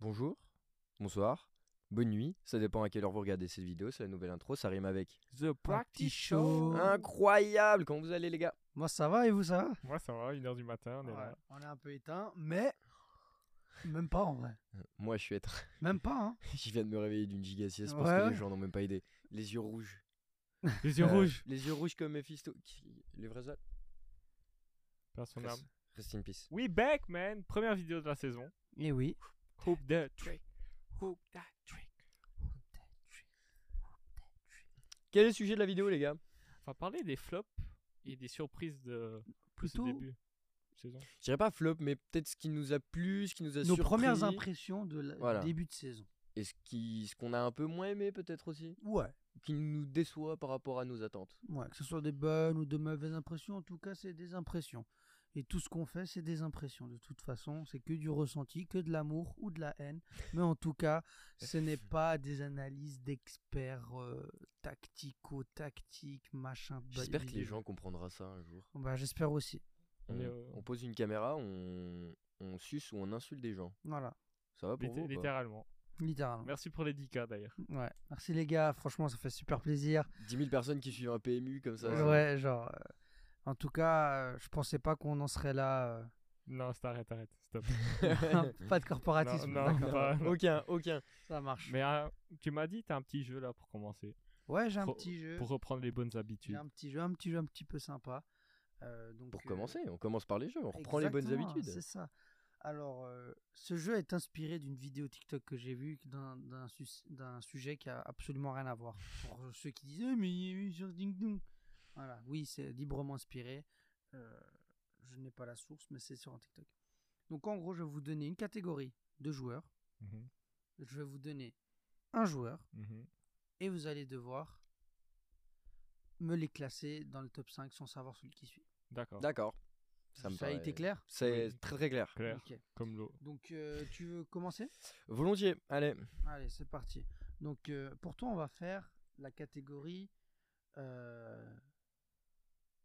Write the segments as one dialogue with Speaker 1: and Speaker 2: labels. Speaker 1: bonjour, bonsoir, bonne nuit. Ça dépend à quelle heure vous regardez cette vidéo. C'est la nouvelle intro. Ça rime avec
Speaker 2: The
Speaker 3: Practice Show. Oh.
Speaker 1: incroyable. Comment vous allez, les gars
Speaker 3: Moi, ça va et vous, ça va
Speaker 2: Moi, ça va, 1h du matin, on est
Speaker 3: Ouais,
Speaker 2: là.
Speaker 3: On est un peu éteint, mais même pas en vrai.
Speaker 1: Moi, je suis être.
Speaker 3: Même pas, hein.
Speaker 1: je viens de me réveiller d'une giga sieste parce
Speaker 3: Ouais,
Speaker 1: que
Speaker 3: ouais.
Speaker 1: les gens n'ont même pas aidé. Les yeux rouges.
Speaker 2: Les yeux
Speaker 1: Euh,
Speaker 2: rouges.
Speaker 1: Les yeux rouges comme Mephisto. Qui- Les vrais hommes.
Speaker 2: Père son âme.
Speaker 1: Rest, rest in peace.
Speaker 2: We back, man. Première vidéo de la saison.
Speaker 3: Et Eh oui.
Speaker 2: Hope the trick. Hope that trick.
Speaker 1: Quel est le sujet de la vidéo, les gars
Speaker 2: On va parler des flops et des surprises de plus
Speaker 3: Plutôt
Speaker 2: début de saison.
Speaker 1: Je dirais pas flop, mais peut-être ce qui nous a plu, ce qui nous a
Speaker 3: Nos
Speaker 1: surpris.
Speaker 3: premières impressions de la-
Speaker 1: Voilà.
Speaker 3: début de saison.
Speaker 1: Et ce qui- ce qu'on a un peu moins aimé, peut-être aussi.
Speaker 3: Ouais.
Speaker 1: Qui nous déçoit par rapport à nos attentes.
Speaker 3: Ouais, que ce soit des bonnes ou de mauvaises impressions, en tout cas, c'est des impressions. Et tout ce qu'on fait, c'est des impressions. De toute façon, c'est que du ressenti, que de l'amour ou de la haine. Mais en tout cas, ce n'est pas des analyses d'experts euh, tactico-tactiques, machin.
Speaker 1: J'espère que les
Speaker 3: bidule.
Speaker 1: gens comprendront ça un jour.
Speaker 3: Bah, J'espère aussi.
Speaker 1: On,
Speaker 2: Mais, euh,
Speaker 1: on pose une caméra, on, on suce ou on insulte des gens.
Speaker 3: Voilà,
Speaker 1: Ça va pour
Speaker 2: Litté-
Speaker 1: vous bah. ou pas
Speaker 2: littéralement.
Speaker 3: littéralement.
Speaker 2: Merci pour les 10K d'ailleurs.
Speaker 3: Ouais, merci les gars, franchement ça fait super plaisir.
Speaker 1: 10 000 personnes qui suivent un PMU comme ça. ça-
Speaker 3: ouais, genre, euh, en tout cas, euh, je pensais pas qu'on en serait là. euh.
Speaker 2: Non, c'est- arrête, arrête. Stop.
Speaker 3: pas de corporatisme,
Speaker 2: Non, non,
Speaker 3: d'accord.
Speaker 2: pas- non.
Speaker 1: aucun, aucun.
Speaker 3: ça marche.
Speaker 2: Mais euh, tu m'as dit, t'as un petit jeu là pour commencer.
Speaker 3: Ouais, j'ai un
Speaker 2: Pro-
Speaker 3: petit
Speaker 1: Euh,
Speaker 3: jeu,
Speaker 2: Pour reprendre les bonnes
Speaker 3: j'ai
Speaker 2: habitudes.
Speaker 3: un petit jeu, un petit jeu un petit peu sympa. Euh, donc,
Speaker 1: Pour
Speaker 3: euh,
Speaker 1: commencer, on commence par les jeux, on reprend les bonnes
Speaker 3: Exactement,
Speaker 1: habitudes.
Speaker 3: C'est ça. Alors, euh, ce jeu est inspiré d'une vidéo TikTok que j'ai vue d'un- d'un sus- d'un sujet qui a absolument rien à voir. Pour ceux qui disent, Eh, mais il y a eu sur Ding Dong. Voilà, oui, c'est librement inspiré. Euh, je n'ai pas la source, mais c'est sur un TikTok. Donc, en gros, je vais vous donner une catégorie de joueurs.
Speaker 2: Mhm,
Speaker 3: Je vais vous donner un joueur
Speaker 2: mhm.
Speaker 3: et vous allez devoir me les classer dans le top 5 sans savoir celui qui suit.
Speaker 2: D'accord.
Speaker 1: D'accord. Ça me
Speaker 3: ça a
Speaker 1: paraît-
Speaker 3: été clair
Speaker 1: C'est
Speaker 2: Oui.
Speaker 1: très très clair.
Speaker 2: Clair,
Speaker 3: Ok.
Speaker 2: comme l'eau.
Speaker 3: Donc, euh, tu veux commencer
Speaker 1: Volontiers, allez.
Speaker 3: Allez, c'est parti. Donc, euh, pour toi, on va faire la catégorie euh,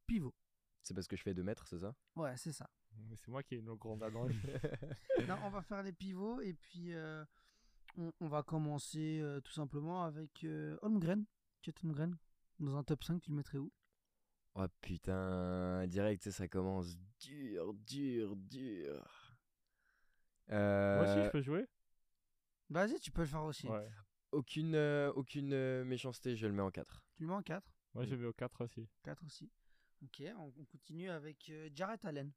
Speaker 3: pivot.
Speaker 1: C'est parce que je fais 2 mètres, c'est ça
Speaker 3: Ouais, c'est ça.
Speaker 2: Mais c'est moi qui ai une grande allonge.
Speaker 3: Non, on va faire les pivots et puis euh, on, on va commencer euh, tout simplement avec euh, Holmgren. Chet Holmgren, dans un top 5, tu le mettrais où
Speaker 1: Oh putain, direct, tu sais, ça commence dur, dur, dur. Euh,
Speaker 2: Moi aussi, je peux jouer
Speaker 3: Vas-y, tu peux le faire aussi.
Speaker 2: Ouais.
Speaker 1: Aucune, euh, aucune euh, méchanceté, je le mets en 4.
Speaker 3: Tu le mets en 4.
Speaker 2: Moi, je vais au 4 aussi.
Speaker 3: 4 aussi. Ok, on, on continue avec euh, Jarrett Allen.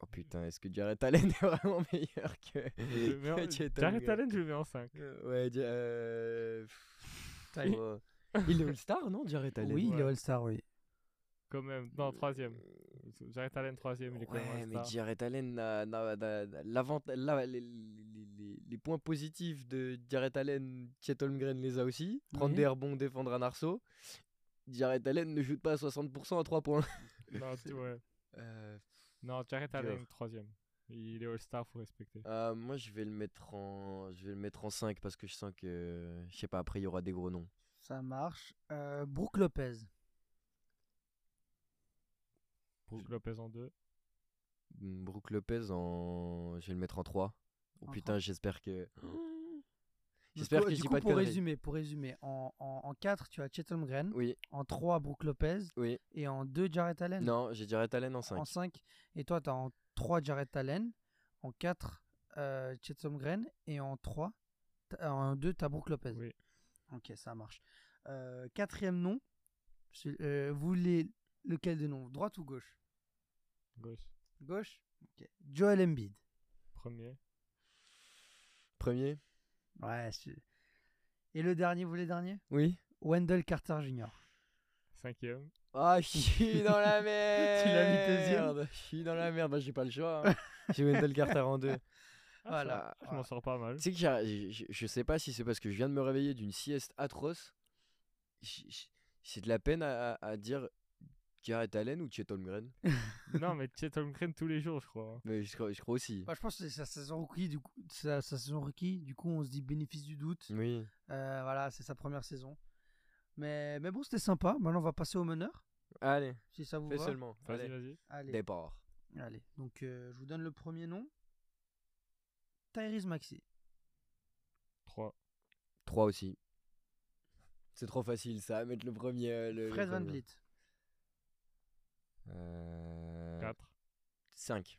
Speaker 1: Oh putain, est-ce que Jared Allen est vraiment meilleur que,
Speaker 2: Je le mets en-
Speaker 1: que Chet
Speaker 2: Jared
Speaker 1: Holmgren
Speaker 2: Allen, je le mets en 5.
Speaker 1: Euh, Ouais, Di- euh, pff,
Speaker 3: T'as eu-
Speaker 1: euh, Il est All-Star, non, Jared Allen
Speaker 3: oui, il est
Speaker 2: ouais.
Speaker 3: All-Star, oui.
Speaker 2: Quand même. Non, troisième. Jared Allen, troisième. Il est quand même
Speaker 1: Ouais,
Speaker 2: un
Speaker 1: mais
Speaker 2: star.
Speaker 1: Jared Allen, n'a- n'a- n'a- n'a- l'avanta- la- les, les- les- les points positifs de Jared Allen, Chet Holmgren les a aussi. Prendre
Speaker 3: Oui.
Speaker 1: des rebonds, défendre un arceau. Jared Allen ne joue pas à 60% à 3 points.
Speaker 2: Non, tu- ouais.
Speaker 1: Euh,
Speaker 2: Non, Jared Allen,
Speaker 1: Dur.
Speaker 2: troisième. Il est All-Star, faut respecter.
Speaker 1: ah, moi, je vais le mettre en, je vais le mettre en 5 parce que je sens que, je sais pas, après il y aura des gros noms.
Speaker 3: Ça marche. Euh, Brooke Lopez.
Speaker 2: Brook Lopez en 2.
Speaker 1: Mm, Brook Lopez en. Je vais le mettre en 3. Oh
Speaker 3: En
Speaker 1: putain,
Speaker 3: trois. Mmh. j'espère
Speaker 1: j'espère que.
Speaker 3: Donc,
Speaker 1: J'espère
Speaker 3: toi,
Speaker 1: que je
Speaker 3: du
Speaker 1: dis
Speaker 3: coup,
Speaker 1: pas de
Speaker 3: pour
Speaker 1: conneries.
Speaker 3: résumer, pour résumer, en, en, 4, tu as Chatham Green,
Speaker 1: Oui,
Speaker 3: en 3, Brooke Lopez,
Speaker 1: oui.
Speaker 3: et en 2, Jarrett Allen.
Speaker 1: Non, j'ai Jared Allen en 5.
Speaker 3: En 5, et toi, tu as en 3, Jarrett Allen, en 4, euh, Chatham Green, et en 3, t'as- en 2, tu as Brooke Lopez.
Speaker 2: Oui.
Speaker 3: Ok, ça marche. Euh, quatrième nom, c'est- euh, vous voulez lequel de nom Droite ou gauche
Speaker 2: Gauche.
Speaker 3: Gauche Ok. Joel Embiid.
Speaker 2: Premier.
Speaker 1: Premier
Speaker 3: Ouais. c'est- Et le dernier, vous voulez le dernier
Speaker 1: Oui.
Speaker 3: Wendell Carter Jr.
Speaker 2: Ah, Cinquième.
Speaker 1: Ah, je suis dans la merde
Speaker 3: Tu l'as mis deuxième.
Speaker 1: Je suis dans la merde, bah, j'ai pas le choix. hein. j'ai Wendell Carter en 2.
Speaker 2: Ah,
Speaker 3: Voilà.
Speaker 2: ça va. Je m'en sors pas mal.
Speaker 1: Tu sais que j'ai- j'ai- j'ai- je sais pas si c'est parce que je viens de me réveiller d'une sieste atroce. J'ai- j'ai- J'ai de la peine à, à- à dire Jared Allen ou Chet Holmgren.
Speaker 2: non, mais Chet Holmgren tous les jours, je crois. hein.
Speaker 1: Mais je crois, je crois aussi.
Speaker 3: Bah, je pense que c'est sa saison rookie, du coup, sa, sa saison rookie, du coup, on se dit bénéfice du doute.
Speaker 1: Oui.
Speaker 3: Euh, voilà, c'est sa première saison. Mais, mais bon, c'était sympa. Maintenant, on va passer au meneur,
Speaker 1: Allez,
Speaker 3: si ça vous
Speaker 1: fais
Speaker 3: va.
Speaker 1: seulement.
Speaker 2: Vas-y,
Speaker 1: Allez.
Speaker 2: vas-y.
Speaker 3: Allez,
Speaker 1: Départ.
Speaker 3: allez. Donc, euh, je vous donne le premier nom. Tyrese Maxi.
Speaker 2: 3.
Speaker 1: 3 aussi. C'est trop facile ça, mettre le premier. euh, le- le
Speaker 3: Fred Van
Speaker 1: premier.
Speaker 3: Vliet.
Speaker 1: Euh,
Speaker 2: 4.
Speaker 1: 5.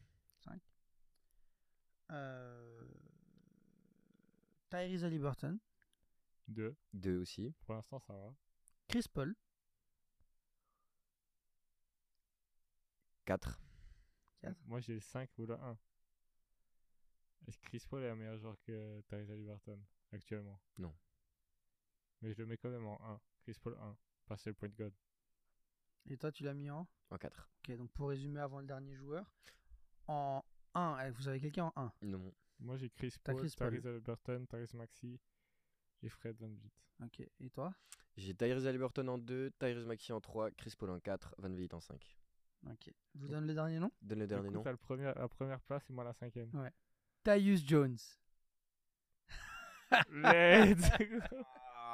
Speaker 3: Euh, Tyrese Halliburton.
Speaker 2: 2.
Speaker 1: 2 aussi.
Speaker 2: Pour l'instant, ça va.
Speaker 3: Chris Paul.
Speaker 1: 4.
Speaker 3: Quatre.
Speaker 2: Moi, j'ai 5 ou le 1. Est-ce que Chris Paul est un meilleur joueur que Tyrese Halliburton actuellement
Speaker 1: Non.
Speaker 2: Mais je le mets quand même en 1. Chris Paul 1. Parce que c'est le point de god.
Speaker 3: Et toi, tu l'as mis en
Speaker 1: En 4.
Speaker 3: Ok, donc pour résumer avant le dernier joueur, en 1, vous avez quelqu'un en 1.
Speaker 1: Non.
Speaker 2: Moi, j'ai Chris
Speaker 3: T'as
Speaker 2: Paul,
Speaker 3: Chris Paul.
Speaker 2: Tyrese Halliburton, Tyrese Maxi et Fred Van Vliet.
Speaker 3: Ok, et toi
Speaker 1: J'ai Tyrese Halliburton en 2, Tyrese Maxi en 3, Chris Paul en 4, Van Vliet en 5.
Speaker 3: Ok. Je vous donne le dernier nom
Speaker 1: Donne le dernier
Speaker 2: Du coup,
Speaker 1: nom.
Speaker 2: t'as le premier, la première place et moi la cinquième.
Speaker 3: Tyus Jones.
Speaker 2: Let's go.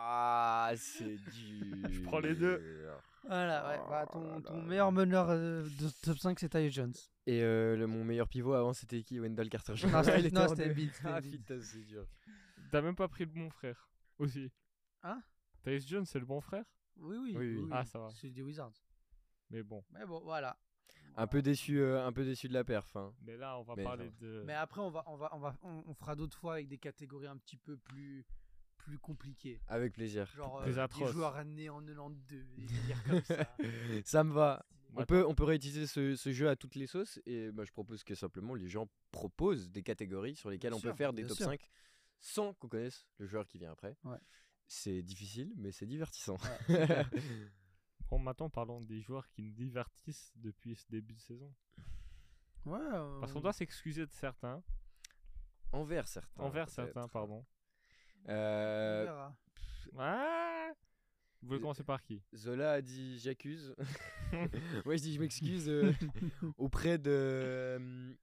Speaker 1: Ah, c'est dur.
Speaker 2: Je prends les deux.
Speaker 3: Voilà, ouais.
Speaker 1: Oh
Speaker 3: bah, ton,
Speaker 1: là
Speaker 3: ton
Speaker 1: là.
Speaker 3: meilleur meneur euh, de top 5, c'est Tyus Jones.
Speaker 1: Et euh, le, mon meilleur pivot avant, c'était qui Wendell Carter Jr.
Speaker 3: Non, c'était-
Speaker 1: Il était
Speaker 3: non,
Speaker 1: en
Speaker 3: c'était
Speaker 1: deux.
Speaker 3: Embiid, c'était
Speaker 1: Ah,
Speaker 3: Embiid.
Speaker 1: putain, c'est dur.
Speaker 2: T'as même pas pris le bon frère aussi.
Speaker 3: Hein
Speaker 2: Tyrese Jones, c'est le bon frère
Speaker 3: Oui, oui.
Speaker 1: Oui, oui.
Speaker 2: Ah, ça va.
Speaker 3: C'est des Wizards.
Speaker 2: Mais bon.
Speaker 3: Mais bon, voilà.
Speaker 1: Un peu déçu, euh, un peu déçu de la perf. hein.
Speaker 2: Mais là, on va
Speaker 1: Mais
Speaker 2: parler
Speaker 1: genre-
Speaker 2: de.
Speaker 3: Mais après, on, va, on, va, on, va, on, on fera d'autres fois avec des catégories un petit peu plus, plus compliquées.
Speaker 1: Avec plaisir.
Speaker 3: Genre
Speaker 2: Plus
Speaker 3: euh, des
Speaker 2: atroces.
Speaker 3: joueurs nés en 92, des délires comme ça.
Speaker 1: Ça me va. On
Speaker 2: Attends.
Speaker 1: peut, on peut réutiliser ce, ce jeu à toutes les sauces et bah, je propose que simplement les gens proposent des catégories sur lesquelles
Speaker 3: Bien
Speaker 1: on
Speaker 3: sûr,
Speaker 1: peut faire des
Speaker 3: bien
Speaker 1: top
Speaker 3: sûr.
Speaker 1: 5 sans qu'on connaisse le joueur qui vient après.
Speaker 3: Ouais.
Speaker 1: C'est difficile, mais c'est divertissant.
Speaker 2: Bon, maintenant, parlons des joueurs qui nous divertissent depuis ce début de saison.
Speaker 3: Ouais. euh,
Speaker 2: Parce qu'on doit s'excuser de certains,
Speaker 1: Envers certains.
Speaker 2: envers
Speaker 1: Ah, peut-être.
Speaker 2: certains, pardon.
Speaker 3: on
Speaker 1: Euh,
Speaker 3: verra.
Speaker 2: Ah Vous voulez
Speaker 1: Euh,
Speaker 2: commencer par qui
Speaker 1: Zola a dit j'accuse. Moi je dis je m'excuse euh, auprès de euh,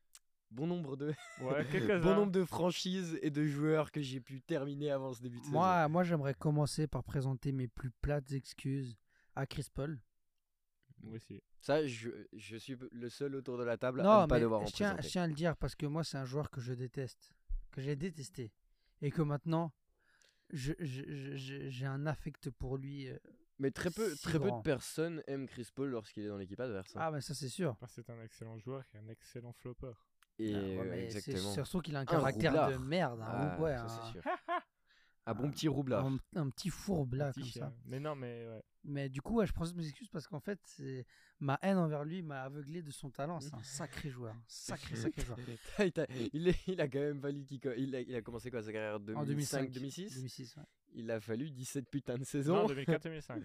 Speaker 1: bon nombre de
Speaker 2: Ouais, quelques-uns.
Speaker 1: euh, bon nombre de franchises et de joueurs que j'ai pu terminer avant ce début de saison.
Speaker 3: Moi, moi j'aimerais commencer par présenter mes plus plates excuses à Chris Paul.
Speaker 2: Moi aussi.
Speaker 1: Ça, je, je suis le seul autour de la table à
Speaker 3: non,
Speaker 1: ne pas
Speaker 3: mais
Speaker 1: devoir en
Speaker 3: je tiens, je
Speaker 1: présenter.
Speaker 3: tiens à le dire parce que moi, c'est un joueur que je déteste, que j'ai détesté. Et que maintenant, je- je- je- je- j'ai un affect pour lui. euh.
Speaker 1: Mais très peu,
Speaker 3: si
Speaker 1: très peu
Speaker 3: grand.
Speaker 1: de personnes aiment Chris Paul lorsqu'il est dans l'équipe adverse. hein.
Speaker 3: Ah, mais ça, c'est sûr.
Speaker 2: Parce que C'est un excellent joueur et un excellent flopper.
Speaker 1: et
Speaker 3: Ah,
Speaker 1: euh,
Speaker 3: ouais, mais c'est
Speaker 1: exactement.
Speaker 3: surtout qu'il a un caractère de
Speaker 1: roublard.
Speaker 3: merde. Un,
Speaker 1: Ah,
Speaker 3: rou- ouais, hein. Ah,
Speaker 1: ça,
Speaker 3: un-
Speaker 1: c'est sûr. Un bon petit roublard.
Speaker 3: un- un petit fourbe là,
Speaker 2: Petit
Speaker 3: comme
Speaker 2: chien.
Speaker 3: ça.
Speaker 2: Mais non, mais ouais.
Speaker 3: Mais du coup, ouais, je prends mes excuses parce qu'en fait, c'est- ma haine envers lui m'a aveuglé de son
Speaker 1: Mmh.
Speaker 3: talent. C'est un sacré joueur. un Sacré, sacré joueur.
Speaker 1: il, a, il est- il a quand même valu qu'il co- il a, il a commencé quoi sa carrière en
Speaker 3: En 2005,
Speaker 1: 2005-2006
Speaker 3: 2006, ouais.
Speaker 1: Il a fallu 17 putains de
Speaker 2: Non,
Speaker 1: saisons.
Speaker 2: 2004-2005.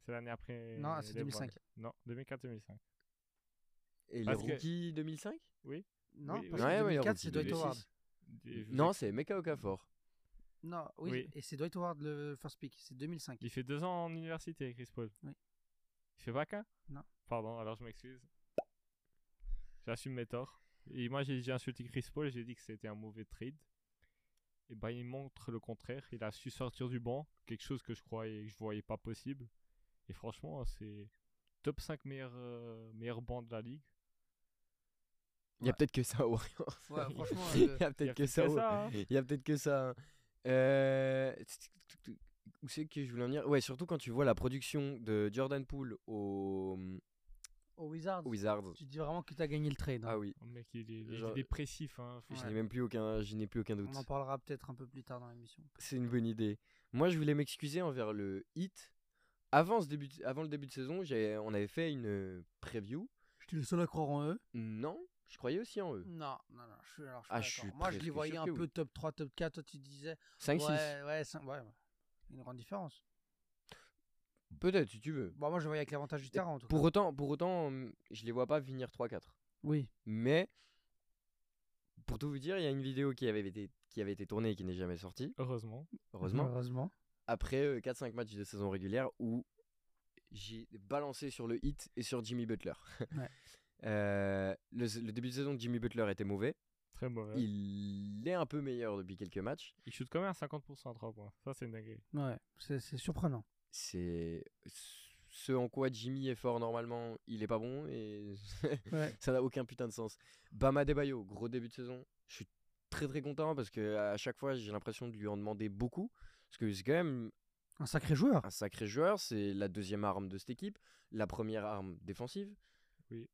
Speaker 2: C'est l'année après.
Speaker 3: Non, c'est
Speaker 2: les Browns.
Speaker 3: 2005.
Speaker 2: Non, 2004-2005.
Speaker 1: Et les
Speaker 2: Parce que-
Speaker 1: rookies 2005
Speaker 3: Non,
Speaker 2: Oui,
Speaker 3: parce
Speaker 1: oui.
Speaker 3: que
Speaker 1: Ouais, ouais,
Speaker 3: 2004,
Speaker 1: Rocky
Speaker 3: c'est Dwight
Speaker 1: 2006.
Speaker 3: Howard.
Speaker 2: Et je vous
Speaker 1: Non,
Speaker 2: ai-
Speaker 1: c'est Meka Okafor.
Speaker 3: Non, oui,
Speaker 2: Oui.
Speaker 3: et c'est Dwight Howard le first pick. C'est 2005.
Speaker 2: Il fait deux ans en université, Chris Paul.
Speaker 3: Oui.
Speaker 2: Il fait vaca
Speaker 3: Non.
Speaker 2: Pardon, alors je m'excuse. J'assume mes torts. Et moi, j'ai j'ai insulté Chris Paul, j'ai dit que c'était un mauvais trade. Et ben, il montre le contraire. Il a su sortir du banc, quelque chose que je croyais, que je voyais pas possible. Et franchement, c'est top 5 meilleur, euh, meilleur banc de la ligue.
Speaker 1: Il y a peut-être que ça aux Warriors.
Speaker 3: Ouais, franchement,
Speaker 1: il y
Speaker 3: euh,
Speaker 1: a peut-être
Speaker 2: Il y a
Speaker 1: que ça.
Speaker 2: peut-être
Speaker 1: aux-
Speaker 2: ça, hein.
Speaker 1: Il y a peut-être que ça. hein. Euh, Où c'est que je voulais en venir Ouais, surtout quand tu vois la production de Jordan Poole au
Speaker 3: Au Wizards,
Speaker 1: aux Wizards.
Speaker 3: tu dis vraiment que tu as gagné le trade. hein.
Speaker 1: Ah oui,
Speaker 2: Oh, mec, il est, il est
Speaker 1: Genre-
Speaker 2: dépressif. hein. Faut-
Speaker 1: je
Speaker 3: Ouais.
Speaker 1: n'ai même plus aucun, je n'ai plus aucun doute.
Speaker 3: On en parlera peut-être un peu plus tard dans l'émission.
Speaker 1: C'est une bonne idée. Moi, je voulais m'excuser envers le hit. Avant, ce début de- avant le début de saison, j'ai- on avait fait une euh, preview.
Speaker 3: J'étais le seul à croire en eux.
Speaker 1: Non, je croyais aussi en eux.
Speaker 3: Non, non, non. Je suis, alors, je suis
Speaker 1: Ah,
Speaker 3: pas
Speaker 1: je
Speaker 3: d'accord.
Speaker 1: suis
Speaker 3: Moi, je
Speaker 1: presque
Speaker 3: les voyais
Speaker 1: sûr
Speaker 3: un
Speaker 1: que
Speaker 3: peu
Speaker 1: oui. Ah,
Speaker 3: top 3, top 4. Toi, tu disais.
Speaker 1: 5-6.
Speaker 3: Ouais, ouais, cin- ouais, ouais. Une grande différence.
Speaker 1: Peut-être, si tu veux.
Speaker 3: Bon, moi, je les voyais avec l'avantage du terrain, en tout cas.
Speaker 1: Pour autant, pour autant, hum, je les vois pas finir 3-4.
Speaker 3: Oui.
Speaker 1: Mais pour tout vous dire, il y a une vidéo qui avait été, qui avait été tournée et qui n'est jamais sortie,
Speaker 2: Heureusement.
Speaker 1: heureusement,
Speaker 3: Heureusement.
Speaker 1: après euh, 4-5 matchs de saison régulière où j'ai balancé sur le hit et sur Jimmy Butler.
Speaker 3: Ouais.
Speaker 1: Euh, le, le début de saison de Jimmy Butler était mauvais.
Speaker 2: Très mauvais. Il...
Speaker 1: Il est un peu meilleur depuis quelques matchs.
Speaker 2: shoot quand même à 50% à 3 points. Ça, c'est une dinguerie.
Speaker 3: Ouais, c'est c'est surprenant.
Speaker 1: C'est ce en quoi Jimmy est fort normalement, il est pas bon et
Speaker 3: Ouais.
Speaker 1: ça n'a aucun putain de sens. Bama Debayo, gros début de saison. Je suis très très content parce que à chaque fois j'ai l'impression de lui en demander beaucoup. Parce que c'est quand même
Speaker 3: Un sacré joueur.
Speaker 1: un sacré joueur, c'est la deuxième arme de cette équipe, la première arme défensive.
Speaker 2: Oui.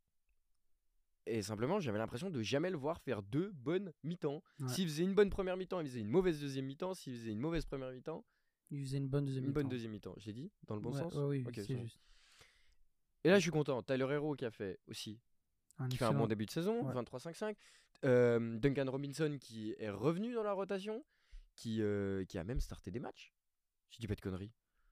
Speaker 1: Et simplement, j'avais l'impression de jamais le voir faire deux bonnes mi-temps.
Speaker 3: Ouais.
Speaker 1: S'il faisait une bonne première mi-temps, il faisait une mauvaise deuxième mi-temps. S'il faisait une mauvaise première mi-temps,
Speaker 3: Il faisait une bonne deuxième
Speaker 1: une bonne
Speaker 3: mi-temps.
Speaker 1: deuxième mi-temps. Je l'ai dit dans le bon
Speaker 3: Ouais,
Speaker 1: sens.
Speaker 3: ouais, oui,
Speaker 1: Ok,
Speaker 3: c'est
Speaker 1: ça va.
Speaker 3: juste.
Speaker 1: Et là, je suis content. Tyler Hero qui a fait aussi,
Speaker 3: Un
Speaker 1: qui fait un
Speaker 3: excellent-
Speaker 1: bon début de saison,
Speaker 3: Ouais.
Speaker 1: 23-5-5. Euh, Duncan Robinson qui est revenu dans la rotation, qui, euh, qui a même starté des matchs. Je dis pas de conneries.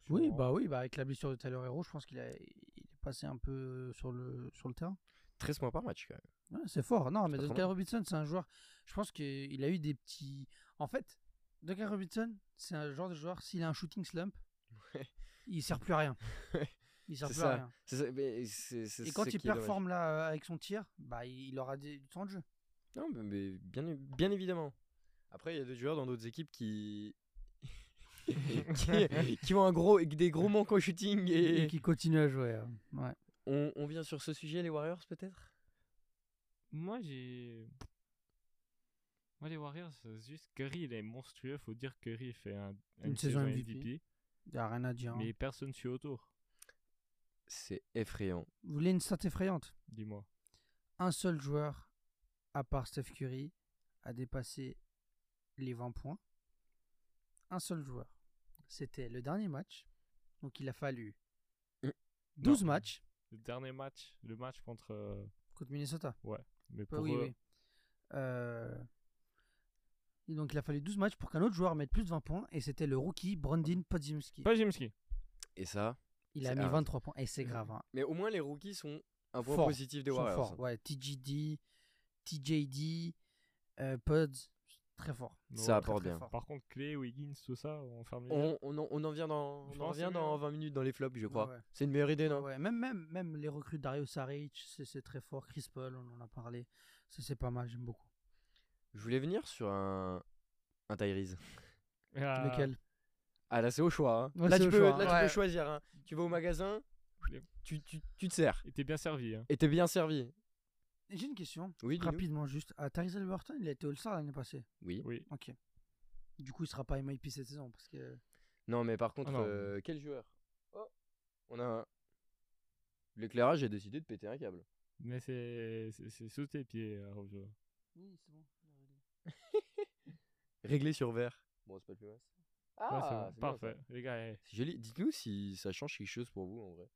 Speaker 3: Oui,
Speaker 2: Sûrement.
Speaker 3: bah oui, bah avec la blessure de Tyler Hero, je pense qu'il a, il est passé un peu sur le, sur le terrain.
Speaker 1: 13 points par match, quand même.
Speaker 3: Ouais, c'est fort. Non, mais
Speaker 1: pas trop
Speaker 3: Duncan
Speaker 1: mal.
Speaker 3: Robinson, c'est un joueur. Je pense qu'il a eu des petits. En fait, Duncan Robinson, c'est un genre de joueur. S'il a un shooting slump,
Speaker 1: Ouais.
Speaker 3: il sert plus à rien.
Speaker 1: Ouais.
Speaker 3: Il sert
Speaker 1: C'est
Speaker 3: plus
Speaker 1: ça.
Speaker 3: à rien.
Speaker 1: C'est ça, mais c'est- c'est-
Speaker 3: Et quand
Speaker 1: c'est
Speaker 3: il
Speaker 1: qui est dommage.
Speaker 3: performe là euh, avec son tir, bah il aura des- du temps de jeu.
Speaker 1: Non, mais, mais bien, é- bien évidemment. Après, il y a des joueurs dans d'autres équipes qui. qui, qui ont un gros, des gros manques au shooting.
Speaker 3: Et,
Speaker 1: Et...
Speaker 3: qui continue à jouer. euh, Ouais.
Speaker 1: On, on vient sur ce sujet, les Warriors, peut-être
Speaker 2: Moi, j'ai. Moi, les Warriors, c'est juste Curry, il est monstrueux. Faut dire Curry fait un,
Speaker 3: Une saison MVP, Il a rien à dire. hein.
Speaker 2: mais personne suit autour,
Speaker 1: C'est effrayant.
Speaker 3: Vous voulez une stat effrayante
Speaker 2: dis-moi.
Speaker 3: Un seul joueur, à part Steph Curry, a dépassé les 20 points. Un seul joueur. C'était le dernier match. Donc il a fallu
Speaker 1: Euh,
Speaker 3: 12
Speaker 2: non.
Speaker 3: matchs
Speaker 2: Le dernier match, le match contre. euh,
Speaker 3: contre Minnesota.
Speaker 2: Mais
Speaker 3: Euh,
Speaker 2: pour
Speaker 3: oui,
Speaker 2: eux,
Speaker 3: oui. Euh, et donc il a fallu 12 matchs pour qu'un autre joueur mette plus de 20 points. Et c'était le rookie Brandon Podzimski.
Speaker 2: Pas Jimski.
Speaker 1: Et ça
Speaker 3: Il a
Speaker 1: C'est
Speaker 3: mis
Speaker 1: hard.
Speaker 3: 23 points. Et c'est grave. hein.
Speaker 1: Mais au moins, les rookies sont un point
Speaker 3: Forts.
Speaker 1: positif des
Speaker 3: Ils sont
Speaker 1: Warriors. hein.
Speaker 3: forts. Ouais, TGD, TJD, euh, Pods. Très fort.
Speaker 1: Ça
Speaker 3: très,
Speaker 1: apporte
Speaker 3: très
Speaker 1: bien.
Speaker 3: fort.
Speaker 2: Par contre, Clay, Wiggins, tout ça, on ferme les yeux.
Speaker 1: On, on en, on en vient dans,
Speaker 2: Je
Speaker 1: on en
Speaker 2: pense que
Speaker 1: revient
Speaker 2: c'est
Speaker 1: dans
Speaker 2: mieux.
Speaker 1: 20 minutes dans les flops, je
Speaker 3: Ouais,
Speaker 1: crois.
Speaker 3: ouais.
Speaker 1: C'est une meilleure idée, non
Speaker 3: Ouais, même, même, même les recrues Dario Saric, c'est c'est très fort. Chris Paul, on en a parlé. Ça, c'est pas mal, j'aime beaucoup.
Speaker 1: Je voulais venir sur un, un Tyrese.
Speaker 2: Ah,
Speaker 3: Lequel
Speaker 1: Ah là, c'est au choix. hein.
Speaker 3: Ouais,
Speaker 1: là,
Speaker 3: c'est
Speaker 1: tu
Speaker 3: au
Speaker 1: peux,
Speaker 3: choix, hein.
Speaker 1: là, tu peux
Speaker 3: Ouais.
Speaker 1: choisir. hein. Tu vas au magasin,
Speaker 2: Yep.
Speaker 1: tu, tu, tu te sers.
Speaker 2: Et t'es bien servi. Hein.
Speaker 1: Et t'es bien servi.
Speaker 3: J'ai une question.
Speaker 1: Oui, dis-nous.
Speaker 3: Rapidement, juste. À Tyrese Burton, il a été All-Star l'année passée.
Speaker 1: Oui.
Speaker 2: Oui.
Speaker 3: Ok. Du coup, il sera pas MIP cette saison parce que.
Speaker 1: Non, mais par contre,
Speaker 2: Ah non.
Speaker 1: euh, quel joueur Oh On a un. L'éclairage a décidé de péter un câble.
Speaker 2: Mais c'est c'est- c'est sous tes pieds, euh, Rojo.
Speaker 3: Oui, c'est bon.
Speaker 1: Réglé sur vert. Bon, c'est pas le plus mal.
Speaker 2: Ouais, c'est
Speaker 1: Ah,
Speaker 2: bon.
Speaker 1: c'est bien,
Speaker 2: Parfait. Les gars, eh,
Speaker 1: ça. C'est joli. Dites-nous si ça change quelque chose pour vous en vrai.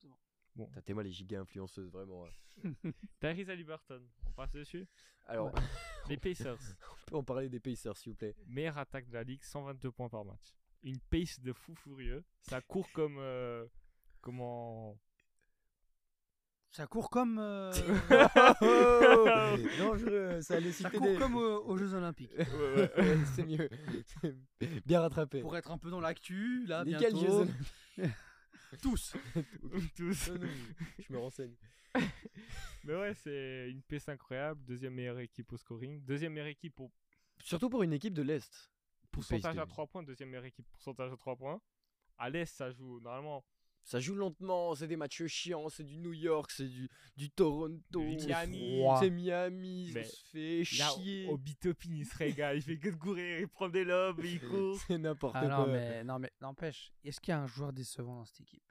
Speaker 3: C'est bon.
Speaker 2: Bon.
Speaker 1: T'as t'es moi les giga influenceuses vraiment. hein.
Speaker 2: Tyrese Haliburton, on passe dessus.
Speaker 1: Alors,
Speaker 3: Ouais.
Speaker 2: Les Pacers,
Speaker 1: on peut en parler des Pacers s'il vous plaît.
Speaker 2: meilleure attaque de la ligue, 122 points par match. Une pace de fou furieux. Ça court comme. euh, comment.
Speaker 3: Ça court comme. euh,
Speaker 1: Dangereux, ça allait
Speaker 3: ça
Speaker 1: citer
Speaker 3: court
Speaker 1: des-
Speaker 3: comme euh, aux Jeux Olympiques.
Speaker 2: Ouais, ouais.
Speaker 1: Ouais, c'est mieux. bien rattrapé.
Speaker 3: Pour être un peu dans l'actu, là,
Speaker 1: Lesquels
Speaker 3: bientôt.
Speaker 1: Jason
Speaker 3: Tous.
Speaker 2: Tous.
Speaker 1: Non, non, Je me renseigne.
Speaker 2: Mais ouais, c'est une pace incroyable. Deuxième meilleure équipe au scoring. Deuxième meilleure équipe au
Speaker 1: Surtout pour une équipe de l'Est.
Speaker 2: pourcentage à
Speaker 1: PSG.
Speaker 2: 3 points. Deuxième meilleure équipe pourcentage à 3 points. À l'Est, ça joue normalement.
Speaker 1: Ça joue lentement, c'est des matchs chiants, c'est du New York, c'est du, du Toronto,
Speaker 2: Miami.
Speaker 3: froid.
Speaker 1: c'est Miami,
Speaker 2: Mais
Speaker 1: on se fait
Speaker 2: Là,
Speaker 1: chier.
Speaker 2: au bitopin, il se régale. Il fait que de courir. Il prend des lobes. Il court.
Speaker 1: C'est n'importe
Speaker 3: Ah
Speaker 1: quoi.
Speaker 3: non, mais, non, mais n'empêche, est-ce qu'il y a un joueur décevant dans cette équipe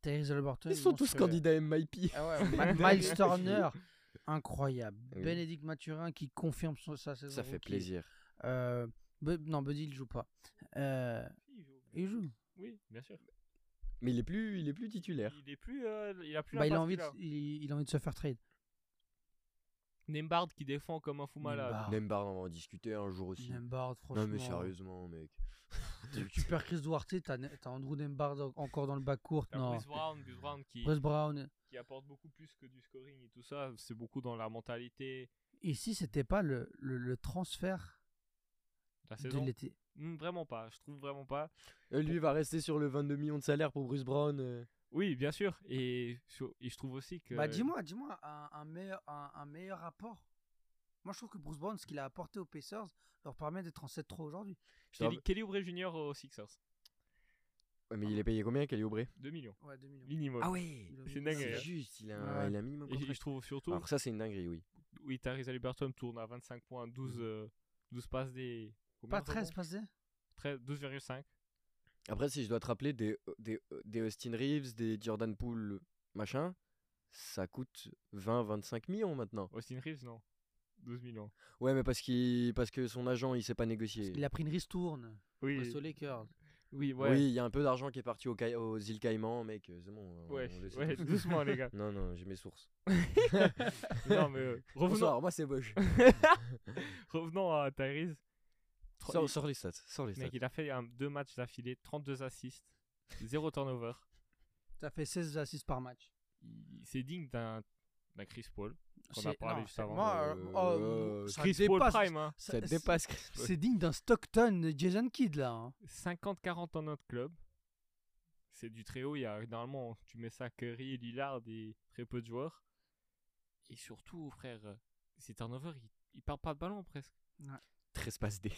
Speaker 3: Tyrese Haliburton.
Speaker 1: Ils sont tous
Speaker 3: monstrueux.
Speaker 1: candidats MIP.
Speaker 3: Ah ouais, Ma-
Speaker 2: Dingue.
Speaker 3: Miles Turner, incroyable.
Speaker 1: Oui.
Speaker 3: Bénédicte Mathurin qui confirme son- sa saison.
Speaker 1: Ça fait
Speaker 3: rookie.
Speaker 1: plaisir.
Speaker 3: Euh, Bu- non, Buddy, il joue pas. Euh, il joue.
Speaker 2: Oui, bien sûr.
Speaker 1: Mais il est plus, il est plus titulaire.
Speaker 2: Il est plus, euh, il a plus
Speaker 3: Bah, il, a
Speaker 2: l'impact
Speaker 3: envie de,
Speaker 2: qu'il
Speaker 3: il, il a envie de se faire trade.
Speaker 2: a. Nembhard qui défend comme un fou malade.
Speaker 3: Nembhard. Ah.
Speaker 1: Nembar, on va en discuter un jour aussi.
Speaker 3: Nembard, franchement.
Speaker 1: Non mais sérieusement, mec.
Speaker 3: Tu, tu perds Chris Duarte, t'as Ne- t'as Andrew Nembard en- encore dans le bac court.
Speaker 2: T'as
Speaker 3: Non.
Speaker 2: Bruce Brown, Bruce Brown qui,
Speaker 3: Bruce Brown.
Speaker 2: qui apporte beaucoup plus que du scoring et tout ça. C'est beaucoup dans la mentalité,
Speaker 3: Et si c'était pas le, le, le transfert
Speaker 2: la
Speaker 3: de
Speaker 2: saison.
Speaker 3: l'été
Speaker 2: Hmm, vraiment pas, je trouve vraiment pas.
Speaker 1: Euh, Lui il va rester sur le 22 millions de salaire pour Bruce Brown. euh.
Speaker 2: Oui, bien sûr. Et, sur- et je trouve aussi que.
Speaker 3: Bah dis-moi, dis-moi un, un meilleur, un, un meilleur rapport. Moi je trouve que Bruce Brown, ce qu'il a apporté aux Pacers, leur permet d'être en 7-3 aujourd'hui.
Speaker 1: Je te
Speaker 2: Kelly,
Speaker 1: rappelle-
Speaker 2: Kelly Oubre Jr. aux Sixers,
Speaker 1: Ouais, mais il est payé combien, Kelly Oubre
Speaker 2: 2 millions.
Speaker 3: Ouais, 2 millions.
Speaker 2: Minimum.
Speaker 1: Ah ouais
Speaker 3: Il a
Speaker 2: c'est
Speaker 3: mis-
Speaker 2: dingue,
Speaker 1: C'est
Speaker 2: hein.
Speaker 1: juste, il a,
Speaker 3: Ouais.
Speaker 1: il a minimum
Speaker 2: et je
Speaker 1: contract.
Speaker 2: trouve surtout
Speaker 1: Alors ça c'est une dinguerie, oui.
Speaker 2: oui, Teresa Liberton tourne à 25 points, 12, euh, 12 passes des. combien
Speaker 3: Hmm. Pas
Speaker 2: de
Speaker 3: 13
Speaker 2: rebonds
Speaker 3: passés
Speaker 2: 13, 12,5.
Speaker 1: Après, si je dois te rappeler des, des, des Austin Reeves, des Jordan Poole, machin, ça coûte 20-25 millions maintenant.
Speaker 2: Austin Reeves, non. 12 millions.
Speaker 1: Ouais, mais parce, qu'il parce que son agent, il sait pas négocier.
Speaker 3: Il a pris une ristourne.
Speaker 2: Oui,
Speaker 3: Face aux Lakers.
Speaker 2: oui, ouais.
Speaker 1: Oui, il y a un peu d'argent qui est parti au Caï- aux îles Caïmans, mec. euh, C'est bon. on-
Speaker 2: Ouais,
Speaker 1: on le sait
Speaker 2: ouais,
Speaker 1: tous.
Speaker 2: doucement, les gars.
Speaker 1: Non, non, j'ai mes sources.
Speaker 2: Non, mais euh, revenons,
Speaker 1: Bonsoir, moi c'est Bosch.
Speaker 2: revenons à Tyrese. Trois-
Speaker 1: Sors,
Speaker 2: il-
Speaker 1: sors les stats. Sors les stats.
Speaker 2: Mec, il a fait un- deux matchs d'affilée, 32 assists, 0 turnover.
Speaker 3: Ça fait 16 assists par match.
Speaker 2: Il- C'est digne d'un d'un Chris Paul. Qu'on a
Speaker 3: C'est-
Speaker 2: parlé
Speaker 3: non,
Speaker 2: juste
Speaker 3: c'est-
Speaker 2: avant,
Speaker 3: moi,
Speaker 1: euh,
Speaker 3: euh, oh,
Speaker 1: euh,
Speaker 3: ça
Speaker 2: Chris Paul
Speaker 3: dépasse-
Speaker 2: Prime, hein.
Speaker 1: Ça
Speaker 3: c'est-
Speaker 1: dépasse Chris Paul.
Speaker 3: C'est digne d'un Stockton de Jason Kidd là. hein.
Speaker 2: 50-40 dans notre club. C'est du très haut. Il y a, normalement, tu mets ça Curry, Lillard et très peu de joueurs. Et surtout, frère, euh, ces turnovers, ils, ils perdent pas de ballon presque.
Speaker 1: 13 passes D.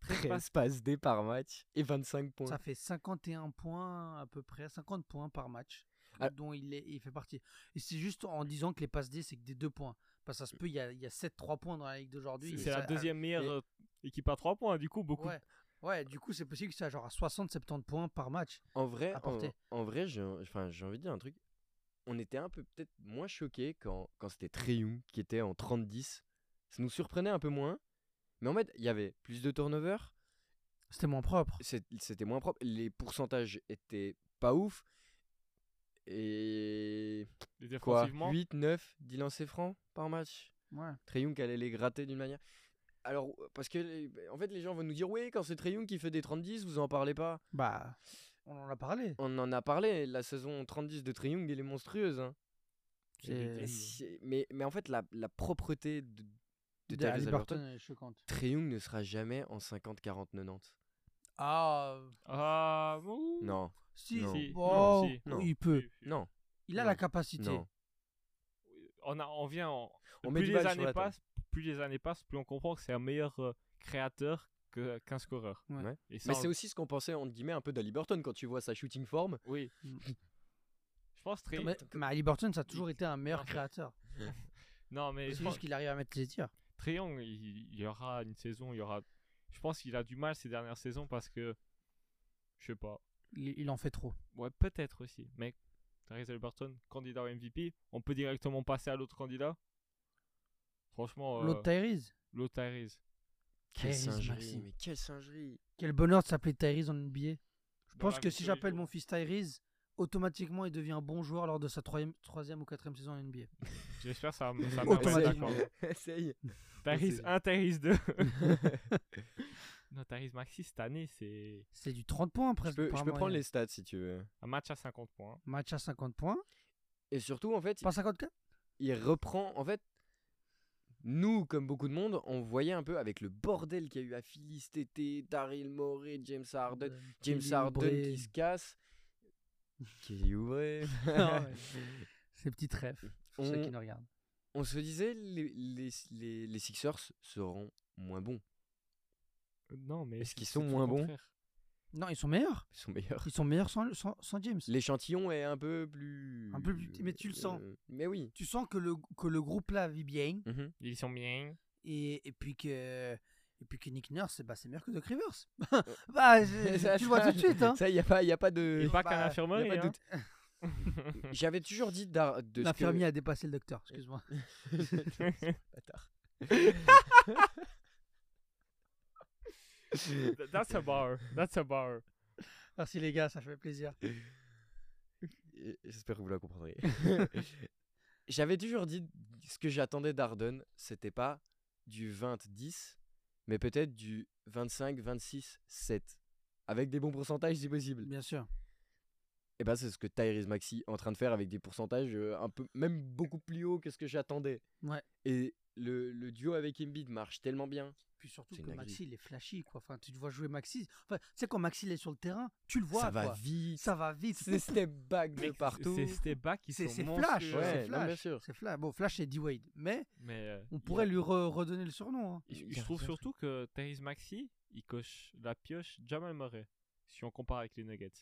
Speaker 2: 13 passes.
Speaker 1: 13 passes D par match et 25 points.
Speaker 3: Ça fait 51 points à peu près, 50 points par match,
Speaker 1: Ah.
Speaker 3: dont il, est, il fait partie. Et c'est juste en disant que les passes D, c'est que des deux points. Parce que ça se peut, il y a, il y a 7-3 points dans la Ligue d'aujourd'hui.
Speaker 2: C'est
Speaker 3: et
Speaker 2: c'est la
Speaker 3: ça-
Speaker 2: deuxième meilleure
Speaker 1: et-
Speaker 2: euh, équipe à 3 points, du coup, beaucoup.
Speaker 3: Ouais, ouais, du coup, c'est possible que ça genre à 60-70 points par match.
Speaker 1: En vrai, en,
Speaker 3: apporté.
Speaker 1: en vrai, j'ai enfin, j'ai envie de dire un truc. On était un peu peut-être moins choqués quand, quand c'était Trae Young qui était en 30-10. Ça nous surprenait un peu moins. Mais en fait, il y avait plus de turnover,
Speaker 3: C'était moins propre.
Speaker 1: c'est- c'était moins propre, les pourcentages étaient pas ouf. Et
Speaker 2: Et
Speaker 1: quoi
Speaker 2: défensivement,
Speaker 1: 8, 9, 10 lancers francs par match.
Speaker 3: Ouais.
Speaker 1: Trae Young allait les gratter d'une manière. Alors, parce que les- en fait, les gens vont nous dire Oui, quand c'est Trae Young qui fait des 30-10, vous en parlez pas.
Speaker 3: Bah, on en a parlé.
Speaker 1: On en a parlé, la saison 30-10 de Trae Young, elle est monstrueuse. hein.
Speaker 2: c'est du
Speaker 3: c'est-
Speaker 1: Et
Speaker 2: dingue.
Speaker 1: c'est- Mais, mais en fait, la, la propreté de, de
Speaker 3: Dali
Speaker 1: Tyrese
Speaker 3: Burton,
Speaker 1: Haliburton,
Speaker 3: elle est choquante.
Speaker 1: Trae Young ne sera jamais en 50-40-90.
Speaker 3: Ah, euh,
Speaker 2: Ah, ouh.
Speaker 1: Non,
Speaker 3: si,
Speaker 1: Non.
Speaker 2: Si,
Speaker 3: oh,
Speaker 2: non, si.
Speaker 1: Non.
Speaker 3: il peut.
Speaker 2: Si, si.
Speaker 1: non,
Speaker 3: Il a
Speaker 1: Non.
Speaker 3: la capacité.
Speaker 1: non.
Speaker 2: on, a, on vient. en-
Speaker 1: On met
Speaker 2: plus
Speaker 1: du
Speaker 2: les
Speaker 1: balle sur
Speaker 2: années
Speaker 1: la table.
Speaker 2: passent, plus les années passent, plus on comprend que c'est un meilleur euh, créateur que- qu'un scoreur.
Speaker 3: Ouais.
Speaker 1: Ouais.
Speaker 2: Et ça,
Speaker 1: Mais
Speaker 2: on
Speaker 1: c'est
Speaker 2: le-
Speaker 1: aussi ce qu'on pensait, entre guillemets, un peu d'Aliburton quand tu vois sa shooting form.
Speaker 2: Oui.
Speaker 3: Mm.
Speaker 2: je pense très.
Speaker 3: Mais, mais Haliburton, ça a toujours été un meilleur créateur.
Speaker 2: Non, mais
Speaker 3: C'est
Speaker 2: je pense
Speaker 3: juste qu'il arrive à mettre les tirs.
Speaker 2: Trayon, il il y aura une saison, il y aura. Je pense qu'il a du mal ces dernières saisons parce que. Je sais pas.
Speaker 3: Il, il en fait trop.
Speaker 2: Ouais, peut-être aussi. Mais Therese Alberton, candidat au MVP, on peut directement passer à l'autre candidat Franchement, euh,
Speaker 3: L'autre Tyrese
Speaker 2: l'autre Tyrese.
Speaker 1: Quelle
Speaker 3: Tyrese
Speaker 1: singerie,
Speaker 3: Maxey.
Speaker 1: mais quelle singerie.
Speaker 3: Quel bonheur de s'appeler Tyrese en NBA. Je
Speaker 2: Dans
Speaker 3: pense
Speaker 2: la
Speaker 3: que
Speaker 2: vie
Speaker 3: si
Speaker 2: de tous les
Speaker 3: j'appelle
Speaker 2: jours.
Speaker 3: mon fils Tyrese, automatiquement il devient un bon joueur lors de sa troisième, troisième ou quatrième saison en NBA.
Speaker 2: J'espère que ça me ça me
Speaker 3: Automatiquement.
Speaker 2: met d'accord.
Speaker 1: Essaye.
Speaker 2: Tyrese
Speaker 1: Possible.
Speaker 2: 1, Tyrese 2. non, Tyrese Maxi, cette année, c'est
Speaker 3: C'est du 30 points
Speaker 1: Je
Speaker 3: presque.
Speaker 1: peux,
Speaker 3: par
Speaker 1: je peux prendre
Speaker 3: moyenne.
Speaker 1: les stats si tu veux.
Speaker 2: un match à 50 points.
Speaker 3: Match à 50 points.
Speaker 1: Et surtout, en fait,
Speaker 3: Pas 54
Speaker 1: il reprend. En fait, nous, comme beaucoup de monde, on voyait un peu avec le bordel qu'il y a eu à Philly cet été, Daryl Morey, James Harden,
Speaker 3: Euh,
Speaker 1: James
Speaker 3: Kelly
Speaker 1: Harden
Speaker 3: Oubre.
Speaker 1: qui se casse. Kelly Oubre.
Speaker 3: Non, ouais. Ces petites rêves. Pour ceux qui
Speaker 1: On-
Speaker 3: nous regardent.
Speaker 1: On se disait, les, les, les, les Sixers seront moins bons.
Speaker 2: Non, mais.
Speaker 1: Est-ce
Speaker 2: c'est-
Speaker 1: qu'ils
Speaker 2: c'est
Speaker 1: sont
Speaker 2: tout le
Speaker 1: moins bons
Speaker 2: contraire.
Speaker 3: Non, ils sont meilleurs.
Speaker 1: Ils sont meilleurs.
Speaker 3: Ils sont meilleurs sans, sans, sans James.
Speaker 1: L'échantillon est un peu plus.
Speaker 3: Un peu plus petit, mais tu le sens.
Speaker 1: Euh, Mais oui.
Speaker 3: Tu sens que le, que le groupe là vit bien.
Speaker 1: Mhm.
Speaker 2: Ils sont bien.
Speaker 3: Et, et puis que. Et puis que Nick Nurse, bah, c'est meilleur que Doc Rivers. bah, je- tu le vois tout de suite. Hein.
Speaker 1: Ça, il n'y a, pas- y a pas de.
Speaker 2: Et pas
Speaker 3: bah,
Speaker 2: qu'un
Speaker 3: y a
Speaker 2: infirmerie.
Speaker 1: pas de
Speaker 2: hein.
Speaker 1: J'avais toujours dit d'ar- de ce que-
Speaker 3: L'infirmier a dépassé le docteur, excuse-moi.
Speaker 1: Bâtard.
Speaker 2: Th- That's a bar. That's a bar.
Speaker 3: Merci les gars, ça fait plaisir.
Speaker 1: Et J'espère que vous la comprendrez. J'avais toujours dit ce que j'attendais d'Arden, c'était pas du 20-10, mais peut-être du 25-26-7. Avec des bons pourcentages si possible.
Speaker 3: Bien sûr.
Speaker 1: Et ben c'est ce que Tyrese Maxi est en train de faire avec des pourcentages euh, un peu même beaucoup plus haut que ce que j'attendais.
Speaker 3: Ouais.
Speaker 1: Et le, le duo avec Embiid marche tellement bien.
Speaker 3: Puis surtout
Speaker 1: C'est
Speaker 3: que
Speaker 1: une dinguerie.
Speaker 3: Maxi, il est flashy, quoi. Enfin, tu le vois jouer Maxi. Enfin, tu sais, quand Maxi il est sur le terrain, tu le vois,
Speaker 1: ça va
Speaker 3: quoi.
Speaker 1: vite.
Speaker 3: Ça va vite.
Speaker 1: C'est step back de
Speaker 2: Mec,
Speaker 1: partout.
Speaker 2: C'est step back qui
Speaker 3: C'est
Speaker 2: sont
Speaker 3: c'est
Speaker 2: monstrueux.
Speaker 3: Flash.
Speaker 1: Ouais,
Speaker 3: c'est
Speaker 1: non, bien
Speaker 3: Flash.
Speaker 1: sûr.
Speaker 3: C'est Flash. Bon, Flash, c'est D-Wade. Mais
Speaker 2: Mais euh,
Speaker 3: on
Speaker 2: il-
Speaker 3: pourrait lui re- redonner le surnom. hein.
Speaker 2: je-
Speaker 1: il y
Speaker 2: je
Speaker 1: a
Speaker 2: trouve
Speaker 1: rien.
Speaker 2: surtout que Therese Maxi, il coche la pioche Jamal Murray. Si on compare avec les Nuggets.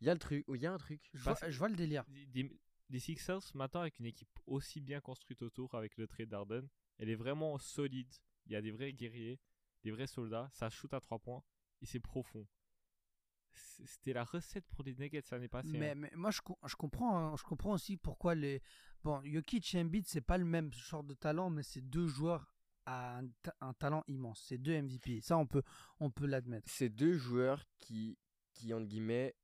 Speaker 1: Il y a le truc, il y a un truc.
Speaker 3: Je,
Speaker 2: Parce-
Speaker 3: vois, je vois le délire.
Speaker 2: Des, des- des Sixers maintenant avec une équipe aussi bien construite autour avec le trade d'Arden, Elle est vraiment solide. Il y a des vrais guerriers, des vrais soldats. Ça shoot à 3 points et c'est profond. C- C'était la recette pour les nuggets l'année passée. hein.
Speaker 1: euh,
Speaker 3: Mais, mais moi, je, co- je, comprends, hein, je comprends aussi pourquoi les. Bon, Jokic et Embiid, c'est pas le même genre de talent, mais c'est deux joueurs à un, ta- un talent immense. C'est deux MVP. Ça, on peut, on peut l'admettre.
Speaker 1: C'est deux joueurs qui, qui, entre guillemets,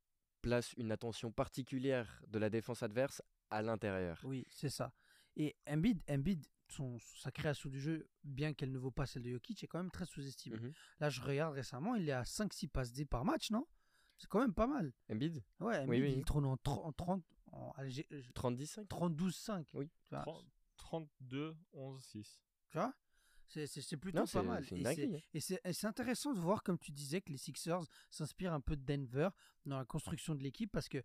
Speaker 1: placent une attention particulière de la défense adverse à l'intérieur.
Speaker 3: Oui, c'est ça. Et Embiid, Embiid son, sa création du jeu, bien qu'elle ne vaut pas celle de Jokic, est quand même très sous-estimée.
Speaker 1: Mhm.
Speaker 3: Là, je regarde récemment, il est à 5-6 passes D par match, non C'est quand même pas mal.
Speaker 1: Embiid
Speaker 3: Ouais,
Speaker 1: Oui,
Speaker 3: Embiid,
Speaker 1: oui.
Speaker 3: il tourne en 30, en 30 en Algé- euh,
Speaker 1: 30-10-5
Speaker 3: 32-5.
Speaker 1: Oui.
Speaker 3: Tu vois,
Speaker 2: 30 32, 11, 6.
Speaker 3: tu vois C'est- c'est c'est plutôt
Speaker 1: Non,
Speaker 3: pas
Speaker 1: c'est
Speaker 3: mal.
Speaker 1: c'est une
Speaker 3: Et c'est-
Speaker 1: dinguerie, hein.
Speaker 3: Et c'est et c'est intéressant de voir, comme tu disais, que les Sixers s'inspirent un peu de Denver dans la construction de l'équipe parce que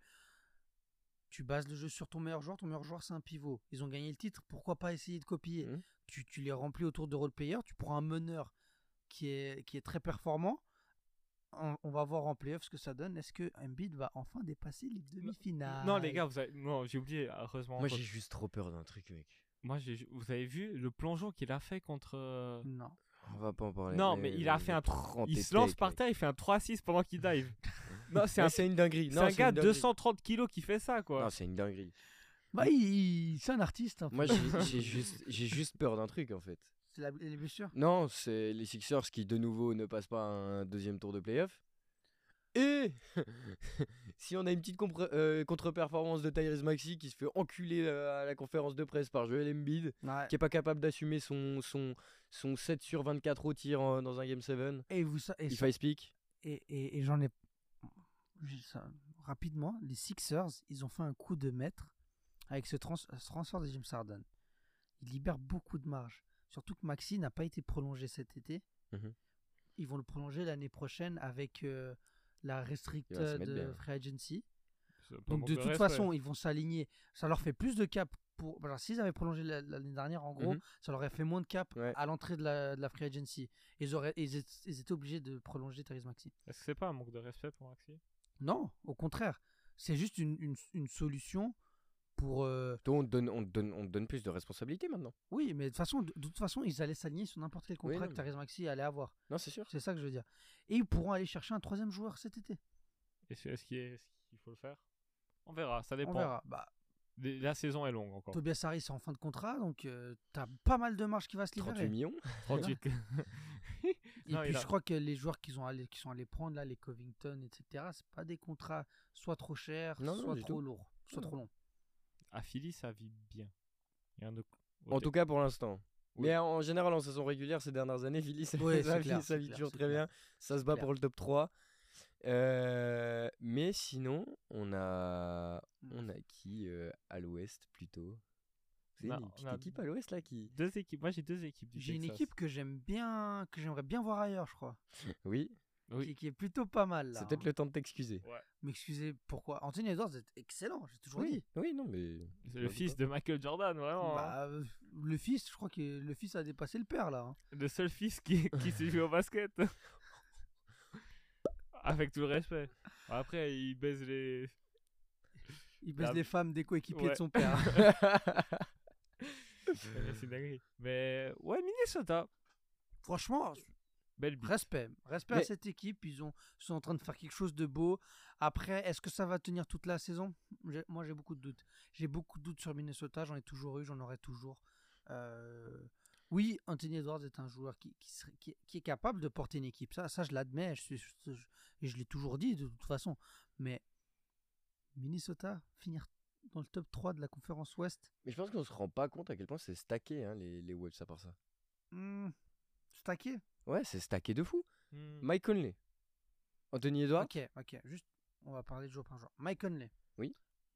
Speaker 3: tu bases le jeu sur ton meilleur joueur. Ton meilleur joueur, c'est un pivot. Ils ont gagné le titre. Pourquoi pas essayer de copier
Speaker 2: Mmh.
Speaker 1: Mhm.
Speaker 3: tu, tu les remplis autour de role players. Tu prends un meneur qui est, qui est très performant. On, on va voir en playoff ce que ça donne. Est-ce que Embiid va enfin dépasser les demi-finales
Speaker 2: Non, les gars, vous avez... non, j'ai oublié, heureusement.
Speaker 1: Moi,
Speaker 2: encore.
Speaker 1: j'ai juste trop peur d'un truc, mec.
Speaker 2: Moi, j'ai- vous avez vu le plongeon qu'il a fait contre. euh,
Speaker 3: Non.
Speaker 1: On va pas en parler.
Speaker 2: Non, mais il a fait un.
Speaker 1: trente
Speaker 2: Il
Speaker 1: et
Speaker 2: se lance
Speaker 1: quelques,
Speaker 2: par
Speaker 1: mec.
Speaker 2: terre, il fait un 3-6 pendant qu'il dive. non, c'est
Speaker 1: Mais
Speaker 2: un,
Speaker 1: C'est une dinguerie.
Speaker 2: c'est
Speaker 1: Non,
Speaker 2: un
Speaker 1: c'est
Speaker 2: gars
Speaker 1: une
Speaker 2: de
Speaker 1: dinguerie.
Speaker 2: 230 kilos qui fait ça, quoi.
Speaker 1: Non, c'est une dinguerie.
Speaker 3: Bah, il- il- c'est un artiste. un peu.
Speaker 1: Moi, j'ai j'ai juste, j'ai juste peur d'un truc, en fait.
Speaker 3: C'est la- les blessures.
Speaker 1: Non, c'est les Sixers qui, de nouveau, ne passent pas un deuxième tour de playoff. Et si on a une petite compre- euh, contre-performance de Tyrese Maxi qui se fait enculer euh, à la conférence de presse par Joel Embiid,
Speaker 3: Ouais.
Speaker 1: qui est pas capable d'assumer son, son, son 7 sur 24 au tir en- dans un Game 7,
Speaker 3: Et vous, sa- et
Speaker 1: il
Speaker 3: ça-
Speaker 1: fallait speak.
Speaker 3: et, et- et j'en ai j'ai ça- rapidement les Sixers ils ont fait un coup de maître avec ce, trans- ce transfert de James Harden ils libèrent beaucoup de marge surtout que Maxi n'a pas été prolongé cet été
Speaker 1: Mhm.
Speaker 3: ils vont le prolonger l'année prochaine avec euh, la restrict
Speaker 1: Il va se
Speaker 3: euh,
Speaker 1: mettre
Speaker 3: de
Speaker 1: bien.
Speaker 3: free agency
Speaker 2: C'est pas
Speaker 3: donc
Speaker 2: manque
Speaker 3: de toute
Speaker 2: respect.
Speaker 3: façon ils vont s'aligner ça leur fait plus de cap pour bah, alors s'ils avaient prolongé la- l'année dernière en gros
Speaker 1: Mhm.
Speaker 3: ça leur aurait fait moins de cap
Speaker 1: Ouais.
Speaker 3: à l'entrée de la, de la free agency ils auraient ils, étaient- ils étaient obligés de prolonger Therese Maxi
Speaker 2: Est-ce que c'est pas un manque de respect pour Maxi
Speaker 3: non, au contraire. C'est juste une, une- une solution pour. euh,
Speaker 1: Toi, on te donne, on te donne, on te donne plus de responsabilités maintenant.
Speaker 3: Oui, mais de toute façon, de, de toute façon, ils allaient s'aligner sur n'importe quel contrat
Speaker 1: non,
Speaker 3: que
Speaker 1: mais-
Speaker 3: Thérèse Maxi allait avoir.
Speaker 1: Non, c'est sûr.
Speaker 3: C'est ça que je veux dire. Et ils pourront aller chercher un troisième joueur cet été.
Speaker 2: Est-ce est-ce qu'il est- est-ce qu'il faut le faire On verra, ça
Speaker 3: On
Speaker 2: dépend.
Speaker 3: verra. Bah,
Speaker 2: Les- La saison est longue encore.
Speaker 3: Tobias Harris est en fin de contrat, donc euh, t'as pas mal de marge qui va se
Speaker 1: 38
Speaker 3: libérer.
Speaker 1: millions.
Speaker 2: 38.
Speaker 3: Et
Speaker 2: Non,
Speaker 3: puis
Speaker 2: il a-
Speaker 3: je crois que les joueurs qu'ils ont allés, qui sont allés prendre là, les Covington, etc. C'est pas des contrats soit trop chers,
Speaker 1: Non, non,
Speaker 3: soit
Speaker 1: du
Speaker 3: trop
Speaker 1: tout.
Speaker 3: lourds, soit
Speaker 1: Non,
Speaker 3: trop longs.
Speaker 2: à Ah, Philly, ça vit bien. Il y a un de-
Speaker 1: En tout cas pour l'instant.
Speaker 2: Oui.
Speaker 1: Mais en général, en saison régulière, ces dernières années, Philly, ça,
Speaker 3: Ouais,
Speaker 1: ça
Speaker 3: c'est
Speaker 1: vit,
Speaker 3: clair,
Speaker 1: ça
Speaker 3: c'est
Speaker 1: vit
Speaker 3: clair,
Speaker 1: toujours
Speaker 3: c'est
Speaker 1: très
Speaker 3: clair.
Speaker 1: bien. Ça se bat
Speaker 3: clair.
Speaker 1: pour le top 3. Euh, mais sinon, on a,
Speaker 3: Hmm.
Speaker 1: on a qui euh, à l'ouest plutôt C'est
Speaker 2: On a-
Speaker 1: une
Speaker 2: on
Speaker 1: petite
Speaker 2: a-
Speaker 1: équipe à l'ouest là qui.
Speaker 2: Deux équipes. Moi, j'ai deux équipes du
Speaker 3: J'ai une
Speaker 2: Texas.
Speaker 3: équipe que j'aime bien, que j'aimerais bien voir ailleurs, je crois.
Speaker 1: Oui,
Speaker 2: Oui.
Speaker 3: Qui, qui est plutôt pas mal là.
Speaker 1: c'est peut-être
Speaker 3: hein.
Speaker 1: le temps de t'excuser.
Speaker 3: M'excuser, pourquoi Anthony Edwards est excellent, j'ai toujours dit.
Speaker 1: Oui, oui, non, mais.
Speaker 2: C'est le fils de Michael Jordan, vraiment. hein.
Speaker 3: Bah, euh, le fils, je crois que le fils a dépassé le père là. hein.
Speaker 2: Le seul fils qui, qui s'est joué au basket. Avec tout le respect. Après, il baise les.
Speaker 3: Il baisse
Speaker 2: Ah,
Speaker 3: les femmes des coéquipiers
Speaker 2: ouais.
Speaker 3: de son père.
Speaker 2: C'est une dinguerie. Mais ouais, Minnesota.
Speaker 3: Franchement,
Speaker 2: Belle bite.
Speaker 3: respect, respect à
Speaker 1: Mais-
Speaker 3: cette équipe. Ils ont, sont en train de faire quelque chose de beau. Après, est-ce que ça va tenir toute la saison J'ai- Moi, j'ai beaucoup de doutes. J'ai beaucoup de doutes sur Minnesota. J'en ai toujours eu, j'en aurai toujours. Euh, Oui, Anthony Edwards est un joueur qui, qui, serait- qui- qui est capable de porter une équipe. Ça, ça je l'admets. Je, suis- je- je- et je l'ai toujours dit de toute façon. Mais Minnesota, finir dans le top 3 de la conférence Ouest,
Speaker 1: mais je pense qu'on se rend pas compte à quel point c'est stacké hein, les, les Wolves à part ça.
Speaker 3: hmm, stacké.
Speaker 1: Ouais, c'est stacké de fou.
Speaker 2: Hmm.
Speaker 1: Mike Conley, Anthony Edwards,
Speaker 3: Ok, ok. Juste, on va parler de joueur par joueur. Mike Conley.
Speaker 1: Oui.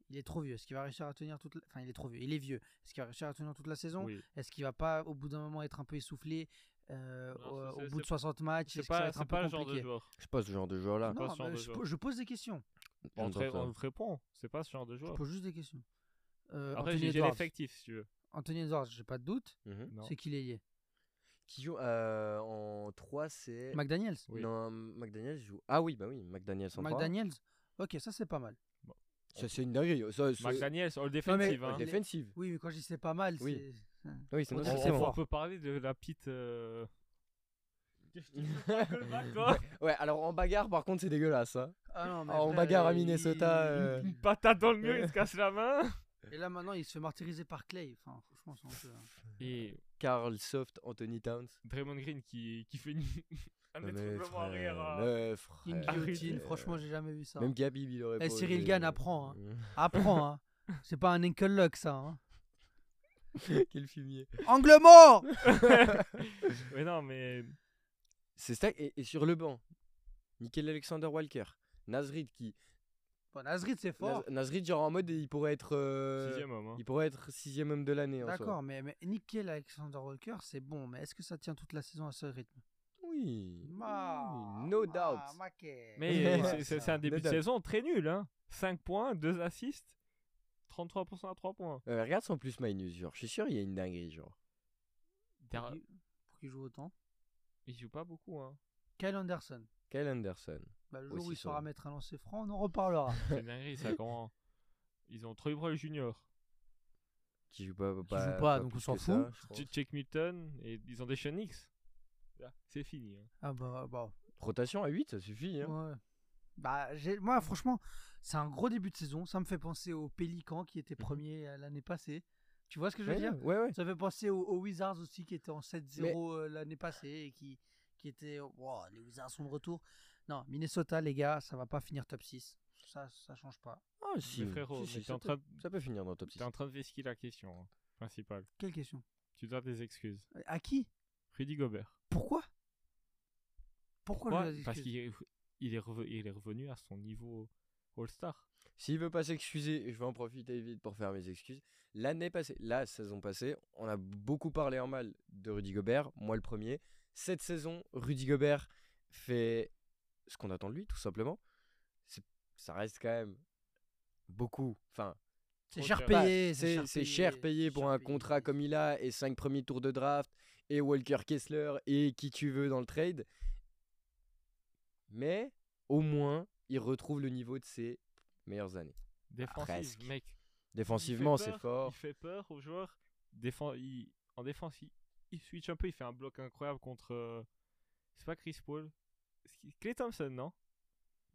Speaker 3: Il est trop vieux. Est-ce qu'il va réussir à tenir toute la... Enfin, il est trop vieux. Il est vieux. Est-ce qu'il va réussir à tenir toute la saison
Speaker 2: Oui.
Speaker 3: Est-ce qu'il va pas, au bout d'un moment, être un peu essoufflé euh,
Speaker 2: Non,
Speaker 3: au,
Speaker 2: c'est-
Speaker 3: au
Speaker 2: c'est-
Speaker 3: bout de
Speaker 2: c'est-
Speaker 3: 60 matchs
Speaker 2: C'est
Speaker 3: Est-ce que ça va
Speaker 2: pas,
Speaker 3: être un
Speaker 2: c'est
Speaker 3: peu
Speaker 2: pas le genre de
Speaker 3: compliqué
Speaker 2: joueur.
Speaker 1: je sais pas ce genre de joueur là.
Speaker 2: pas
Speaker 3: Non,
Speaker 2: ce genre
Speaker 3: mais
Speaker 2: de
Speaker 3: je,
Speaker 2: joueur.
Speaker 3: po- je pose des questions.
Speaker 2: On te,
Speaker 1: J'aime pas ça.
Speaker 2: on te répond. C'est pas ce genre de
Speaker 3: Je
Speaker 2: joueur.
Speaker 3: pose juste des questions. Euh,
Speaker 2: Après,
Speaker 3: Anthony
Speaker 2: j'ai j'ai
Speaker 3: Edwards.
Speaker 2: l'effectif si tu veux.
Speaker 3: Anthony Edwards, j'ai pas de doute.
Speaker 1: Mhm.
Speaker 2: Non.
Speaker 3: C'est qu'il est lié.
Speaker 1: Qui joue euh, en 3, c'est.
Speaker 3: McDaniels.
Speaker 2: Oui.
Speaker 1: Non, McDaniels joue. Ah oui, bah oui, McDaniels en 3.
Speaker 3: McDaniels. Ok, ça c'est pas mal.
Speaker 1: Ça, c'est une dinguerie. Ça, c'est-
Speaker 2: McDaniels, all
Speaker 1: Non, mais-
Speaker 2: défensive. hein.
Speaker 1: défensive.
Speaker 3: Oui, mais quand je dis c'est pas mal,
Speaker 1: Oui.
Speaker 3: c'est-
Speaker 1: Ah Oui, c'est
Speaker 3: On-
Speaker 1: notre
Speaker 3: on-
Speaker 2: On,
Speaker 1: c'est
Speaker 2: on
Speaker 1: bon.
Speaker 2: peut parler de la pite. euh,
Speaker 1: Ouais, alors en bagarre, par contre, c'est dégueulasse. hein.
Speaker 3: Ah non, mais
Speaker 1: Ah, on
Speaker 3: frère,
Speaker 1: bagarre à
Speaker 3: il-
Speaker 1: Minnesota,
Speaker 3: il-
Speaker 1: euh.
Speaker 3: il-
Speaker 2: Patate dans le mur, il se casse la main.
Speaker 3: Et là maintenant, il se fait martyriser par Clay. Enfin, franchement, c'est un peu. hein.
Speaker 2: Et
Speaker 1: Carl Soft, Anthony Towns.
Speaker 2: Draymond Green qui, qui fait une... un
Speaker 1: Mais
Speaker 2: étranglement arrière.
Speaker 1: frère,
Speaker 2: euh,
Speaker 1: mais
Speaker 3: Une
Speaker 1: frère,
Speaker 3: guillotine,
Speaker 1: euh,
Speaker 3: franchement, j'ai jamais vu ça.
Speaker 1: Même Gabi, il aurait pas
Speaker 3: Eh, Cyril
Speaker 1: osé.
Speaker 3: Gann apprend, hein. Apprends, hein. C'est pas un ankle lock, ça. Hein.
Speaker 1: Quel fumier.
Speaker 3: Angle mort
Speaker 2: Mais non, mais.
Speaker 1: C'est ça, et, et sur le banc, Nickel Alexander Walker. Nasrid qui.
Speaker 3: Bon, Nasrid, c'est fort.
Speaker 1: Naz- Nasrid, genre en mode, il pourrait être. euh,
Speaker 2: Sixième homme. hein.
Speaker 1: Il pourrait être sixième homme de l'année. en soi.
Speaker 3: D'accord, mais, mais nickel Alexander Walker, c'est bon, mais est-ce que ça tient toute la saison à ce rythme
Speaker 1: Oui.
Speaker 3: Ma-
Speaker 1: oui, no
Speaker 3: ma-
Speaker 1: doubt.
Speaker 3: maquet.
Speaker 2: Mais euh,
Speaker 1: Ouais,
Speaker 2: c'est- c'est c'est un début de
Speaker 1: Nada.
Speaker 2: saison très nul. Hein. 5 points, 2 assists, 33% à 3 points.
Speaker 1: Euh, regarde son plus minus, genre. Je suis sûr, il y a une dinguerie, genre.
Speaker 3: Pour qu'il- pour qu'il joue autant.
Speaker 2: Il joue pas beaucoup. Hein.
Speaker 3: Kyle Anderson.
Speaker 1: Kyle Anderson.
Speaker 3: Bah, le jour
Speaker 1: Aussi
Speaker 3: où il saura
Speaker 1: fort.
Speaker 3: mettre un lancer franc, on en reparlera.
Speaker 2: C'est une dinguerie ça. Comment... Ils ont Troy Brown Junior,
Speaker 1: Qui joue pas.
Speaker 3: joue pas, donc
Speaker 1: plus
Speaker 3: on s'en
Speaker 1: que ça, je pense.
Speaker 2: J- Jake Milton et ils ont des Nix. C'est fini. hein.
Speaker 3: ah bah, bah,
Speaker 1: Rotation à 8, ça suffit. Hein.
Speaker 3: ouais. Bah, j'ai- moi, franchement, c'est un gros début de saison. Ça me fait penser aux Pélicans qui étaient premiers euh, l'année passée. Tu vois ce que je veux
Speaker 1: Mhm. Ouais,
Speaker 3: dire
Speaker 1: ouais, ouais.
Speaker 3: Ça fait penser aux, aux Wizards aussi qui étaient en 7-0 euh, l'année passée et qui, qui étaient. Wow, les Wizards sont de retour. Non, Minnesota, les gars, ça va pas finir top 6. Ça, ça change pas.
Speaker 1: Ah, si.
Speaker 2: mais frérot,
Speaker 1: si, si,
Speaker 2: mais t'es
Speaker 1: ça,
Speaker 2: en
Speaker 1: peut-
Speaker 2: train de-
Speaker 1: ça peut finir dans top 6.
Speaker 2: t'es en train de vesquer la question hein, principale.
Speaker 3: Quelle question
Speaker 2: Tu dois des excuses.
Speaker 3: À qui
Speaker 2: Rudy Gobert.
Speaker 3: Pourquoi Pourquoi,
Speaker 2: Pourquoi
Speaker 3: je les
Speaker 2: Parce
Speaker 3: excuse
Speaker 2: qu'il est, il est reve- il est revenu à son niveau All-Star.
Speaker 1: S'il veut pas s'excuser, et je vais en profiter vite pour faire mes excuses. L'année passée, la saison passée, on a beaucoup parlé en mal de Rudy Gobert, moi le premier. Cette saison, Rudy Gobert fait ce qu'on attend de lui, tout simplement. C'est- Ça reste quand même beaucoup. Enfin,
Speaker 3: C'est
Speaker 2: trop
Speaker 3: cher
Speaker 2: cher.
Speaker 3: payé.
Speaker 1: Bah, c'est c'est cher payé pour
Speaker 3: cher
Speaker 1: un
Speaker 3: payé.
Speaker 1: contrat comme il a et 5 premiers tours de draft et Walker Kessler et qui tu veux dans le trade. Mais au moins, il retrouve le niveau de ses meilleures années.
Speaker 2: Défensif,
Speaker 1: presque.
Speaker 2: mec.
Speaker 1: Défensivement,
Speaker 2: Il fait
Speaker 1: c'est
Speaker 2: peur,
Speaker 1: fort.
Speaker 2: Il fait peur aux joueurs. Défen- il- en défense, il, il switch un peu. Il fait un bloc incroyable contre. euh, c'est pas Chris Paul. C'est qui- Clay Thompson, non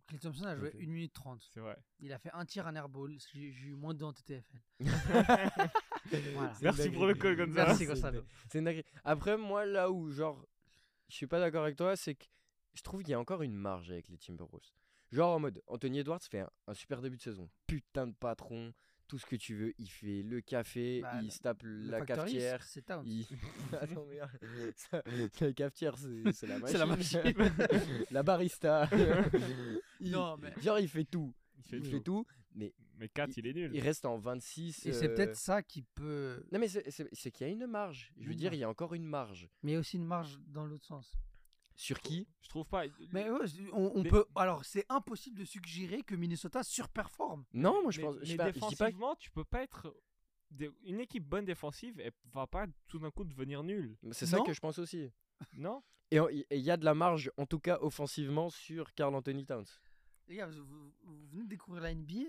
Speaker 3: Clay Thompson a joué
Speaker 1: fait.
Speaker 3: 1 minute 30.
Speaker 2: C'est vrai.
Speaker 3: Il a fait un tir à airball. J'ai j'ai eu moins de dents en TTFL. Voilà.
Speaker 1: C'est
Speaker 2: Merci
Speaker 1: dingue.
Speaker 2: pour le call, Gonzalo.
Speaker 3: Merci,
Speaker 1: C'est
Speaker 3: Gonzalo.
Speaker 1: dingue. C'est dingue. Après, moi, là où, genre, je suis pas d'accord avec toi, c'est que je trouve qu'il y a encore une marge avec les Timberwolves. Genre, en mode, Anthony Edwards fait un, un super début de saison. Putain de patron, tout ce que tu veux. Il fait le café,
Speaker 3: Bah,
Speaker 1: il
Speaker 3: le-
Speaker 1: se tape
Speaker 3: Le
Speaker 1: la
Speaker 3: facteur X,
Speaker 1: cafetière.
Speaker 3: C'est Towns.
Speaker 1: Il... Attends, merde. Ça- la cafetière, c'est c'est la machine.
Speaker 3: C'est la
Speaker 1: La barista. Il-
Speaker 3: Non, mais-
Speaker 1: Genre, il fait tout.
Speaker 2: Il fait
Speaker 1: Il
Speaker 2: tout.
Speaker 1: fait tout.
Speaker 2: Mais 4, il, est nul.
Speaker 1: Il reste en 26.
Speaker 3: Et c'est
Speaker 1: euh,
Speaker 3: peut-être ça qui peut.
Speaker 1: Non, mais c'est- c'est c'est qu'il y a une marge. Je veux
Speaker 3: Une
Speaker 1: dire,
Speaker 3: marge.
Speaker 1: il y a encore une marge.
Speaker 3: Mais il y a aussi une marge dans l'autre sens.
Speaker 1: Sur qui
Speaker 2: Je trouve pas.
Speaker 3: Mais ouais, je- on, on
Speaker 2: Mais-
Speaker 3: peut. Alors, c'est impossible de suggérer que Minnesota surperforme.
Speaker 1: Non, moi je
Speaker 2: mais-
Speaker 1: pense.
Speaker 2: mais
Speaker 1: Je, sais pas, je dis pas.
Speaker 2: défensivement, tu peux pas être. des- Une équipe bonne défensive, elle va pas tout d'un coup devenir nulle.
Speaker 1: C'est ça
Speaker 3: Non.
Speaker 1: que je pense aussi.
Speaker 2: Non
Speaker 1: Et en- et il y a de la marge, en tout cas offensivement, sur Carl Anthony Towns.
Speaker 3: Les gars, vous, vous- vous venez de découvrir la NBA.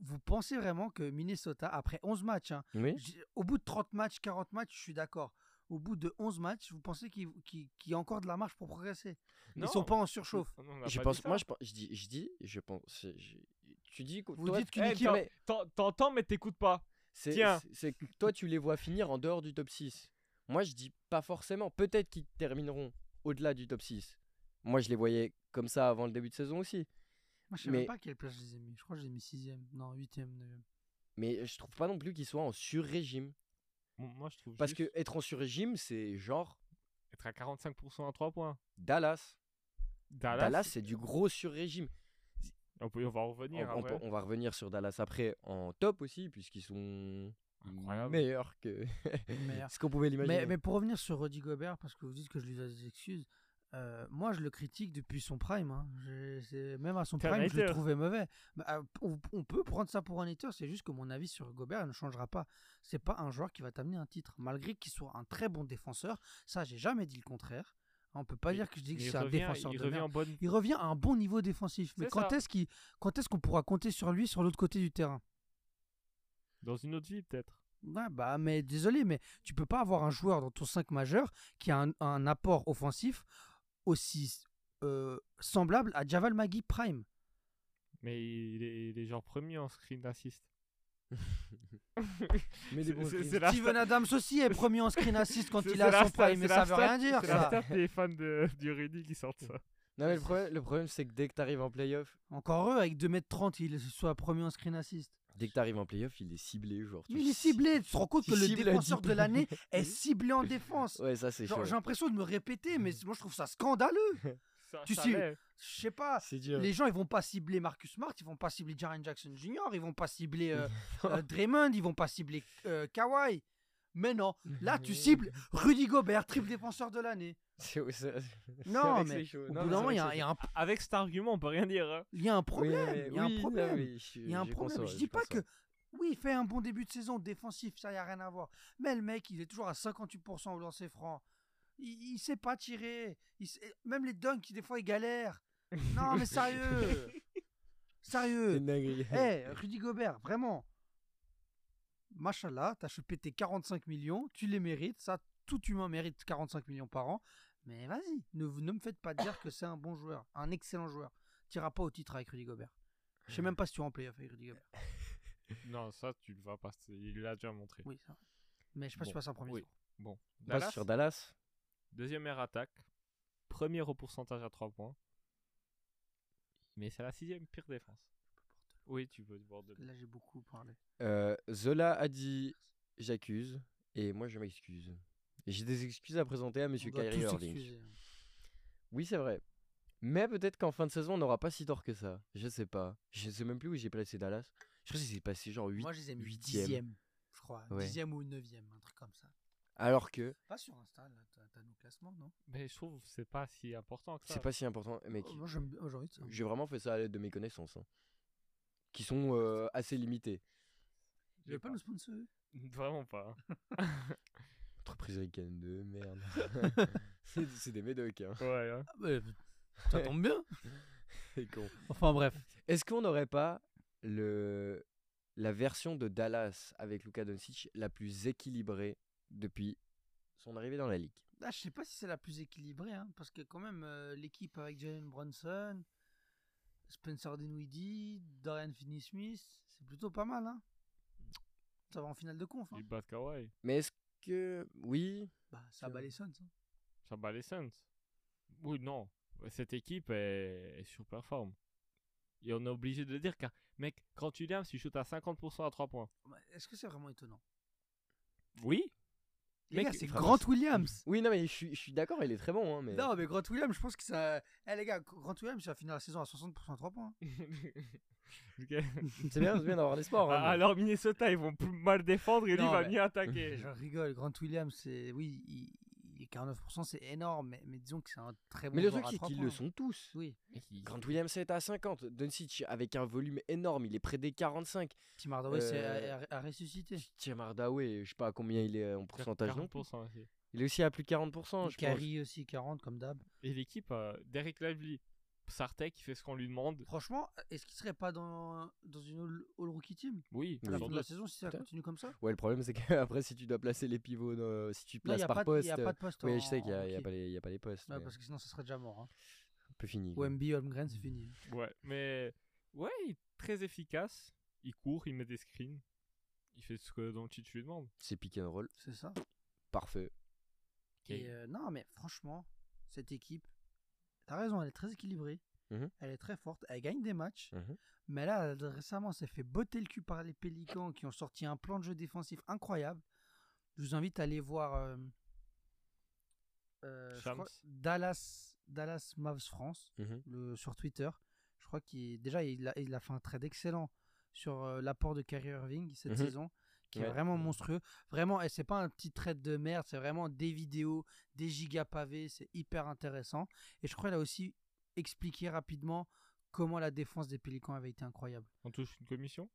Speaker 3: Vous pensez vraiment que Minnesota, après 11 matchs, hein,
Speaker 1: Oui.
Speaker 3: j- au bout de 30 matchs, 40 matchs, je suis d'accord. Au bout de 11 matchs, vous pensez qu'il qu'il- qu'il y a encore de la marge pour progresser
Speaker 2: Non.
Speaker 3: Ils sont pas en surchauffe.
Speaker 2: On- on a
Speaker 1: Je
Speaker 2: pas dit
Speaker 1: pense.
Speaker 2: ça.
Speaker 1: Moi je, pense- je dis. Je dis. Je pense. je- tu dis. que-
Speaker 3: Vous
Speaker 1: toi,
Speaker 3: dites
Speaker 1: tu-
Speaker 3: qu'une
Speaker 2: Eh,
Speaker 3: équipe-
Speaker 1: non, mais
Speaker 2: T'en- T'entends, mais t'écoutes pas.
Speaker 1: c'est-
Speaker 2: Tiens.
Speaker 1: c'est- c'est que toi tu les vois finir en dehors du top 6. Moi je dis pas forcément. Peut-être qu'ils termineront au-delà du top 6. Moi je les voyais comme ça avant le début de saison aussi.
Speaker 3: Moi, je sais même
Speaker 1: Mais-
Speaker 3: pas à quelle place je les ai mis. Je crois que je les ai mis 6ème. Non, 8ème, 9ème.
Speaker 1: Mais je trouve pas non plus qu'ils soient en sur-régime.
Speaker 2: Moi- Moi, je trouve
Speaker 1: Parce
Speaker 2: juste
Speaker 1: que être en sur-régime, c'est genre
Speaker 2: être à 45% à 3 points.
Speaker 1: Dallas.
Speaker 2: Dallas,
Speaker 1: Dallas, c'est du gros sur-régime.
Speaker 2: on, peut, on va en
Speaker 1: On,
Speaker 2: revenir hein,
Speaker 1: on
Speaker 2: après.
Speaker 1: peut- on va revenir sur Dallas après en top aussi, puisqu'ils sont
Speaker 2: Incroyable.
Speaker 1: meilleurs que
Speaker 3: Meilleur.
Speaker 1: ce qu'on pouvait l'imaginer.
Speaker 3: Ah Mais, mais pour revenir sur Rudy Gobert, parce que vous dites que je lui dois des excuses, euh, moi je le critique depuis son prime. hein. Je- c'est- même à son
Speaker 2: T'es un
Speaker 3: prime, je le
Speaker 2: hater.
Speaker 3: trouvais mauvais. Bah, euh, on, on peut prendre ça pour un hater, c'est juste que mon avis sur Gobert il ne changera pas. C'est pas un joueur qui va t'amener un titre, malgré qu'il soit un très bon défenseur. Ça, j'ai jamais dit le contraire. On peut pas
Speaker 2: Mais-
Speaker 3: dire que je dis
Speaker 2: Mais
Speaker 3: que
Speaker 2: il
Speaker 3: c'est un
Speaker 2: revient-
Speaker 3: défenseur
Speaker 2: il
Speaker 3: de
Speaker 2: revient
Speaker 3: merde.
Speaker 2: en bonne.
Speaker 3: Il revient à un bon niveau défensif. Mais
Speaker 2: C'est
Speaker 3: quand
Speaker 2: ça.
Speaker 3: est-ce qu'il- quand est-ce qu'on pourra compter sur lui sur l'autre côté du terrain
Speaker 2: Dans une autre vie, peut-être.
Speaker 3: Ouais, bah, mais désolé, mais tu peux pas avoir un joueur dans ton 5 majeur qui a un, un apport offensif aussi euh, semblable à Javal Magui Prime.
Speaker 2: Mais il est, il est genre premier en screen d'assist.
Speaker 1: Mais des bons
Speaker 2: c'est-
Speaker 1: screens.
Speaker 2: c'est la
Speaker 3: Steven
Speaker 2: stat-
Speaker 3: Adams aussi est premier en screen assist quand
Speaker 2: c'est-
Speaker 3: il
Speaker 2: c'est
Speaker 3: a
Speaker 2: la
Speaker 3: son
Speaker 2: stat-
Speaker 3: prime, mais
Speaker 2: c'est
Speaker 3: ça
Speaker 2: la
Speaker 3: veut
Speaker 2: stat-
Speaker 3: rien dire.
Speaker 2: C'est la
Speaker 3: Ça.
Speaker 2: stat des fans de- du Rudy qui sortent ça.
Speaker 1: Non, mais le problème, le problème, c'est que dès que t'arrives en playoff,
Speaker 3: Encore eux, avec 2m30, il soit premier en screen assist.
Speaker 1: dès que t'arrives en playoff, il est ciblé, genre. tu
Speaker 3: Mais il est
Speaker 1: cibles-
Speaker 3: ciblé, tu te rends compte
Speaker 1: tu
Speaker 3: que le
Speaker 1: cibles à dix
Speaker 3: défenseur de
Speaker 1: points.
Speaker 3: l'année est ciblé en défense.
Speaker 1: Ouais, ça c'est
Speaker 3: Genre,
Speaker 1: chaud.
Speaker 3: J'ai l'impression de me répéter, mais
Speaker 2: Mm.
Speaker 3: moi je trouve ça scandaleux.
Speaker 2: Ça-
Speaker 3: Tu
Speaker 2: ça
Speaker 3: sais-
Speaker 2: l'est.
Speaker 3: Je sais pas.
Speaker 1: C'est dur.
Speaker 3: Les gens, ils vont pas cibler Marcus Smart, ils vont pas cibler Jaren Jackson Jr., ils vont pas cibler euh, euh, Draymond, ils vont pas cibler euh, Kawhi. Mais non, là tu cibles Rudy Gobert, triple défenseur de l'année.
Speaker 1: C'est- ouais, c'est- c'est
Speaker 3: Non,
Speaker 1: vrai que
Speaker 3: mais
Speaker 1: c'est chaud. Non,
Speaker 3: au bout
Speaker 1: mais
Speaker 3: d'un
Speaker 1: c'est
Speaker 3: moment,
Speaker 1: vrai
Speaker 3: il y,
Speaker 1: que
Speaker 3: a-
Speaker 1: c'est
Speaker 3: il y a un-
Speaker 2: Avec cet argument, on peut rien dire. hein.
Speaker 3: il y a un
Speaker 1: Oui,
Speaker 3: problème.
Speaker 1: mais-
Speaker 3: il y
Speaker 1: oui,
Speaker 3: a un
Speaker 1: non,
Speaker 3: problème.
Speaker 1: mais je-
Speaker 3: Il y a un
Speaker 1: je
Speaker 3: problème.
Speaker 1: conçois,
Speaker 3: je dis pas
Speaker 1: conçois.
Speaker 3: que. Oui, il fait un bon début de saison défensif, ça y a rien à voir. Mais le mec, il est toujours à 58% au lancer franc. Il, il sait pas tirer. Il sait- Même les dunks, des fois, il galère. Non, mais sérieux.
Speaker 1: C'est
Speaker 3: sérieux.
Speaker 1: une dinguerie.
Speaker 3: Eh, Rudy Gobert, vraiment. Machallah, t'as chopé tes 45 millions, tu les mérites. Ça, tout humain mérite 45 millions par an. Mais vas-y, ne, ne me faites pas dire que c'est un bon joueur, un excellent joueur. T'iras pas au titre avec Rudy Gobert. Je sais même pas si tu es en playoff avec Rudy Gobert.
Speaker 2: Non, ça, tu le vas pas. c'est- Il l'a déjà montré.
Speaker 3: Oui, ça. Mais je sais pas si tu
Speaker 2: Bon,
Speaker 3: passes en premier.
Speaker 2: oui.
Speaker 3: tour.
Speaker 2: Bon.
Speaker 1: On passe
Speaker 2: Dallas,
Speaker 1: sur Dallas.
Speaker 2: deuxième air attaque. Premier au pourcentage à 3 points. Mais c'est la sixième pire défense. Oui, tu peux te voir de
Speaker 3: Là, j'ai beaucoup parlé.
Speaker 1: Euh, Zola a dit j'accuse et moi je m'excuse. Et J'ai des excuses à présenter à
Speaker 3: On
Speaker 1: Monsieur
Speaker 3: doit
Speaker 1: Kyrie
Speaker 3: tous
Speaker 1: Irving.
Speaker 3: s'excuser. hein.
Speaker 1: Oui, c'est vrai. Mais peut-être qu'en fin de saison, on n'aura pas si tort que ça. Je sais pas. Je sais même plus où j'ai placé Dallas. Je crois que j'ai placé genre 8.
Speaker 3: Moi, je les ai mis
Speaker 1: huitième.
Speaker 3: dixième, je crois.
Speaker 1: Ouais.
Speaker 3: Dixième ou neuvième, un truc comme ça.
Speaker 1: Alors que
Speaker 3: Pas sur Insta, là, t'as- t'as nos classements, non
Speaker 2: Mais je trouve que c'est pas si important que ça.
Speaker 1: c'est pas si important, mec.
Speaker 3: Oh, Moi, j'aime bien aujourd'hui. ça.
Speaker 1: J'ai vraiment fait ça à l'aide de mes connaissances. hein. Qui sont euh, assez limitées.
Speaker 3: Vous avez pas nos sponsors
Speaker 2: Vraiment pas. hein.
Speaker 1: Entreprise américaine de merde. c'est c'est des médocs, hein.
Speaker 2: Ouais, hein.
Speaker 3: Ça tombe bien.
Speaker 1: C'est con.
Speaker 3: Enfin, bref.
Speaker 1: Est-ce qu'on n'aurait pas le... la version de Dallas avec Luka Doncic la plus équilibrée depuis son arrivée dans la ligue
Speaker 3: Ah, je sais pas si c'est la plus équilibrée, hein, parce que quand même, euh, l'équipe avec Jalen Brunson, Spencer Dinwiddie, Dorian Finney-Smith, c'est plutôt pas mal. Hein. Ça va en finale de conf. Hein.
Speaker 2: Ils battent Kawhi.
Speaker 1: Mais est-ce que. Oui.
Speaker 3: Bah, ça bat les Suns. hein.
Speaker 2: Ça bat les Suns. Oui, non. Cette équipe est, est surperforme. Et on est obligé de le dire car, mec, quand tu l'aimes, tu shootes à 50% à 3 points.
Speaker 3: Bah, Est-ce que c'est vraiment étonnant
Speaker 2: Oui.
Speaker 3: Les
Speaker 2: Mec,
Speaker 3: gars, c'est
Speaker 1: Enfin,
Speaker 3: Grant
Speaker 1: c'est-
Speaker 3: Williams.
Speaker 1: Oui, non, mais je suis, je suis d'accord, il est très bon. hein, mais...
Speaker 3: Non, mais Grant Williams, je pense que ça. Eh les gars, Grant Williams, il va finir la saison à 60% 3 points. hein.
Speaker 1: C'est bien, c'est bien d'avoir l'espoir. hein, mais-
Speaker 2: Ah, Alors Minnesota, ils vont plus mal défendre et lui
Speaker 3: Ah, Non,
Speaker 2: va
Speaker 3: mais-
Speaker 2: mieux attaquer.
Speaker 3: Je rigole, Grant Williams, c'est. Oui, il, il est 49%, c'est énorme, mais, mais disons que c'est un très bon
Speaker 1: Mais le
Speaker 3: joueur
Speaker 1: truc,
Speaker 3: à
Speaker 1: c'est
Speaker 3: trois
Speaker 1: qu'ils
Speaker 3: points. hein.
Speaker 1: le sont tous.
Speaker 3: Oui,
Speaker 1: Grant Williams est à 50. Doncic avec un volume énorme, il est près des 45.
Speaker 3: Tim Hardaway c'est
Speaker 1: Euh,
Speaker 3: à, à- à ressusciter.
Speaker 1: Tim Hardaway, je sais pas à combien il est en pourcentage non plus.
Speaker 2: 40% aussi.
Speaker 1: Il est aussi à plus de 40%, je pense.
Speaker 3: Carrie aussi, 40 comme d'hab.
Speaker 2: Et l'équipe, euh, Derek Lively, Sartek, il fait ce qu'on lui demande.
Speaker 3: Franchement, est-ce qu'il serait pas dans, dans une all, all Rookie Team
Speaker 2: Oui,
Speaker 3: à
Speaker 1: Oui.
Speaker 3: la fin
Speaker 2: sans
Speaker 3: de la
Speaker 2: doute.
Speaker 3: saison si ça
Speaker 1: Peut-être.
Speaker 3: continue comme ça
Speaker 1: Ouais, le problème, c'est qu'après, si tu dois placer les pivots, dans- si tu
Speaker 3: Là, il
Speaker 1: places
Speaker 3: n'y a,
Speaker 1: par
Speaker 3: pas de- il
Speaker 1: poste.
Speaker 3: y a pas de poste.
Speaker 1: Oui,
Speaker 3: en-
Speaker 1: je sais qu'il n'y
Speaker 3: en
Speaker 1: a, il y a
Speaker 3: rookie.
Speaker 1: pas les- il y a pas les postes.
Speaker 3: Ouais,
Speaker 1: mais
Speaker 3: parce que sinon, ça serait déjà mort. Hein.
Speaker 1: Un peu fini. quoi.
Speaker 3: Wemby, Holmgren, c'est fini.
Speaker 2: Ouais, mais ouais, il est très efficace. Il court, il met des screens. Il fait ce que Doncic lui demande.
Speaker 1: C'est pick and roll.
Speaker 3: C'est ça.
Speaker 1: Parfait.
Speaker 3: Et euh, non, mais franchement, cette équipe, t'as raison, elle est très équilibrée.
Speaker 1: Mhm.
Speaker 3: Elle est très forte. Elle gagne des matchs.
Speaker 1: Mhm.
Speaker 3: Mais là, elle- récemment, elle s'est fait botter le cul par les Pélicans qui ont sorti un plan de jeu défensif incroyable. Je vous invite à aller voir euh, euh, je
Speaker 2: Shams.
Speaker 3: crois, Dallas, Dallas Mavs France
Speaker 1: Mhm.
Speaker 3: le- sur Twitter. Je crois qu'il déjà il a, il a fait un trade excellent sur euh, l'apport de Kyrie Irving cette
Speaker 1: Mhm.
Speaker 3: saison, qui est
Speaker 1: Ouais.
Speaker 3: vraiment monstrueux. Vraiment, et c'est pas un petit trade de merde, c'est vraiment des vidéos, des gigas pavés, c'est hyper intéressant. Et je crois qu'il a aussi expliqué rapidement comment la défense des Pélicans avait été incroyable.
Speaker 2: On touche une commission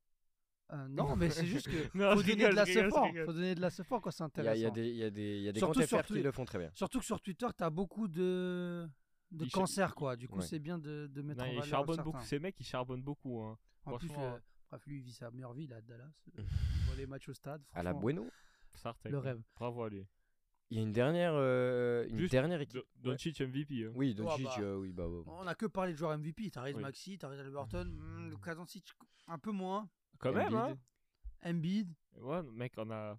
Speaker 3: Euh, non, mais c'est juste que
Speaker 1: Ah,
Speaker 2: Non,
Speaker 3: faut
Speaker 2: je
Speaker 3: donner
Speaker 2: rigole,
Speaker 3: de la
Speaker 2: je rigole, je
Speaker 3: support,
Speaker 2: rigole.
Speaker 3: faut donner de la support quand
Speaker 1: Il y
Speaker 3: c'est
Speaker 1: a,
Speaker 3: intéressant.
Speaker 1: il y a des, il y a des, il y a des
Speaker 3: Surtout
Speaker 1: comptes
Speaker 3: sur
Speaker 1: FR qui
Speaker 3: Twi-
Speaker 1: le font très bien.
Speaker 3: Surtout que sur Twitter, t'as beaucoup de de
Speaker 2: Il cha-
Speaker 3: cancer quoi. Du coup,
Speaker 1: Ouais.
Speaker 3: c'est bien de, de mettre
Speaker 2: Non,
Speaker 3: en
Speaker 2: ils
Speaker 3: valeur
Speaker 2: charbonnent
Speaker 3: certains.
Speaker 2: beaucoup. Ces mecs, ils charbonnent beaucoup. hein.
Speaker 3: En plus,
Speaker 2: Franchement,
Speaker 3: euh,
Speaker 2: euh,
Speaker 3: bref, lui, il vit sa meilleure vie, là, à Dallas.
Speaker 1: Mm.
Speaker 3: Il voit les matchs au stade.
Speaker 1: À la
Speaker 3: franchement,
Speaker 1: Bueno
Speaker 2: Sartek.
Speaker 3: Le rêve.
Speaker 2: Bravo à lui.
Speaker 1: Il y a une dernière, euh, une
Speaker 2: Juste
Speaker 1: dernière équipe.
Speaker 2: Do- Doncic MVP. hein.
Speaker 1: Oui,
Speaker 3: Oh,
Speaker 1: Doncic,
Speaker 3: bah.
Speaker 1: euh, oui, bah, bah, bah.
Speaker 3: On a que parlé de joueurs MVP. T'arrives
Speaker 2: Oui.
Speaker 3: Maxi, t'arrives Alberton,
Speaker 1: Mm.
Speaker 3: hmm, Luka Doncic un peu moins,
Speaker 2: Quand même, hein.
Speaker 1: Embiid.
Speaker 3: Embiid.
Speaker 2: Ouais, mec, on a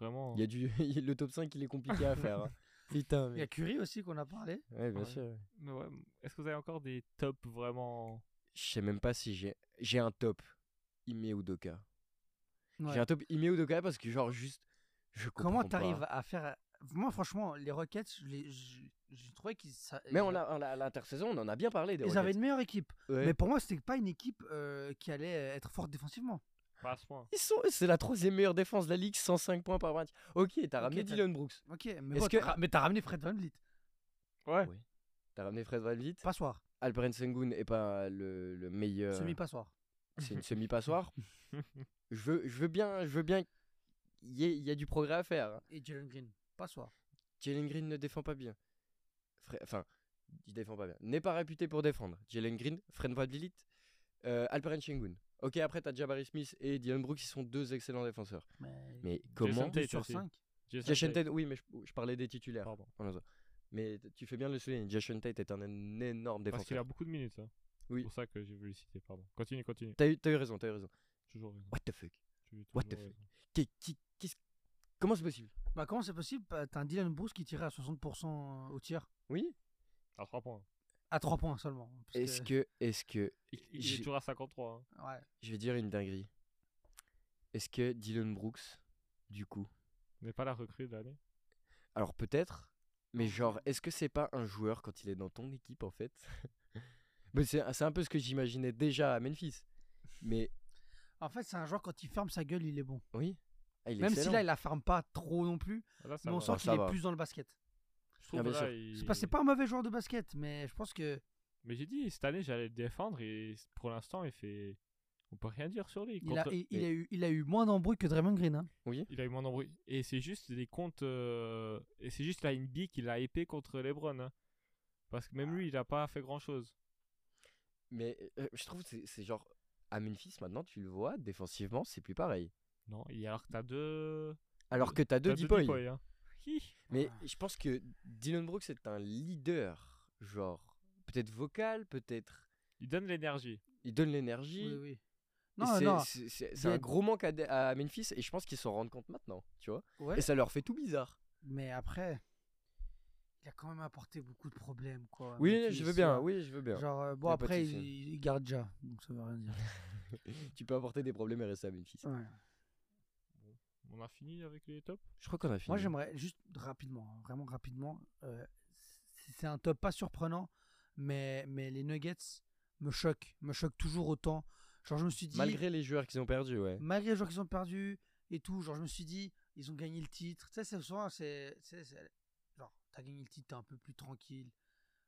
Speaker 2: vraiment.
Speaker 1: Il y a du... le top 5, il est compliqué à faire. hein. Putain,
Speaker 3: Il y a
Speaker 1: mais...
Speaker 3: Curry aussi qu'on a parlé.
Speaker 1: Ouais, bien
Speaker 2: Ouais.
Speaker 1: sûr. ouais.
Speaker 2: Mais ouais, est-ce que vous avez encore des tops vraiment.
Speaker 1: Je sais même pas si j'ai... J'ai un top. Ime Udoka.
Speaker 3: Ouais.
Speaker 1: J'ai un top Ime Udoka parce que genre juste... Je comprends
Speaker 3: Comment
Speaker 1: pas.
Speaker 3: t'arrives à faire. Moi, franchement, les Rockets, je les- je- j'ai trouvé qu'ils. ça-
Speaker 1: Mais on l'a, on l'a- à l'intersaison, on en a bien parlé des
Speaker 3: Ils avaient
Speaker 1: Rockets.
Speaker 3: une meilleure équipe.
Speaker 1: Ouais.
Speaker 3: Mais pour moi, c'était pas une équipe euh, qui allait être forte défensivement.
Speaker 2: Pas à ce point.
Speaker 1: Ils sont... C'est la troisième meilleure défense de la Ligue, 105 points par match. Ok, t'as
Speaker 3: Ok,
Speaker 1: ramené
Speaker 3: t'as-
Speaker 1: Dylan Brooks.
Speaker 3: Ok, mais
Speaker 1: Est-ce
Speaker 3: bon,
Speaker 1: que-
Speaker 3: t'as ra- mais t'as ramené Fred VanVleet.
Speaker 2: Ouais.
Speaker 1: Oui. T'as ramené Fred VanVleet.
Speaker 3: Passoire.
Speaker 1: Alperen Sengun est pas le, le meilleur.
Speaker 3: Semi-passoire.
Speaker 1: C'est une semi-passoire. je, veux, je veux bien, je veux bien qu'il y, ait- il y a du progrès à faire. hein.
Speaker 3: Et Jalen Green. Passoire.
Speaker 1: Jalen Green ne défend pas bien. Fre- Enfin, il défend pas bien. N'est pas réputé pour défendre. Jalen Green, Fred VanVleet, euh, Alperen Sengun. Ok, après t'as Jabari Smith et Dylan Brooks, ils sont deux excellents défenseurs.
Speaker 3: Mais.
Speaker 1: Mais comment
Speaker 2: Tate
Speaker 3: deux sur
Speaker 2: aussi.
Speaker 3: 5.
Speaker 1: Jason Tate, oui, mais je, oh, je parlais des titulaires.
Speaker 2: Pardon.
Speaker 1: en l'oiseau. Mais t- tu fais bien de le souligner. Jason Tate est un, un énorme
Speaker 2: Parce qu'il a
Speaker 1: défenseur.
Speaker 2: beaucoup de minutes. hein.
Speaker 1: Oui.
Speaker 2: C'est pour ça que j'ai voulu le citer. Pardon. Continue, continue.
Speaker 1: T'as eu, t'as eu raison, t'as eu raison.
Speaker 2: Toujours raison.
Speaker 1: What the fuck
Speaker 2: Tu as
Speaker 1: What
Speaker 2: toujours
Speaker 1: the
Speaker 2: raison.
Speaker 1: Qu'est- qui- qu'est-ce- Comment c'est possible
Speaker 3: Bah, comment c'est possible Bah, T'as un Dylan Bruce qui tirait à 60% euh, au tir.
Speaker 1: Oui.
Speaker 2: À 3 points.
Speaker 3: À 3 points seulement. parce
Speaker 1: Est-ce que, est-ce que,
Speaker 2: Il, il est
Speaker 1: J'ai-
Speaker 2: toujours à 53. hein.
Speaker 3: Ouais.
Speaker 1: je vais dire une dinguerie. Est-ce que Dylan Brooks, du coup,
Speaker 2: N'est pas la recrue de l'année.
Speaker 1: alors peut-être, mais
Speaker 3: Non,
Speaker 1: genre,
Speaker 3: non.
Speaker 1: est-ce que c'est pas un joueur quand il est dans ton équipe en fait Mais c'est, c'est un peu ce que j'imaginais déjà à Memphis. Mais
Speaker 3: En fait, c'est un joueur, quand il ferme sa gueule, il est bon.
Speaker 1: oui, ah, il est
Speaker 3: Même si
Speaker 1: excellent.
Speaker 3: là, il la ferme pas trop non plus.
Speaker 2: Ah, Là, ça
Speaker 3: Mais on
Speaker 2: va.
Speaker 3: sent
Speaker 1: Ah,
Speaker 3: qu'il
Speaker 1: ça
Speaker 3: est
Speaker 1: va.
Speaker 3: plus dans le basket.
Speaker 2: Je trouve
Speaker 1: Ah, bien
Speaker 2: là,
Speaker 1: sûr.
Speaker 2: il-
Speaker 3: C'est pas, c'est pas un mauvais joueur de basket, mais je pense que.
Speaker 2: Mais j'ai dit, cette année, j'allais le défendre et pour l'instant, il fait. On peut rien dire sur lui.
Speaker 3: Il a,
Speaker 2: Contre-
Speaker 3: il, il a eu, il a eu moins d'embrouilles que Draymond Green. hein.
Speaker 2: Il a eu moins d'embrouilles. Et c'est juste des comptes. euh, Et c'est juste la NBA qui l'a épée contre Lebron. hein. Parce que même lui, il a pas fait grand chose.
Speaker 1: Mais euh, je trouve que c'est, c'est genre à Memphis maintenant, tu le vois défensivement, c'est plus pareil.
Speaker 2: Non, et alors que t'as deux.
Speaker 3: Euh,
Speaker 1: Alors que t'as deux
Speaker 2: t'as
Speaker 1: deep
Speaker 2: Deep
Speaker 1: boys.
Speaker 2: Boy, hein. Hi.
Speaker 1: Mais
Speaker 3: Ah.
Speaker 1: je pense que Dylan Brooks est un leader, genre peut-être vocal, peut-être
Speaker 2: Il donne l'énergie.
Speaker 1: il donne l'énergie.
Speaker 3: Oui, oui.
Speaker 1: Et
Speaker 3: Non,
Speaker 1: c'est-
Speaker 3: non.
Speaker 1: c'est- C'est
Speaker 3: Il
Speaker 1: c'est
Speaker 3: y a-
Speaker 1: un gros manque à, Dé- à Memphis et je pense qu'ils s'en rendent compte maintenant, tu vois.
Speaker 3: Ouais,
Speaker 1: Et ça leur fait tout bizarre.
Speaker 3: Mais après, il a quand même apporté beaucoup de problèmes, quoi.
Speaker 1: Oui,
Speaker 3: Memphis,
Speaker 1: je veux bien,
Speaker 3: euh,
Speaker 1: oui, je veux bien.
Speaker 3: Genre, euh, bon,
Speaker 1: Y a pas de
Speaker 3: après, il,
Speaker 1: souci.
Speaker 3: il garde déjà, donc ça veut rien dire.
Speaker 1: Tu peux apporter des problèmes et rester à Memphis.
Speaker 3: Ouais.
Speaker 2: On a fini avec les tops
Speaker 1: Je crois qu'on a fini.
Speaker 3: Moi, j'aimerais juste rapidement, hein, vraiment rapidement, euh, c- c'est un top pas surprenant, mais, mais les Nuggets me choquent, me choquent toujours autant. Genre, je me suis dit.
Speaker 1: Malgré les joueurs qu'ils ont perdus, ouais.
Speaker 3: malgré les joueurs qu'ils ont perdus et tout, genre je me suis dit, ils ont gagné le titre. Tu sais, c'est souvent, c'est, tu sais, c'est- genre, t'as gagné le titre, t'es un peu plus tranquille.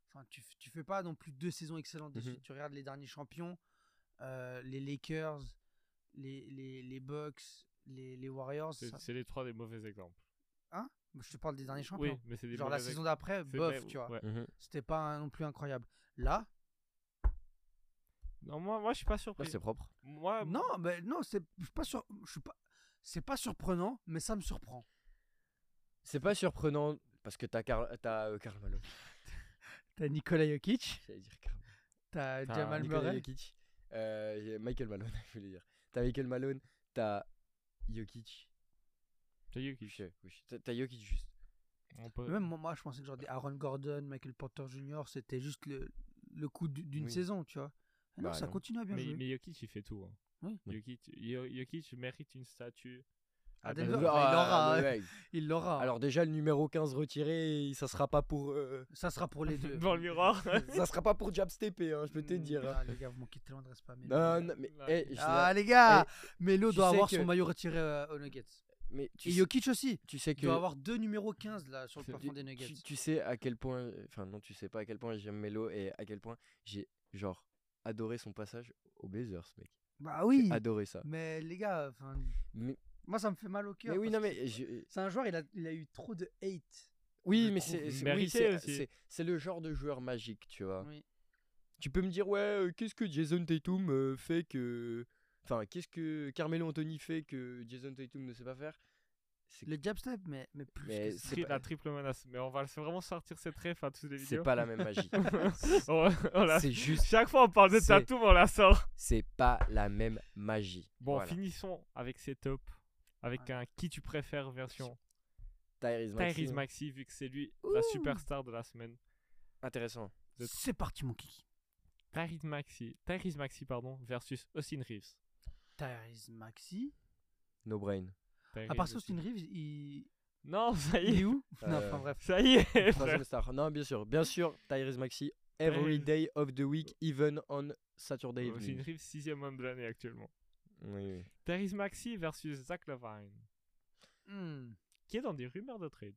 Speaker 3: Enfin, tu, f- tu fais pas non plus deux saisons excellentes. de
Speaker 1: Mhm.
Speaker 3: suite. Tu regardes les derniers champions, euh, les Lakers, les, les, les Bucks, les, les Warriors.
Speaker 2: C'est
Speaker 3: ça-
Speaker 2: c'est les trois des mauvais exemples.
Speaker 3: je te parle des derniers champions.
Speaker 2: Oui, mais c'est des
Speaker 3: genre la
Speaker 2: mauvais
Speaker 3: saison
Speaker 2: ex-
Speaker 3: d'après,
Speaker 2: c'est
Speaker 3: bof,
Speaker 2: des-
Speaker 3: tu vois.
Speaker 2: ouais.
Speaker 1: Mhm.
Speaker 3: C'était pas un- non plus incroyable. Là,
Speaker 2: Non, moi, moi, je suis pas
Speaker 1: Ouais,
Speaker 2: surpris.
Speaker 1: c'est propre. Ah,
Speaker 2: moi,
Speaker 3: non, mais non, c'est je suis pas sur, je suis pas, c'est pas surprenant, mais ça me surprend.
Speaker 1: C'est pas surprenant parce que t'as Karl t'as, euh, Karl Malone.
Speaker 3: T'as Nikola Jokic,
Speaker 1: J'allais dire Karl
Speaker 3: t'as
Speaker 2: T'as
Speaker 3: Jamal
Speaker 1: Nikola
Speaker 3: Murray,
Speaker 1: Jokic. Euh, j'ai Michael Malone, je voulais dire. T'as Michael Malone, t'as Jokic.
Speaker 2: T'as Jokic.
Speaker 1: Je sais, oui, t'as- T'as Jokic juste.
Speaker 2: On peut-
Speaker 3: Même moi, moi, je pensais que genre des Aaron Gordon, Michael Porter Jr., c'était juste le, le coup d- d'une
Speaker 1: Oui.
Speaker 3: saison, tu vois. Ah non,
Speaker 1: Bah,
Speaker 3: ça
Speaker 1: non.
Speaker 3: continue à bien
Speaker 2: Mais,
Speaker 3: jouer.
Speaker 2: mais Jokic, il fait tout. hein.
Speaker 3: Oui.
Speaker 1: Oui.
Speaker 2: Jokic, Jo- Jokic mérite une statue.
Speaker 3: À
Speaker 2: Ah,
Speaker 3: Denver,
Speaker 2: Denver,
Speaker 3: bah, il aura,
Speaker 1: Ah,
Speaker 3: hein.
Speaker 1: ouais.
Speaker 3: Il l'aura.
Speaker 1: Alors déjà le numéro 15 retiré, ça sera pas pour euh,
Speaker 3: ça sera pour les deux.
Speaker 2: Devant le miroir.
Speaker 1: ça sera pas pour Jab Steppé, hein, je peux te
Speaker 3: Mm,
Speaker 1: dire. hein.
Speaker 3: Ah, les gars, vous manquez tellement de respect. à Melo.
Speaker 1: Non, non, mais
Speaker 2: Là,
Speaker 1: eh, je-
Speaker 3: Mm. Ah, les gars, Melo
Speaker 1: tu
Speaker 3: doit
Speaker 1: sais
Speaker 3: avoir
Speaker 1: que-
Speaker 3: son maillot retiré euh, aux Nuggets.
Speaker 1: mais tu,
Speaker 3: Et
Speaker 1: sais-
Speaker 3: Jokic aussi.
Speaker 1: tu sais
Speaker 3: Il
Speaker 1: que
Speaker 3: doit avoir deux numéros 15 là sur le
Speaker 2: C'est-
Speaker 3: plafond
Speaker 1: tu,
Speaker 3: des Nuggets.
Speaker 1: tu- tu sais à quel point enfin non, tu sais pas à quel point j'aime Melo et à quel point j'ai genre adoré son passage au Blazers mec.
Speaker 3: Bah oui.
Speaker 1: J'ai adoré ça.
Speaker 3: Mais les gars, enfin,
Speaker 1: Ah, Mais,
Speaker 3: moi ça me fait mal au cœur.
Speaker 1: mais oui non
Speaker 3: parce que
Speaker 1: mais je-
Speaker 3: C'est un joueur, il a, il a eu trop de hate.
Speaker 1: oui
Speaker 3: Je
Speaker 1: mais
Speaker 3: trouve
Speaker 1: c'est c'est- oui,
Speaker 2: mérité
Speaker 1: c'est-
Speaker 2: aussi.
Speaker 1: c'est c'est le genre de joueur magique, tu vois.
Speaker 3: Oui.
Speaker 1: Tu peux me dire ouais, euh, qu'est-ce que Jason Tatum euh, fait que Enfin, qu'est-ce que Carmelo Anthony fait que Jason Tatum ne sait pas faire C'est
Speaker 3: Le jab step, mais, mais plus.
Speaker 1: Mais
Speaker 3: que ça.
Speaker 1: c'est
Speaker 2: Tri-
Speaker 1: pas-
Speaker 2: La triple menace. Mais on va vraiment sortir cette ref à tous les
Speaker 1: c'est
Speaker 2: vidéos.
Speaker 1: pas la même magie.
Speaker 2: On- on la-
Speaker 1: c'est juste,
Speaker 2: Chaque fois on parle de
Speaker 1: C'est-
Speaker 2: tatou, mais on la sort.
Speaker 1: c'est pas la même magie.
Speaker 2: Bon,
Speaker 1: Voilà.
Speaker 2: finissons avec ces tops. Avec un qui tu préfères version
Speaker 1: Tyrese Maxey.
Speaker 2: Tyrese Maxi, vu que c'est lui la
Speaker 3: Ouh.
Speaker 2: superstar de la semaine.
Speaker 1: Intéressant.
Speaker 2: de-
Speaker 3: C'est parti, mon kiki.
Speaker 2: Tyrese Maxi, Tyrese Maxi pardon, versus Austin Reeves.
Speaker 3: Tyrese Maxi.
Speaker 1: No brain.
Speaker 3: À part ça,
Speaker 2: Tyrese Maxey.
Speaker 3: Austin Reeves, il,
Speaker 2: Non, ça y
Speaker 3: il est
Speaker 2: est.
Speaker 3: où Non,
Speaker 1: Euh,
Speaker 3: enfin bref.
Speaker 2: Ça y est. frère.
Speaker 1: Troisième star. Non, bien sûr. Bien sûr, Tyrese Maxi. Every
Speaker 2: Tyrese-
Speaker 1: day of the week, even on Saturday
Speaker 2: Austin
Speaker 1: evening.
Speaker 2: Reeves, sixième homme de l'année actuellement.
Speaker 1: Oui, oui.
Speaker 2: Tyrese Maxi versus Zach Levine,
Speaker 3: Hmm.
Speaker 2: qui est dans des rumeurs de trade.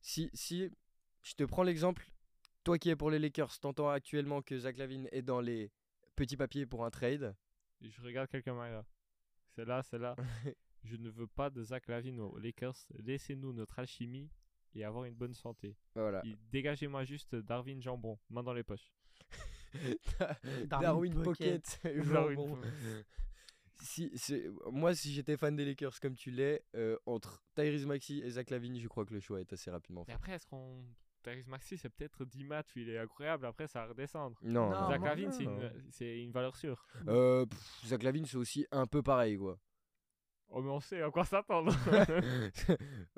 Speaker 1: Si, si je te prends l'exemple, toi qui es pour les Lakers, t'entends actuellement que Zach Lavine est dans les petits papiers pour un trade.
Speaker 2: Je regarde quelqu'un là. C'est là, c'est là. Je ne veux pas de Zach Lavine aux Lakers. Laissez-nous notre alchimie et avoir une bonne santé.
Speaker 1: Voilà.
Speaker 2: Et Dégagez-moi juste Darwin Jambon, main dans les poches.
Speaker 1: Darwin,
Speaker 3: Darwin
Speaker 1: Pocket.
Speaker 2: Darwin
Speaker 1: Jambon.
Speaker 2: Pocket.
Speaker 1: si, c'est- moi, si j'étais fan des Lakers comme tu l'es, euh, entre Tyrese Maxi et Zach Lavine, je crois que le choix est assez rapidement
Speaker 2: Mais
Speaker 1: fait.
Speaker 2: après, est-ce qu'on. Tyrese Maxi, c'est peut-être 10 matchs où il est incroyable, après ça va redescendre.
Speaker 1: Non,
Speaker 3: Non, Ah,
Speaker 2: Zach
Speaker 3: moi,
Speaker 2: Lavine, c'est
Speaker 1: non.
Speaker 2: une, c'est une valeur sûre.
Speaker 1: Euh, pff, Zach Lavine, c'est aussi un peu pareil, quoi.
Speaker 2: Oh, mais on sait à quoi s'attendre.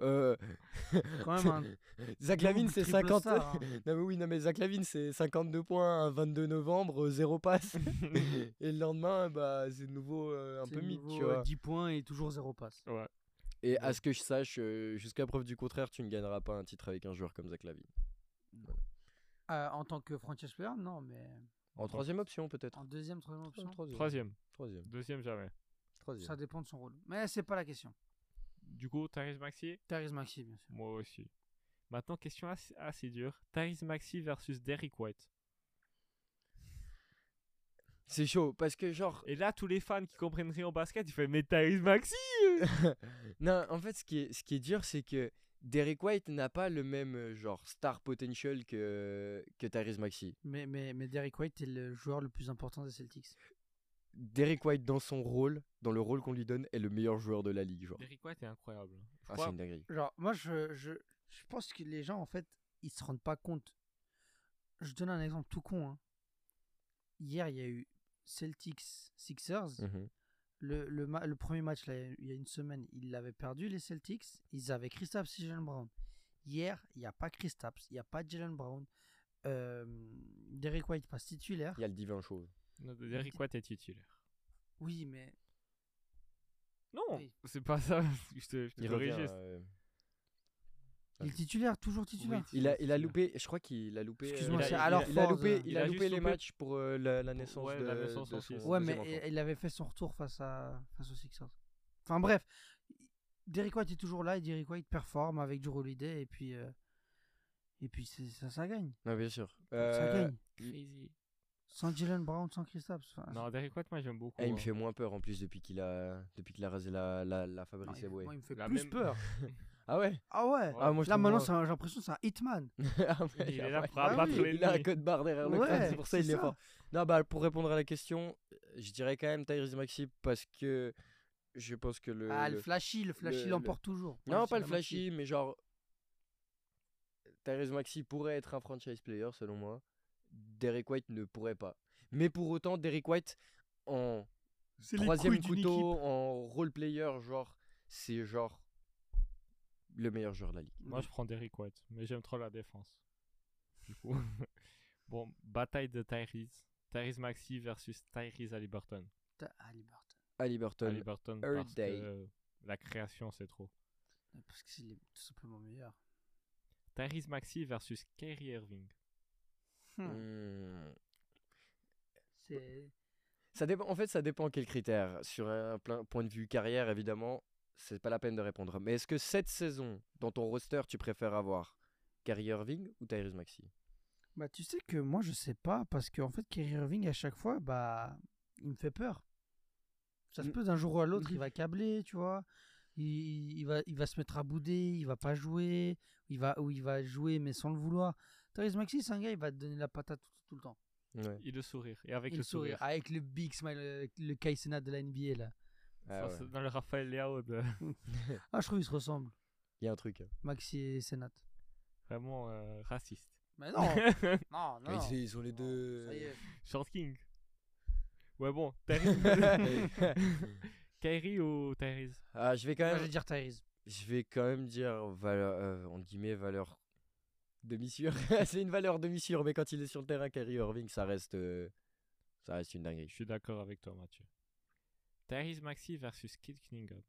Speaker 1: Euh,
Speaker 3: Quand même un
Speaker 1: Zach Lavine, c'est
Speaker 3: triple
Speaker 1: 50.
Speaker 3: star, hein.
Speaker 1: Non mais oui, non mais Zach Lavine, c'est 52 points, un 22 novembre, euh, zéro passe. et le lendemain, bah, c'est de nouveau euh, un
Speaker 3: C'est
Speaker 1: peu
Speaker 3: le
Speaker 1: mid,
Speaker 3: nouveau,
Speaker 1: tu
Speaker 3: euh,
Speaker 1: vois.
Speaker 3: 10 points et toujours 0 passe.
Speaker 1: Et à ce que je sache, euh, jusqu'à preuve du contraire, tu ne gagneras pas un titre avec un joueur comme Zach Lavine.
Speaker 3: Euh, en tant que franchise player, non, mais
Speaker 1: En troisième option, peut-être.
Speaker 3: en deuxième, troisième option,
Speaker 2: Troisième,
Speaker 1: Troisième.
Speaker 2: deuxième jamais.
Speaker 1: Troisième.
Speaker 3: ça dépend de son rôle. Mais c'est pas la question.
Speaker 2: Du coup, Tyrese Maxi,
Speaker 3: Tyrese Maxi, bien sûr.
Speaker 2: moi aussi. Maintenant, question assez, assez dure. Tyrese Maxi versus Derrick White.
Speaker 1: C'est chaud, parce que genre...
Speaker 2: Et là, tous les fans qui comprennent rien au basket, ils font Mais Tyrese Maxi
Speaker 1: non, en fait, ce qui est, ce qui est dur, c'est que Derek White n'a pas le même euh, genre star potential que, que Tyrese Maxi.
Speaker 3: Mais, mais, mais Derrick White est le joueur le plus important des Celtics.
Speaker 1: Derek White, dans son rôle, dans le rôle qu'on lui donne, est le meilleur joueur de la ligue, genre.
Speaker 2: Derrick White est incroyable. Je
Speaker 1: Ah, c'est
Speaker 2: crois-
Speaker 1: une dinguerie.
Speaker 3: Genre, moi, je, je, je pense que les gens, en fait, ils se rendent pas compte. Je donne un exemple tout con. hein. Hier, il y a eu Celtics Sixers.
Speaker 1: Mhm.
Speaker 3: Le, le, ma- le premier match, là, il y a une semaine, ils l'avaient perdu, les Celtics. Ils avaient Kristaps et Jalen Brown. Hier, il n'y a pas Kristaps, il n'y a pas Jalen Brown. Euh, Derek White passe titulaire.
Speaker 1: Il y a le divin chauve.
Speaker 2: Non, Derrick White est titulaire.
Speaker 3: Oui, mais
Speaker 2: Non,
Speaker 3: Oui.
Speaker 2: c'est pas ça. je te, je te
Speaker 1: Il
Speaker 2: corrige
Speaker 1: revient,
Speaker 2: juste.
Speaker 1: euh,
Speaker 3: il est titulaire, toujours titulaire.
Speaker 2: Oui,
Speaker 1: Il a, il a
Speaker 2: titulaire.
Speaker 1: loupé, je crois qu'il a loupé.
Speaker 3: Excuse-moi,
Speaker 1: euh,
Speaker 2: c'est
Speaker 1: il a-
Speaker 2: alors
Speaker 1: il a
Speaker 3: Ford,
Speaker 1: loupé,
Speaker 3: euh,
Speaker 1: il
Speaker 2: il
Speaker 1: a
Speaker 2: a
Speaker 1: loupé
Speaker 2: juste
Speaker 1: les
Speaker 2: loupé-
Speaker 1: matchs pour euh, la, la naissance
Speaker 2: ouais,
Speaker 1: de,
Speaker 2: la naissance
Speaker 1: de
Speaker 2: en
Speaker 1: son
Speaker 2: fils.
Speaker 3: Ouais,
Speaker 1: deuxième
Speaker 3: mais
Speaker 1: enfant.
Speaker 3: il il avait fait son retour face, à, face aux Sixers. Enfin bref, Derek White est toujours là et Derek White performe avec du Holiday et puis, euh, et puis c'est- ça, ça gagne.
Speaker 1: Ouais, bien sûr.
Speaker 3: Ça
Speaker 1: Euh,
Speaker 3: gagne. Sans Jalen Brown, sans Kristaps. enfin,
Speaker 2: Non, Derrick White, moi j'aime beaucoup.
Speaker 1: eh, il me
Speaker 2: hein.
Speaker 1: fait moins peur en plus depuis qu'il a, depuis qu'il a rasé la, la, la
Speaker 3: non,
Speaker 1: Fabrice
Speaker 3: il-
Speaker 1: Eboué.
Speaker 3: moi, il me fait
Speaker 2: La
Speaker 3: plus
Speaker 2: même-
Speaker 3: peur.
Speaker 1: Ah ouais.
Speaker 3: Ah ouais,
Speaker 2: Ah, Ouais.
Speaker 1: Ah moi je
Speaker 3: Là
Speaker 1: trouve
Speaker 3: maintenant,
Speaker 1: moins-
Speaker 3: c'est un- j'ai l'impression que c'est un hitman.
Speaker 1: Ah ouais,
Speaker 2: Il
Speaker 1: ah
Speaker 2: est là
Speaker 1: ouais.
Speaker 2: pour
Speaker 3: Ah oui,
Speaker 2: abattre l'ennemi.
Speaker 1: Il a un code barre derrière le
Speaker 3: Ouais,
Speaker 1: crâne, c'est pour ça
Speaker 3: c'est
Speaker 1: il est
Speaker 3: ça.
Speaker 1: fort. Non, bah pour répondre à la question, euh, je dirais quand même Tyrese Maxi parce que je pense que le,
Speaker 3: ah, le,
Speaker 1: le-
Speaker 3: flashy, le
Speaker 1: le-
Speaker 3: flashy
Speaker 1: le-
Speaker 3: l'emporte toujours.
Speaker 1: non pas
Speaker 3: Ouais, c'est
Speaker 1: le
Speaker 3: la moitié.
Speaker 1: flashy, mais genre Tyrese Maxi pourrait être un franchise player selon moi. Derek White ne pourrait pas. Mais pour autant, Derek White en
Speaker 3: C'est les
Speaker 1: troisième
Speaker 3: couilles d'une équipe.
Speaker 1: couteau, en role player, genre c'est genre le meilleur joueur de la ligue.
Speaker 2: Moi, je prends Derrick White, mais j'aime trop la défense. Du coup, bon, bataille de Tyrese. Tyrese Maxi versus Tyrese Haliburton.
Speaker 3: Ta- Ah, Liberton.
Speaker 1: Ali Burton,
Speaker 2: Haliburton,
Speaker 1: Earth
Speaker 2: parce
Speaker 1: Day.
Speaker 2: que la création, c'est trop.
Speaker 3: Parce que c'est les- tout simplement meilleur.
Speaker 2: Tyrese Maxi versus Kyrie Irving.
Speaker 3: Hmm.
Speaker 1: Hmm.
Speaker 3: C'est
Speaker 1: Ça dépend, en fait, ça dépend quels critères. Sur un plein point de vue carrière, évidemment, c'est pas la peine de répondre. Mais est-ce que cette saison, dans ton roster, tu préfères avoir Kyrie Irving ou Tyrese Maxey
Speaker 3: Bah, tu sais que moi, je sais pas, parce qu'en fait, Kyrie Irving, à chaque fois, bah, il me fait peur. Ça se
Speaker 2: Mmh.
Speaker 1: Mm.
Speaker 3: peut d'un jour à l'autre, il va câbler, tu vois. Il, il va, il va se mettre à bouder, il va pas jouer, il va, ou il va jouer, mais sans le vouloir. Therese Maxi, c'est un gars, il va te donner la patate tout, tout le temps.
Speaker 1: Ouais.
Speaker 2: et le sourire. Et avec
Speaker 3: Et
Speaker 2: le, sourire.
Speaker 3: Avec le big smile, euh, le Kai Cenat de la NBA, là.
Speaker 1: Ah
Speaker 2: Ça,
Speaker 1: ouais.
Speaker 2: c'est Dans le Raphaël Leao, de-
Speaker 3: Ah, je trouve qu'ils se ressemblent,
Speaker 1: Il y a un truc. hein.
Speaker 3: Maxi et Senat.
Speaker 2: vraiment euh, raciste.
Speaker 3: Mais non Non, Ah, non
Speaker 1: Ils, ils sont les
Speaker 3: non,
Speaker 1: deux. euh,
Speaker 3: ça y est.
Speaker 2: Short King. Ouais, bon. Tyrese. Kyrie ou Tyrese
Speaker 1: ah, je vais quand
Speaker 3: Moi, je
Speaker 1: même,
Speaker 3: vais dire Tyrese.
Speaker 1: je vais quand même dire valeur, euh, entre guillemets valeur demi sûre. c'est une valeur demi sûre, mais quand il est sur le terrain, Kyrie Irving, ça reste, euh, ça reste une dinguerie.
Speaker 2: Je suis d'accord avec toi, Mathieu. Tyrese Maxi versus Kid Cunningham.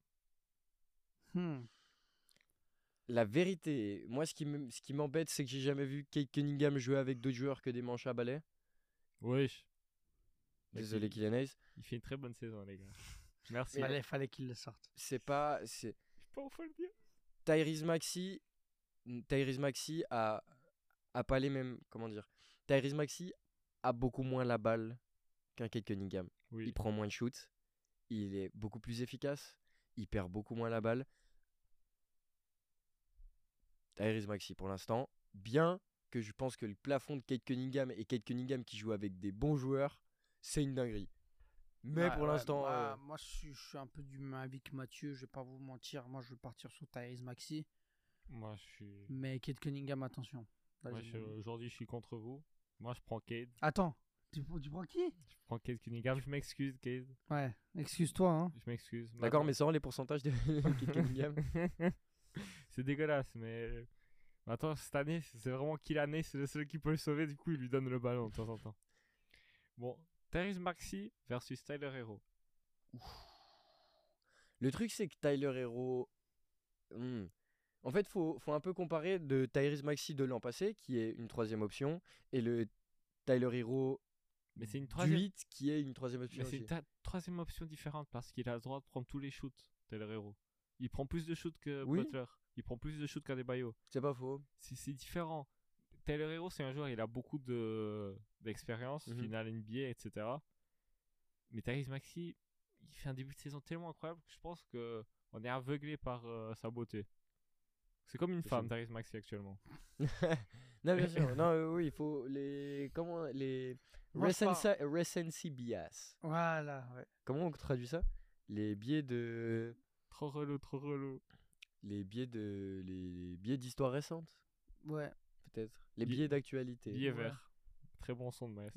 Speaker 3: Hmm.
Speaker 1: La vérité, moi, ce qui me- ce qui m'embête, c'est que j'ai jamais vu Kate Cunningham jouer avec d'autres joueurs que des manches à balai.
Speaker 2: Wesh. Mais
Speaker 1: Désolé,
Speaker 2: qui-
Speaker 1: Kylian Hayes.
Speaker 2: Il fait une très bonne saison, les gars. Merci.
Speaker 3: Fallait, fallait qu'il le sorte.
Speaker 1: C'est pas, c'est
Speaker 2: Pas au fond le dire.
Speaker 1: Tyrese Maxi, Tyrese Maxi a, a pas les mêmes, comment dire, Tyrese Maxi a beaucoup moins la balle qu'un Kate Cunningham.
Speaker 2: Oui.
Speaker 1: Il prend moins de shoots, il est beaucoup plus efficace, il perd beaucoup moins la balle. Tyrese Maxi pour l'instant, bien que je pense que le plafond de Kate Cunningham et Kate Cunningham qui joue avec des bons joueurs, c'est une dinguerie. Mais
Speaker 3: Ouais,
Speaker 1: pour
Speaker 3: ouais,
Speaker 1: l'instant,
Speaker 3: Moi,
Speaker 1: euh,
Speaker 3: moi, je, suis, je suis un peu du même avis que Mathieu, je vais pas vous mentir. Moi, je vais partir sur Tyrese Maxi.
Speaker 2: Moi, je suis.
Speaker 3: Mais Kate Cunningham, attention. Là,
Speaker 2: Moi,
Speaker 3: j'ai
Speaker 2: je-
Speaker 3: mon-
Speaker 2: Aujourd'hui, je suis contre vous. Moi, je prends Cade.
Speaker 3: Attends, tu, prends- tu prends qui
Speaker 2: Je prends Cade Cunningham. Je m'excuse, Cade.
Speaker 3: Ouais, excuse-toi. Hein.
Speaker 2: Je m'excuse.
Speaker 1: d'accord, mais
Speaker 2: Maintenant-
Speaker 1: sans les pourcentages de Kate Cunningham.
Speaker 2: c'est dégueulasse, mais. euh, Attends, cette année, c'est vraiment qui l'année, c'est le seul qui peut le sauver, du coup, il lui donne le ballon de temps en temps. Bon, Therese Maxi versus Tyler Hero.
Speaker 1: Le truc, c'est que Tyler Hero. Hmm. En fait, faut, faut un peu comparer le Tyrese Maxi de l'an passé, qui est une troisième option, et le Tyler Hero
Speaker 2: Mais c'est une
Speaker 1: du
Speaker 2: troisième-
Speaker 1: huit, qui est une troisième option.
Speaker 2: Mais c'est
Speaker 1: aussi.
Speaker 2: une ta- troisième option différente parce qu'il a le droit de prendre tous les shoots, Tyler Hero. Il prend plus de shoots que
Speaker 1: Oui.
Speaker 2: Butler. Il prend plus de shoots qu'Adebayo.
Speaker 1: C'est pas faux.
Speaker 2: C'est c'est différent. Tyler Hero, c'est un joueur, il a beaucoup de- d'expérience,
Speaker 1: Mhm.
Speaker 2: finale NBA, etc. Mais Tyrese Maxi, il fait un début de saison tellement incroyable que je pense que on est aveuglé par euh, sa beauté. C'est comme une
Speaker 1: Possible.
Speaker 2: femme, Tyrese Maxi, actuellement.
Speaker 1: non, bien sûr. Non, euh, oui, il faut les. Comment. Les.
Speaker 3: Moi, je pars-
Speaker 1: recensi- Recency bias.
Speaker 3: Voilà, ouais.
Speaker 1: Comment on traduit ça Les biais de.
Speaker 2: Trop relou, trop relou.
Speaker 1: Les biais de. Les biais d'histoire récente,
Speaker 3: Ouais.
Speaker 1: peut-être. Les
Speaker 2: Bi-
Speaker 1: biais d'actualité.
Speaker 2: Billet
Speaker 3: ouais.
Speaker 2: vert. Très bon son de Maes.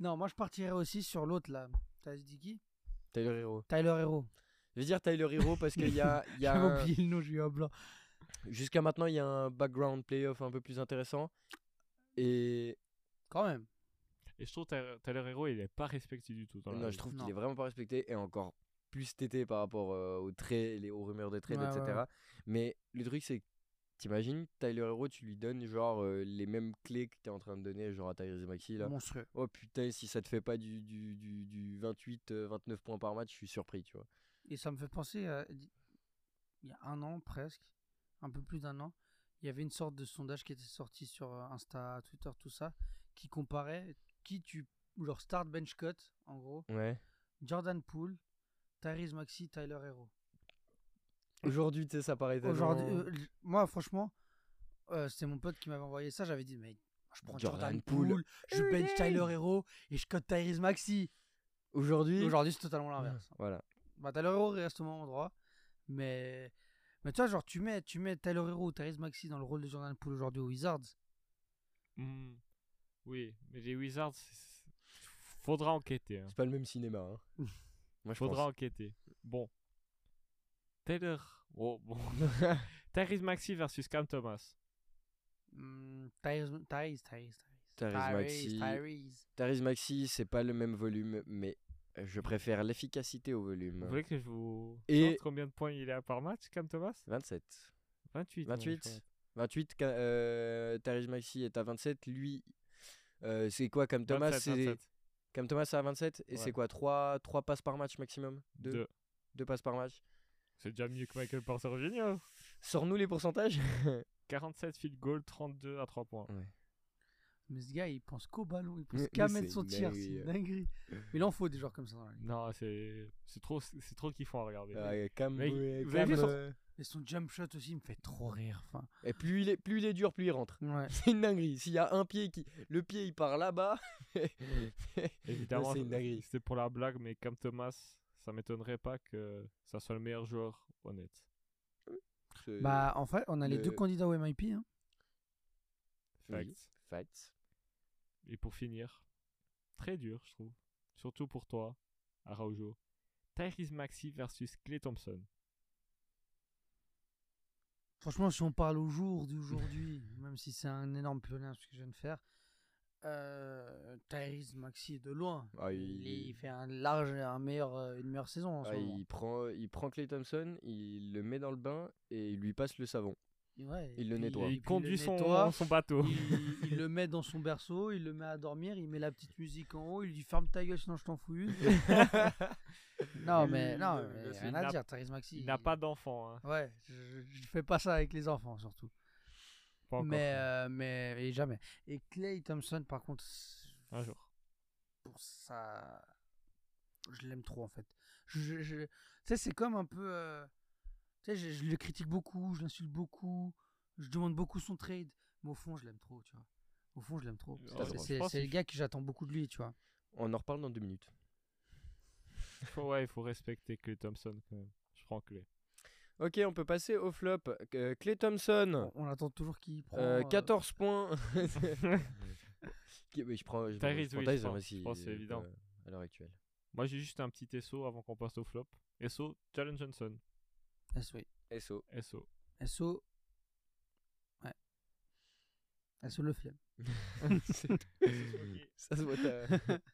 Speaker 3: Non, moi, je partirais aussi sur l'autre, là. T'as dit qui
Speaker 1: Tyler Hero.
Speaker 3: Tyler Hero.
Speaker 1: Je veux dire Tyler Hero parce qu'il y a. il y a
Speaker 3: J'avais
Speaker 1: un-
Speaker 3: oublié le nom, j'ai eu un blanc.
Speaker 1: Jusqu'à maintenant, il y a un background playoff un peu plus intéressant. Et
Speaker 3: Quand même.
Speaker 2: Et je trouve Tyler Tyler Hero, il est pas respecté du tout. Dans la
Speaker 1: non, je
Speaker 2: ligue.
Speaker 1: trouve
Speaker 3: Non.
Speaker 1: qu'il est vraiment pas respecté et encore plus tété par rapport euh, aux traits, les, aux rumeurs de trades,
Speaker 3: Ouais,
Speaker 1: etc.
Speaker 3: ouais, ouais.
Speaker 1: Mais le truc, c'est que t'imagines, Tyler Hero, tu lui donnes genre euh, les mêmes clés que t'es en train de donner genre à Tyrese Maxi là.
Speaker 3: Monstrueux.
Speaker 1: Oh putain, si ça te fait pas du, du, du, 28-29 points par match, je suis surpris, tu vois.
Speaker 3: Et ça me fait penser à. Il y a un an presque, un peu plus d'un an, il y avait une sorte de sondage qui était sorti sur euh, Insta, Twitter, tout ça, qui comparait qui tu. Leur start bench cut, en gros,
Speaker 1: Ouais.
Speaker 3: Jordan Poole, Tyrese Maxi, Tyler Hero.
Speaker 1: Aujourd'hui, tu sais, ça paraît tellement-
Speaker 3: Aujourd'hui, euh, j- moi, franchement, euh, c'est mon pote qui m'avait envoyé ça. J'avais dit, mais je prends Jordan,
Speaker 1: Jordan
Speaker 3: Poole,
Speaker 1: Poole.
Speaker 3: je bench Tyler Hero et je cut Tyrese Maxi.
Speaker 1: Aujourd'hui.
Speaker 3: Et Aujourd'hui, c'est totalement l'inverse.
Speaker 1: Voilà.
Speaker 3: Bah, Tyler Hero reste au même endroit, mais. Mais tu vois, genre, tu mets, tu mets Tyler Hero ou Tyrese Maxi dans le rôle de Jordan Poole aujourd'hui aux Wizards.
Speaker 2: Hmm. Oui, mais les Wizards, c'est- faudra enquêter. hein.
Speaker 1: C'est pas le même cinéma. hein. Moi, je
Speaker 2: Faudra
Speaker 1: pense.
Speaker 2: enquêter. Bon. Taylor. Oh, bon. Tyrese Maxi versus Cam Thomas.
Speaker 3: Hmm, Tyrese, Tyrese, Tyrese,
Speaker 1: Tyrese Maxey.
Speaker 3: Tyrese.
Speaker 1: Tyrese Maxi, c'est pas le même volume, mais je préfère l'efficacité au volume.
Speaker 2: Vous voulez que je vous
Speaker 1: Et-
Speaker 2: sorte combien de points il a par match, Cam Thomas
Speaker 1: 27.
Speaker 2: 28. ouais,
Speaker 1: 28
Speaker 2: je
Speaker 1: 28, ca- euh, Tyrese Maxi est à 27. Lui, euh, c'est quoi comme
Speaker 2: crois.
Speaker 1: Thomas
Speaker 2: 27,
Speaker 1: c'est-
Speaker 2: 27.
Speaker 1: Comme Thomas, c'est à 27. Et
Speaker 2: Ouais.
Speaker 1: c'est quoi 3, 3 passes par match maximum 2
Speaker 2: Deux.
Speaker 1: passes par match.
Speaker 2: C'est déjà mieux que Michael Porter Jr.
Speaker 1: Sors-nous les pourcentages
Speaker 2: 47 field goal, 32 à 3 points.
Speaker 1: Mm.
Speaker 3: Mais ce gars, il pense qu'au ballon, il
Speaker 1: Mais-
Speaker 3: pense
Speaker 1: mais
Speaker 3: qu'à
Speaker 1: c'est
Speaker 3: mettre son
Speaker 1: une
Speaker 3: tir, c'est
Speaker 1: dinguerie,
Speaker 3: une
Speaker 1: hein.
Speaker 3: dinguerie. Mais il en faut des joueurs comme ça dans la ligue.
Speaker 2: Non, c'est c'est trop, c'est trop kiffant à regarder.
Speaker 1: Ah, Cam,
Speaker 2: Mec,
Speaker 1: ouais,
Speaker 2: vous avez
Speaker 1: Cam,
Speaker 2: vu son-
Speaker 1: euh,
Speaker 3: Et son jump shot aussi me fait trop rire. Enfin,
Speaker 1: Et plus il est, plus il est dur, plus il rentre.
Speaker 3: ouais.
Speaker 1: C'est une dinguerie. S'il y a un pied qui. Le pied, il part là-bas.
Speaker 2: Évidemment,
Speaker 1: c'est une dinguerie.
Speaker 2: c'était pour la blague, mais comme Thomas, ça m'étonnerait pas que ça soit le meilleur joueur honnête.
Speaker 1: C'est-
Speaker 3: Bah, en fait, on a les
Speaker 1: le-
Speaker 3: deux candidats au MIP. hein.
Speaker 1: oui,
Speaker 2: Fact.
Speaker 1: fact.
Speaker 2: Et pour finir, très dur, je trouve. Surtout pour toi, Araujo. Tyrese Maxi versus Clay Thompson.
Speaker 3: Franchement, si on parle au jour d'aujourd'hui, même si c'est un énorme pionnier ce que je viens de faire, euh, Tyrese Maxi est de loin.
Speaker 1: Ah, il-
Speaker 3: il... il fait un large, un meilleur, euh, une meilleure saison en ce
Speaker 1: Ah,
Speaker 3: moment.
Speaker 1: il, prend, il prend Clay Thompson, il le met dans le bain et il lui passe le savon.
Speaker 3: Ouais,
Speaker 1: il le
Speaker 3: puis-
Speaker 1: nettoie.
Speaker 2: Et
Speaker 1: Toi.
Speaker 3: puis
Speaker 2: il conduit
Speaker 3: le
Speaker 2: son, hein.
Speaker 3: nettoie,
Speaker 2: son bateau.
Speaker 3: il, il le met dans son berceau, il le met à dormir, il met la petite musique en haut, il lui ferme ta gueule sinon je t'en fous une. non
Speaker 1: Il-
Speaker 3: mais non,
Speaker 1: il-
Speaker 3: mais
Speaker 1: il-
Speaker 3: rien
Speaker 2: il
Speaker 3: à
Speaker 2: n'a-
Speaker 3: dire, Tyrese Maxi.
Speaker 2: Il n'a pas d'enfant. Hein.
Speaker 3: Ouais, je, je fais pas ça avec les enfants surtout.
Speaker 2: Pas encore.
Speaker 3: Mais euh, mais et jamais. Et Clay Thompson par contre
Speaker 2: Un jour.
Speaker 3: pour ça je l'aime trop en fait. Je, je- je- Tu sais c'est comme un peu euh, tu sais je, je le critique beaucoup, je l'insulte beaucoup, je demande beaucoup son trade, mais au fond je l'aime trop, tu vois. Au fond je l'aime trop.
Speaker 2: Ouais, bah,
Speaker 3: C'est-
Speaker 1: je
Speaker 3: C'est
Speaker 2: Oh, pense
Speaker 3: c'est le
Speaker 2: qu'il-
Speaker 3: gars que j'attends beaucoup de lui, tu vois.
Speaker 1: On en reparle dans deux minutes.
Speaker 2: Faut- ouais, il faut respecter Clay Thompson quand même. Je prends Clay.
Speaker 1: Ok, on peut passer au flop. Euh, Clay Thompson,
Speaker 3: On, on attend toujours qu'il prend
Speaker 1: euh,
Speaker 3: euh,
Speaker 1: 14 points. Qui- oui, je prends, je prends-
Speaker 2: Tyrese,
Speaker 1: je prends
Speaker 2: oui, je
Speaker 1: Tyson
Speaker 2: pense-
Speaker 1: aussi.
Speaker 2: je pense que c'est
Speaker 1: euh,
Speaker 2: évident.
Speaker 1: à l'heure actuelle.
Speaker 2: Moi, j'ai juste un petit SO avant qu'on passe au flop. SO, Jalen Johnson.
Speaker 3: SO.
Speaker 1: SO.
Speaker 2: SO.
Speaker 3: SO. Ouais. SO le flemme.
Speaker 1: C'est tout. Ça se voit. t'as-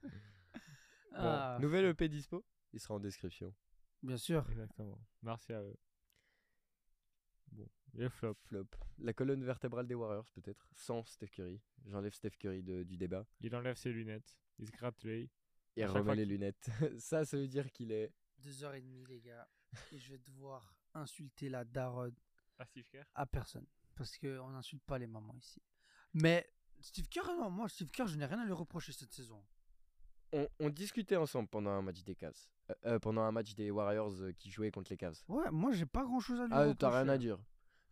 Speaker 1: Bon,
Speaker 3: Ah,
Speaker 1: Nouvelle EP dispo Il sera en description.
Speaker 3: Bien sûr.
Speaker 2: Exactement. Merci à eux. Bon, les flops.
Speaker 1: Flop. La colonne vertébrale des Warriors, peut-être. Sans Steph Curry. J'enlève Steph Curry de- du débat.
Speaker 2: Il enlève ses lunettes. Il se gratte l'œil.
Speaker 1: Et
Speaker 2: À chaque fois
Speaker 1: remet les
Speaker 2: qu'il-
Speaker 1: lunettes. ça, ça veut dire qu'il est.
Speaker 3: Deux heures et demie, les gars. Et je vais devoir insulter la daronne
Speaker 2: Ah, Steve Kerr
Speaker 3: à personne. Parce qu'on n'insulte pas les mamans ici. Mais Steve Kerr, non, moi, Steve Kerr, je n'ai rien à lui reprocher cette saison.
Speaker 1: On, on discutait ensemble pendant un match des Cavs. Euh, euh, pendant un match des Warriors euh, qui jouait contre les Cavs.
Speaker 3: Ouais, moi, j'ai pas grand chose à lui
Speaker 1: Ah,
Speaker 3: reprocher.
Speaker 1: t'as rien à dire.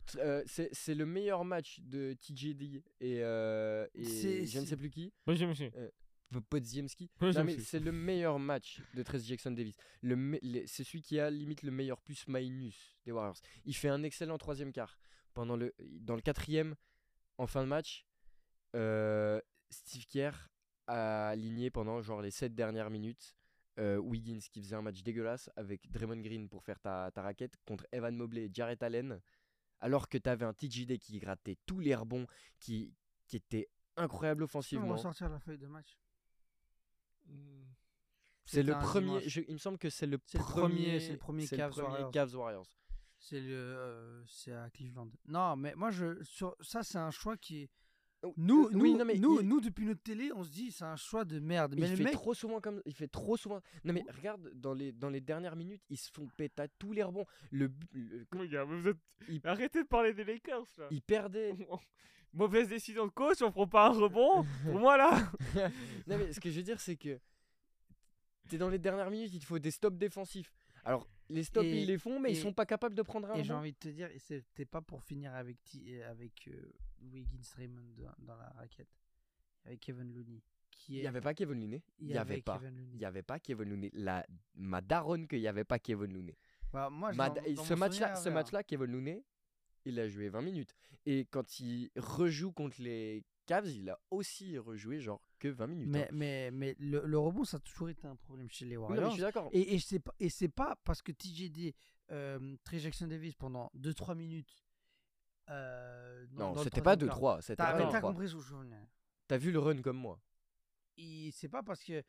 Speaker 1: T- euh, c'est c'est le meilleur match de TJD et, euh, et
Speaker 3: C'est-
Speaker 1: je ne
Speaker 3: c'est-
Speaker 1: sais plus qui,
Speaker 2: Bonjour, monsieur.
Speaker 1: P- Podziemski.
Speaker 2: Bonjour,
Speaker 1: Non, mais
Speaker 2: monsieur.
Speaker 1: c'est le meilleur match de 13 Jackson Davis. Le me- les- C'est celui qui a limite le meilleur plus-minus des Warriors. Il fait un excellent troisième quart. Pendant le, dans le quatrième, en fin de match, euh, Steve Kerr a aligné pendant genre les 7 dernières minutes euh, Wiggins qui faisait un match dégueulasse avec Draymond Green pour faire ta, ta raquette contre Evan Mobley et Jarrett Allen. Alors que t'avais un TJD qui grattait tous les rebonds, qui, qui était incroyable
Speaker 3: Je vais
Speaker 1: offensivement.
Speaker 3: ressortir la feuille de match.
Speaker 2: Hmm.
Speaker 1: C'est le
Speaker 3: un
Speaker 1: premier.
Speaker 3: dimanche.
Speaker 1: je- il me semble que c'est le,
Speaker 3: C'est le premier- c'est le premier
Speaker 1: c'est
Speaker 3: Cavs Warriors.
Speaker 1: Cavs Warriors.
Speaker 3: C'est le, euh, c'est à Cleveland. Non, mais moi je, sur, ça c'est un choix qui est. Nous,
Speaker 1: Euh,
Speaker 3: nous,
Speaker 1: oui, non, mais
Speaker 3: nous,
Speaker 1: il,
Speaker 3: nous depuis notre télé, on se dit c'est un choix de merde.
Speaker 1: il
Speaker 3: Mais le
Speaker 1: fait
Speaker 3: mec,
Speaker 1: trop souvent comme. Il fait trop souvent. Non mais regarde dans les dans les dernières minutes, ils se font péter à tous les rebonds. Le, bu- le-
Speaker 2: Les gars, vous êtes...
Speaker 1: Il-
Speaker 2: Arrêtez de parler des Lakers, là.
Speaker 1: ils perdaient.
Speaker 2: Mauvaise décision de coach, on prend pas un rebond. Pour moi, là.
Speaker 1: non mais ce que je veux dire c'est que t'es dans les dernières minutes, il te faut des stops défensifs. Alors les stops
Speaker 3: Et-
Speaker 1: ils les font, mais ils
Speaker 3: et-
Speaker 1: sont pas capables de prendre un.
Speaker 3: et j'ai
Speaker 1: rebond.
Speaker 3: envie de te dire, et c'était pas pour finir avec T- euh, avec euh, Wiggins Raymond dans, dans la raquette, avec Kevin Looney, qui
Speaker 1: Il
Speaker 3: est.
Speaker 1: y avait pas Kevin Looney. Il y avait pas.
Speaker 3: Kevin Looney.
Speaker 1: Il y avait pas Kevin Looney. La ma daronne qu'il y avait pas Kevin Looney.
Speaker 3: Bah, moi, je
Speaker 1: Ma-
Speaker 3: l'en-
Speaker 1: et
Speaker 3: dans
Speaker 1: ce
Speaker 3: mon
Speaker 1: match-là,
Speaker 3: souvenir, euh,
Speaker 1: ce
Speaker 3: ouais.
Speaker 1: match-là, Kevin Looney, il a joué 20 minutes. Et quand il rejoue contre les Cavs, il a aussi rejoué genre que 20 minutes.
Speaker 3: Mais
Speaker 1: hein.
Speaker 3: mais mais le, le rebond ça a toujours été un problème chez les
Speaker 1: Oui, non, mais je
Speaker 3: Warriors.
Speaker 1: suis d'accord.
Speaker 3: Et, et c'est pas, et c'est pas parce que TJD, euh, Trey Jackson Davis pendant 2-3 minutes. euh, dans-
Speaker 1: Non,
Speaker 3: dans le
Speaker 1: c'était pas
Speaker 3: troisième quart.
Speaker 1: 2-3. C'était
Speaker 3: T'as
Speaker 1: pas
Speaker 2: Attends,
Speaker 3: mais t'as
Speaker 1: 2-3.
Speaker 3: compris ce que je veux dire.
Speaker 1: T'as vu le run comme moi.
Speaker 3: Il- C'est pas parce que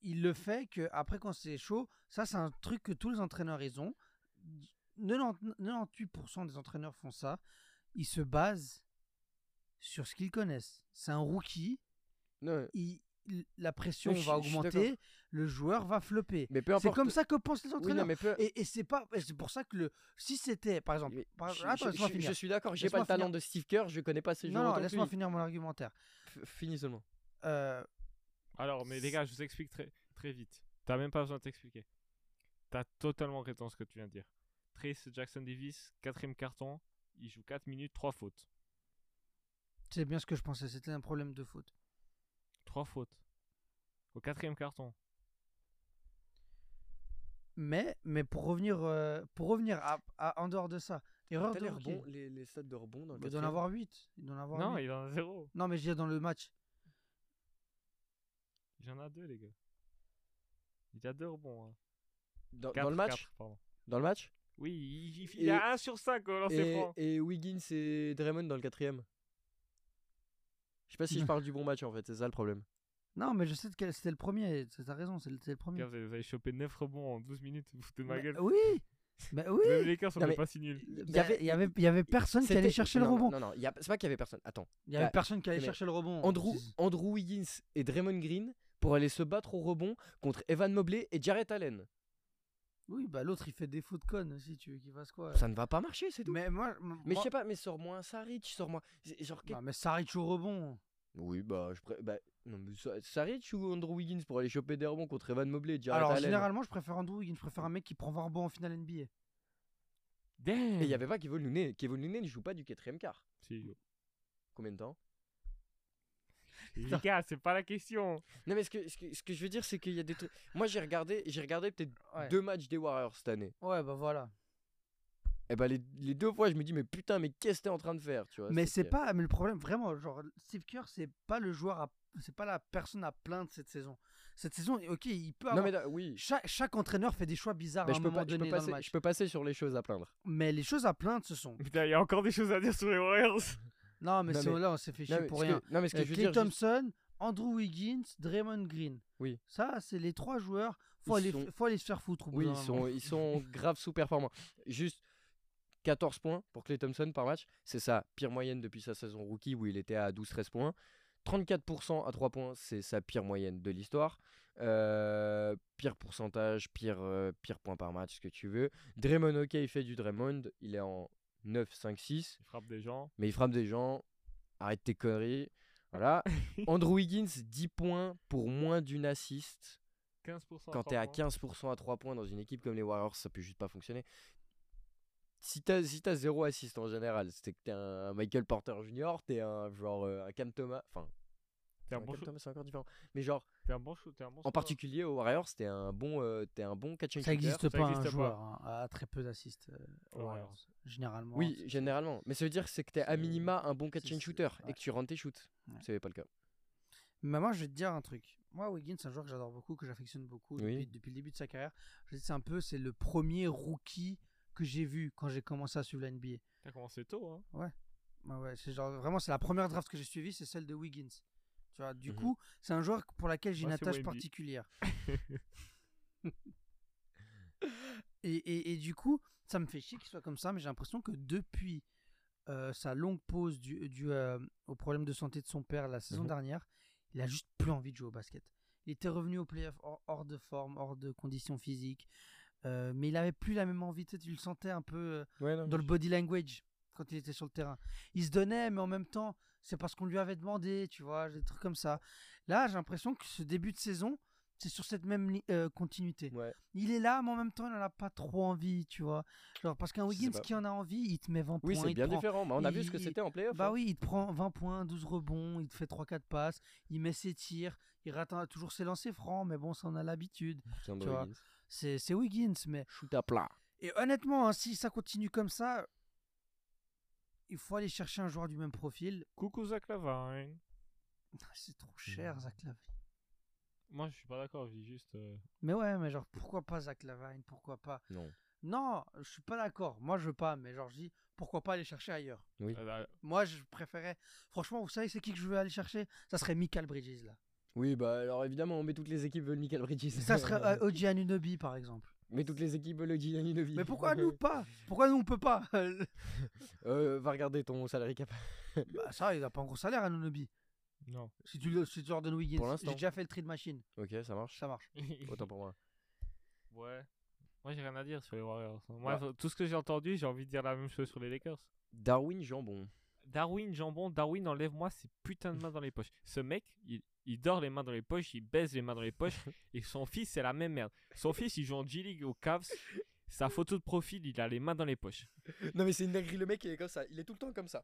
Speaker 3: il le fait que après quand c'est chaud, ça c'est un truc que tous les entraîneurs ils ont. 90 98% des entraîneurs font ça. Ils se basent sur ce qu'ils connaissent. C'est un rookie.
Speaker 1: Non,
Speaker 3: il- il- la pression
Speaker 1: Oui, je
Speaker 3: va
Speaker 1: suis- je suis
Speaker 3: augmenter, le joueur va flopper.
Speaker 1: mais peu importe.
Speaker 3: C'est comme ça que pensent les
Speaker 1: Oui, non,
Speaker 3: entraîneurs.
Speaker 1: mais peu-
Speaker 3: Et, et c'est pas, et c'est pour ça que le, si c'était, par exemple,
Speaker 1: mais
Speaker 3: par-
Speaker 1: je-
Speaker 3: attends,
Speaker 1: je-
Speaker 3: laisse-moi
Speaker 1: je-
Speaker 3: finir.
Speaker 1: Je suis d'accord. J'ai pas
Speaker 3: Laisse-moi
Speaker 1: le talent
Speaker 3: finir.
Speaker 1: de Steve Kerr. Je connais pas ce
Speaker 3: non,
Speaker 1: joueur.
Speaker 3: non,
Speaker 1: autant que
Speaker 3: laisse-moi
Speaker 1: lui.
Speaker 3: finir mon argumentaire.
Speaker 1: F- Finis seulement.
Speaker 3: Euh,
Speaker 2: Alors, mais les gars, je vous explique très, très vite. T'as même pas besoin de t'expliquer. T'as totalement raison dans ce que tu viens de dire. Trace Jackson Davis, quatrième carton, il joue 4 minutes, 3 fautes.
Speaker 3: C'est bien ce que je pensais, c'était un problème de faute.
Speaker 2: 3 fautes. Au quatrième carton.
Speaker 3: Mais, mais pour revenir, euh, pour revenir à, à- en dehors de ça, erreur
Speaker 1: T'as
Speaker 3: de
Speaker 1: les,
Speaker 3: Ruquier.
Speaker 1: rebonds, les, les stats de rebond dans le
Speaker 3: Il doit en
Speaker 1: quatrième
Speaker 3: avoir 8. Il doit en avoir
Speaker 2: non,
Speaker 3: huit.
Speaker 2: il en a 0.
Speaker 3: Non, mais je dis dans le match.
Speaker 2: Il en a 2, les gars. Il a 2 rebonds. hein.
Speaker 1: Dans, dans
Speaker 2: Quatre,
Speaker 1: le match
Speaker 2: quatre, pardon.
Speaker 1: Dans le match
Speaker 2: Oui, il, il-
Speaker 1: Et-
Speaker 2: il a 1 sur 5 au lancer
Speaker 1: et,
Speaker 2: franc.
Speaker 1: et Wiggins et Draymond dans le quatrième. Je sais pas si je parle du bon match en fait, c'est ça le problème.
Speaker 3: Non, mais je sais que c'était le premier. c'est- T'as raison, c'est le- c'était le
Speaker 2: Les
Speaker 3: premier.
Speaker 2: gars, Vous avez vous avez chopé 9 rebonds en 12 minutes, vous vous foutez de ma
Speaker 3: Mais-
Speaker 2: gueule.
Speaker 3: oui Mais oui
Speaker 2: Même les Lakers, on
Speaker 1: Non,
Speaker 2: n'est
Speaker 1: mais-
Speaker 2: pas si nuls.
Speaker 1: Il
Speaker 3: Il y avait, il y avait, il y avait personne qui allait chercher le rebond. Oh,
Speaker 1: Non, non, non, il y a- c'est pas qu'il y avait personne. Attends.
Speaker 3: Il y avait
Speaker 1: Bah,
Speaker 3: personne qui allait
Speaker 1: mais
Speaker 3: chercher le rebond.
Speaker 1: Andrew,
Speaker 3: C'est-
Speaker 1: Andrew Wiggins et Draymond Green pour aller se battre au rebond contre Evan Mobley et Jarrett Allen.
Speaker 3: Oui, bah l'autre il fait des faux de connes aussi, tu veux qu'il fasse quoi
Speaker 1: Ça ne va pas marcher, c'est tout. Mais,
Speaker 3: Mais moi. Bah.
Speaker 1: je sais pas, mais sors-moi un Saric, sors-moi. c'est- Genre, quel-
Speaker 3: Non, mais Saric au rebond.
Speaker 1: Oui, bah, je pré- bah, non, mais Sa- Saric ou Andrew Wiggins pour aller choper des rebonds contre Evan Mobley et Jarrett
Speaker 3: Alors
Speaker 1: Allen
Speaker 3: généralement, je préfère Andrew Wiggins, je préfère un mec qui prend 20 rebonds en finale NBA.
Speaker 2: Damn
Speaker 1: Et il y avait pas Kevon Looney. Kevon Looney ne joue pas du quatrième quart.
Speaker 2: Si.
Speaker 1: Combien de temps
Speaker 2: Les gars, c'est pas la question.
Speaker 1: Non, mais ce que, ce que, ce que je veux dire, c'est qu'il y a des trucs. Moi, j'ai regardé, j'ai regardé peut-être
Speaker 3: Ouais.
Speaker 1: deux matchs des Warriors cette année.
Speaker 3: Ouais, bah voilà.
Speaker 1: Et bah, les, les deux fois, je me dis, mais putain, mais qu'est-ce que t'es en train de faire tu vois,
Speaker 3: Mais c'est pas. Mais le problème, vraiment, genre, Steve Kerr, c'est pas le joueur à. C'est pas la personne à plaindre cette saison. Cette saison, ok, il peut
Speaker 1: Non,
Speaker 3: avoir.
Speaker 1: mais da- oui.
Speaker 3: Chaque, chaque entraîneur fait des choix bizarres
Speaker 1: Mais
Speaker 3: à un
Speaker 1: je, peux
Speaker 3: moment
Speaker 1: pas- je, peux
Speaker 3: donné dans le
Speaker 1: passer,
Speaker 3: match.
Speaker 1: je peux passer sur les choses à plaindre.
Speaker 3: Mais les choses à plaindre, ce sont.
Speaker 2: Putain, il y a encore des choses à dire sur les Warriors.
Speaker 3: Non, mais,
Speaker 1: Non,
Speaker 3: c'est-
Speaker 1: mais-
Speaker 3: là, on s'est fait
Speaker 1: Non,
Speaker 3: chier
Speaker 1: mais
Speaker 3: pour
Speaker 1: ce que-
Speaker 3: rien.
Speaker 1: non, mais ce que
Speaker 3: Euh,
Speaker 1: je veux
Speaker 3: Klay
Speaker 1: dire. juste-
Speaker 3: Thompson, Andrew Wiggins, Draymond Green.
Speaker 1: Oui.
Speaker 3: Ça, c'est les trois joueurs. Faut,
Speaker 1: Ils
Speaker 3: aller,
Speaker 1: sont-
Speaker 3: faut aller se faire foutre. au bout
Speaker 1: Oui,
Speaker 3: d'un
Speaker 1: ils
Speaker 3: moment.
Speaker 1: sont, ils sont grave sous-performants. Juste 14 points pour Clay Thompson par match. C'est sa pire moyenne depuis sa saison rookie où il était à 12-13 points. 34% à 3 points, c'est sa pire moyenne de l'histoire. Euh, pire pourcentage, pire, euh, pire point par match, ce que tu veux. Draymond, ok, il fait du Draymond. Il est en 9-5-6,
Speaker 2: Il frappe des gens.
Speaker 1: mais il frappe des gens. Arrête tes conneries. Voilà. Andrew Wiggins, 10 points pour moins d'une assiste
Speaker 2: 15%
Speaker 1: quand t'es à
Speaker 2: trois points.
Speaker 1: 15% à 3 points dans une équipe comme les Warriors, ça peut juste pas fonctionner. Si t'as si t'as zéro assist en général, c'est que t'es un Michael Porter Jr., t'es un genre euh, un Cam Thomas, enfin
Speaker 2: hein. T'es un,
Speaker 1: un
Speaker 2: bon
Speaker 1: Cam
Speaker 2: shoot-
Speaker 1: Thomas, c'est encore différent. Mais genre
Speaker 2: t'es un bon shoot, t'es un bon
Speaker 1: en
Speaker 2: scoreur.
Speaker 1: particulier aux Warriors, t'es un bon euh, t'es un bon catch and
Speaker 3: Ça
Speaker 1: shooter.
Speaker 3: n'existe
Speaker 2: ça
Speaker 3: pas un
Speaker 2: existe pas.
Speaker 3: joueur hein, à très peu d'assists. euh, aux
Speaker 2: Ouais.
Speaker 3: Warriors. Généralement.
Speaker 1: Oui,
Speaker 3: c'est-
Speaker 1: généralement. Mais ça veut dire que c'est que t'es à
Speaker 3: c'est-
Speaker 1: minima un bon catch
Speaker 3: c'est-
Speaker 1: and
Speaker 3: c'est-
Speaker 1: shooter
Speaker 3: ouais.
Speaker 1: et que tu rentres tes shoots.
Speaker 3: Ouais.
Speaker 1: C'est pas le cas.
Speaker 3: Mais moi, je vais te dire un truc. Moi, Wiggins, c'est un joueur que j'adore beaucoup, que j'affectionne beaucoup
Speaker 1: Oui.
Speaker 3: depuis, depuis le début de sa carrière. Je dis, c'est un peu, c'est le premier rookie que j'ai vu quand j'ai commencé à suivre la NBA.
Speaker 2: T'as commencé tôt, hein.
Speaker 3: Ouais, ouais, c'est genre vraiment c'est la première draft que j'ai suivie, c'est celle de Wiggins. Tu vois, du
Speaker 1: Mhm.
Speaker 3: coup, c'est un joueur pour laquelle j'ai
Speaker 2: Moi,
Speaker 3: une
Speaker 2: c'est
Speaker 3: attache
Speaker 2: Wemby.
Speaker 3: particulière. et, et, et du coup, ça me fait chier qu'il soit comme ça, mais j'ai l'impression que depuis euh, sa longue pause du, du, euh, au problème de santé de son père la saison
Speaker 1: Mhm.
Speaker 3: dernière, il a juste plus envie de jouer au basket. Il était revenu au playoff hors, hors de forme, hors de conditions physiques, euh, mais il avait plus la même envie. Tu, sais, tu le sentais un peu. euh,
Speaker 1: Ouais, non.
Speaker 3: dans le body language quand il était sur le terrain. Il se donnait, mais en même temps, c'est parce qu'on lui avait demandé, tu vois, des trucs comme ça. Là, j'ai l'impression que ce début de saison, c'est sur cette même li- euh, continuité.
Speaker 1: Ouais.
Speaker 3: Il est là, mais en même temps, il n'en a pas trop envie, tu vois. Genre, parce qu'un
Speaker 1: Je sais
Speaker 3: Wiggins
Speaker 1: pas.
Speaker 3: qui en a envie, il te met 20
Speaker 1: Oui,
Speaker 3: points.
Speaker 1: c'est
Speaker 3: il te
Speaker 1: bien
Speaker 3: prend-
Speaker 1: différent. Bah, on a vu ce que
Speaker 3: il-
Speaker 1: c'était en playoff.
Speaker 3: Bah
Speaker 1: hein.
Speaker 3: oui, il te prend 20 points, 12 rebonds, il te fait 3-4 passes, il met ses tirs, il rate un- toujours ses lancers francs, mais bon, ça on a l'habitude.
Speaker 1: C'est un
Speaker 3: tu
Speaker 1: bon
Speaker 3: vois.
Speaker 1: Wiggins.
Speaker 3: C'est c'est Wiggins, mais
Speaker 1: Shoot à plat.
Speaker 3: et honnêtement, hein, si ça continue comme ça, il faut aller chercher un joueur du même profil.
Speaker 2: Coucou Zach Lavine.
Speaker 3: C'est trop
Speaker 1: Mmh.
Speaker 3: cher, Zach Lavine.
Speaker 2: Moi, je suis pas d'accord, je dis juste. euh,
Speaker 3: Mais ouais, mais genre, pourquoi pas Zach Lavine Pourquoi pas
Speaker 1: Non.
Speaker 3: Non, je suis pas d'accord. Moi, je veux pas, mais genre, je dis, pourquoi pas aller chercher ailleurs
Speaker 1: Oui.
Speaker 2: euh, la-
Speaker 3: Moi, je préférais. Franchement, vous savez, c'est qui que je veux aller chercher Ça serait Michael Bridges, là.
Speaker 1: Oui, bah alors évidemment, mais toutes les équipes veulent Michael Bridges.
Speaker 3: Ça serait euh, OG Anunoby, par exemple.
Speaker 1: Mais toutes les équipes le Giannilovi.
Speaker 3: Mais pourquoi nous pas Pourquoi nous, on peut pas
Speaker 1: euh, Va regarder ton salarié cap.
Speaker 3: Bah, ça, il a pas un gros salaire, Anunoby.
Speaker 2: Non.
Speaker 3: Si tu, le- si tu leur donnes
Speaker 1: Pour
Speaker 3: Wiggins,
Speaker 1: l'instant.
Speaker 3: j'ai déjà fait le trade machine.
Speaker 1: Ok, ça marche.
Speaker 3: Ça marche.
Speaker 1: Autant pour moi.
Speaker 2: ouais. Moi, j'ai rien à dire sur les Warriors. hein. Moi,
Speaker 1: Ouais.
Speaker 2: tout ce que j'ai entendu, j'ai envie de dire la même chose sur les Lakers.
Speaker 1: Darwin Jambon.
Speaker 2: Darwin Jambon, Darwin, enlève-moi ces putains de mains dans les poches. Ce mec, il, il dort les mains dans les poches, il baise les mains dans les poches, et son fils, c'est la même merde. Son fils, il joue en G-League aux Cavs. Sa photo de profil, il a les mains dans les poches.
Speaker 1: Non, mais c'est une dinguerie. Le mec, il est comme ça. Il est tout le temps comme ça.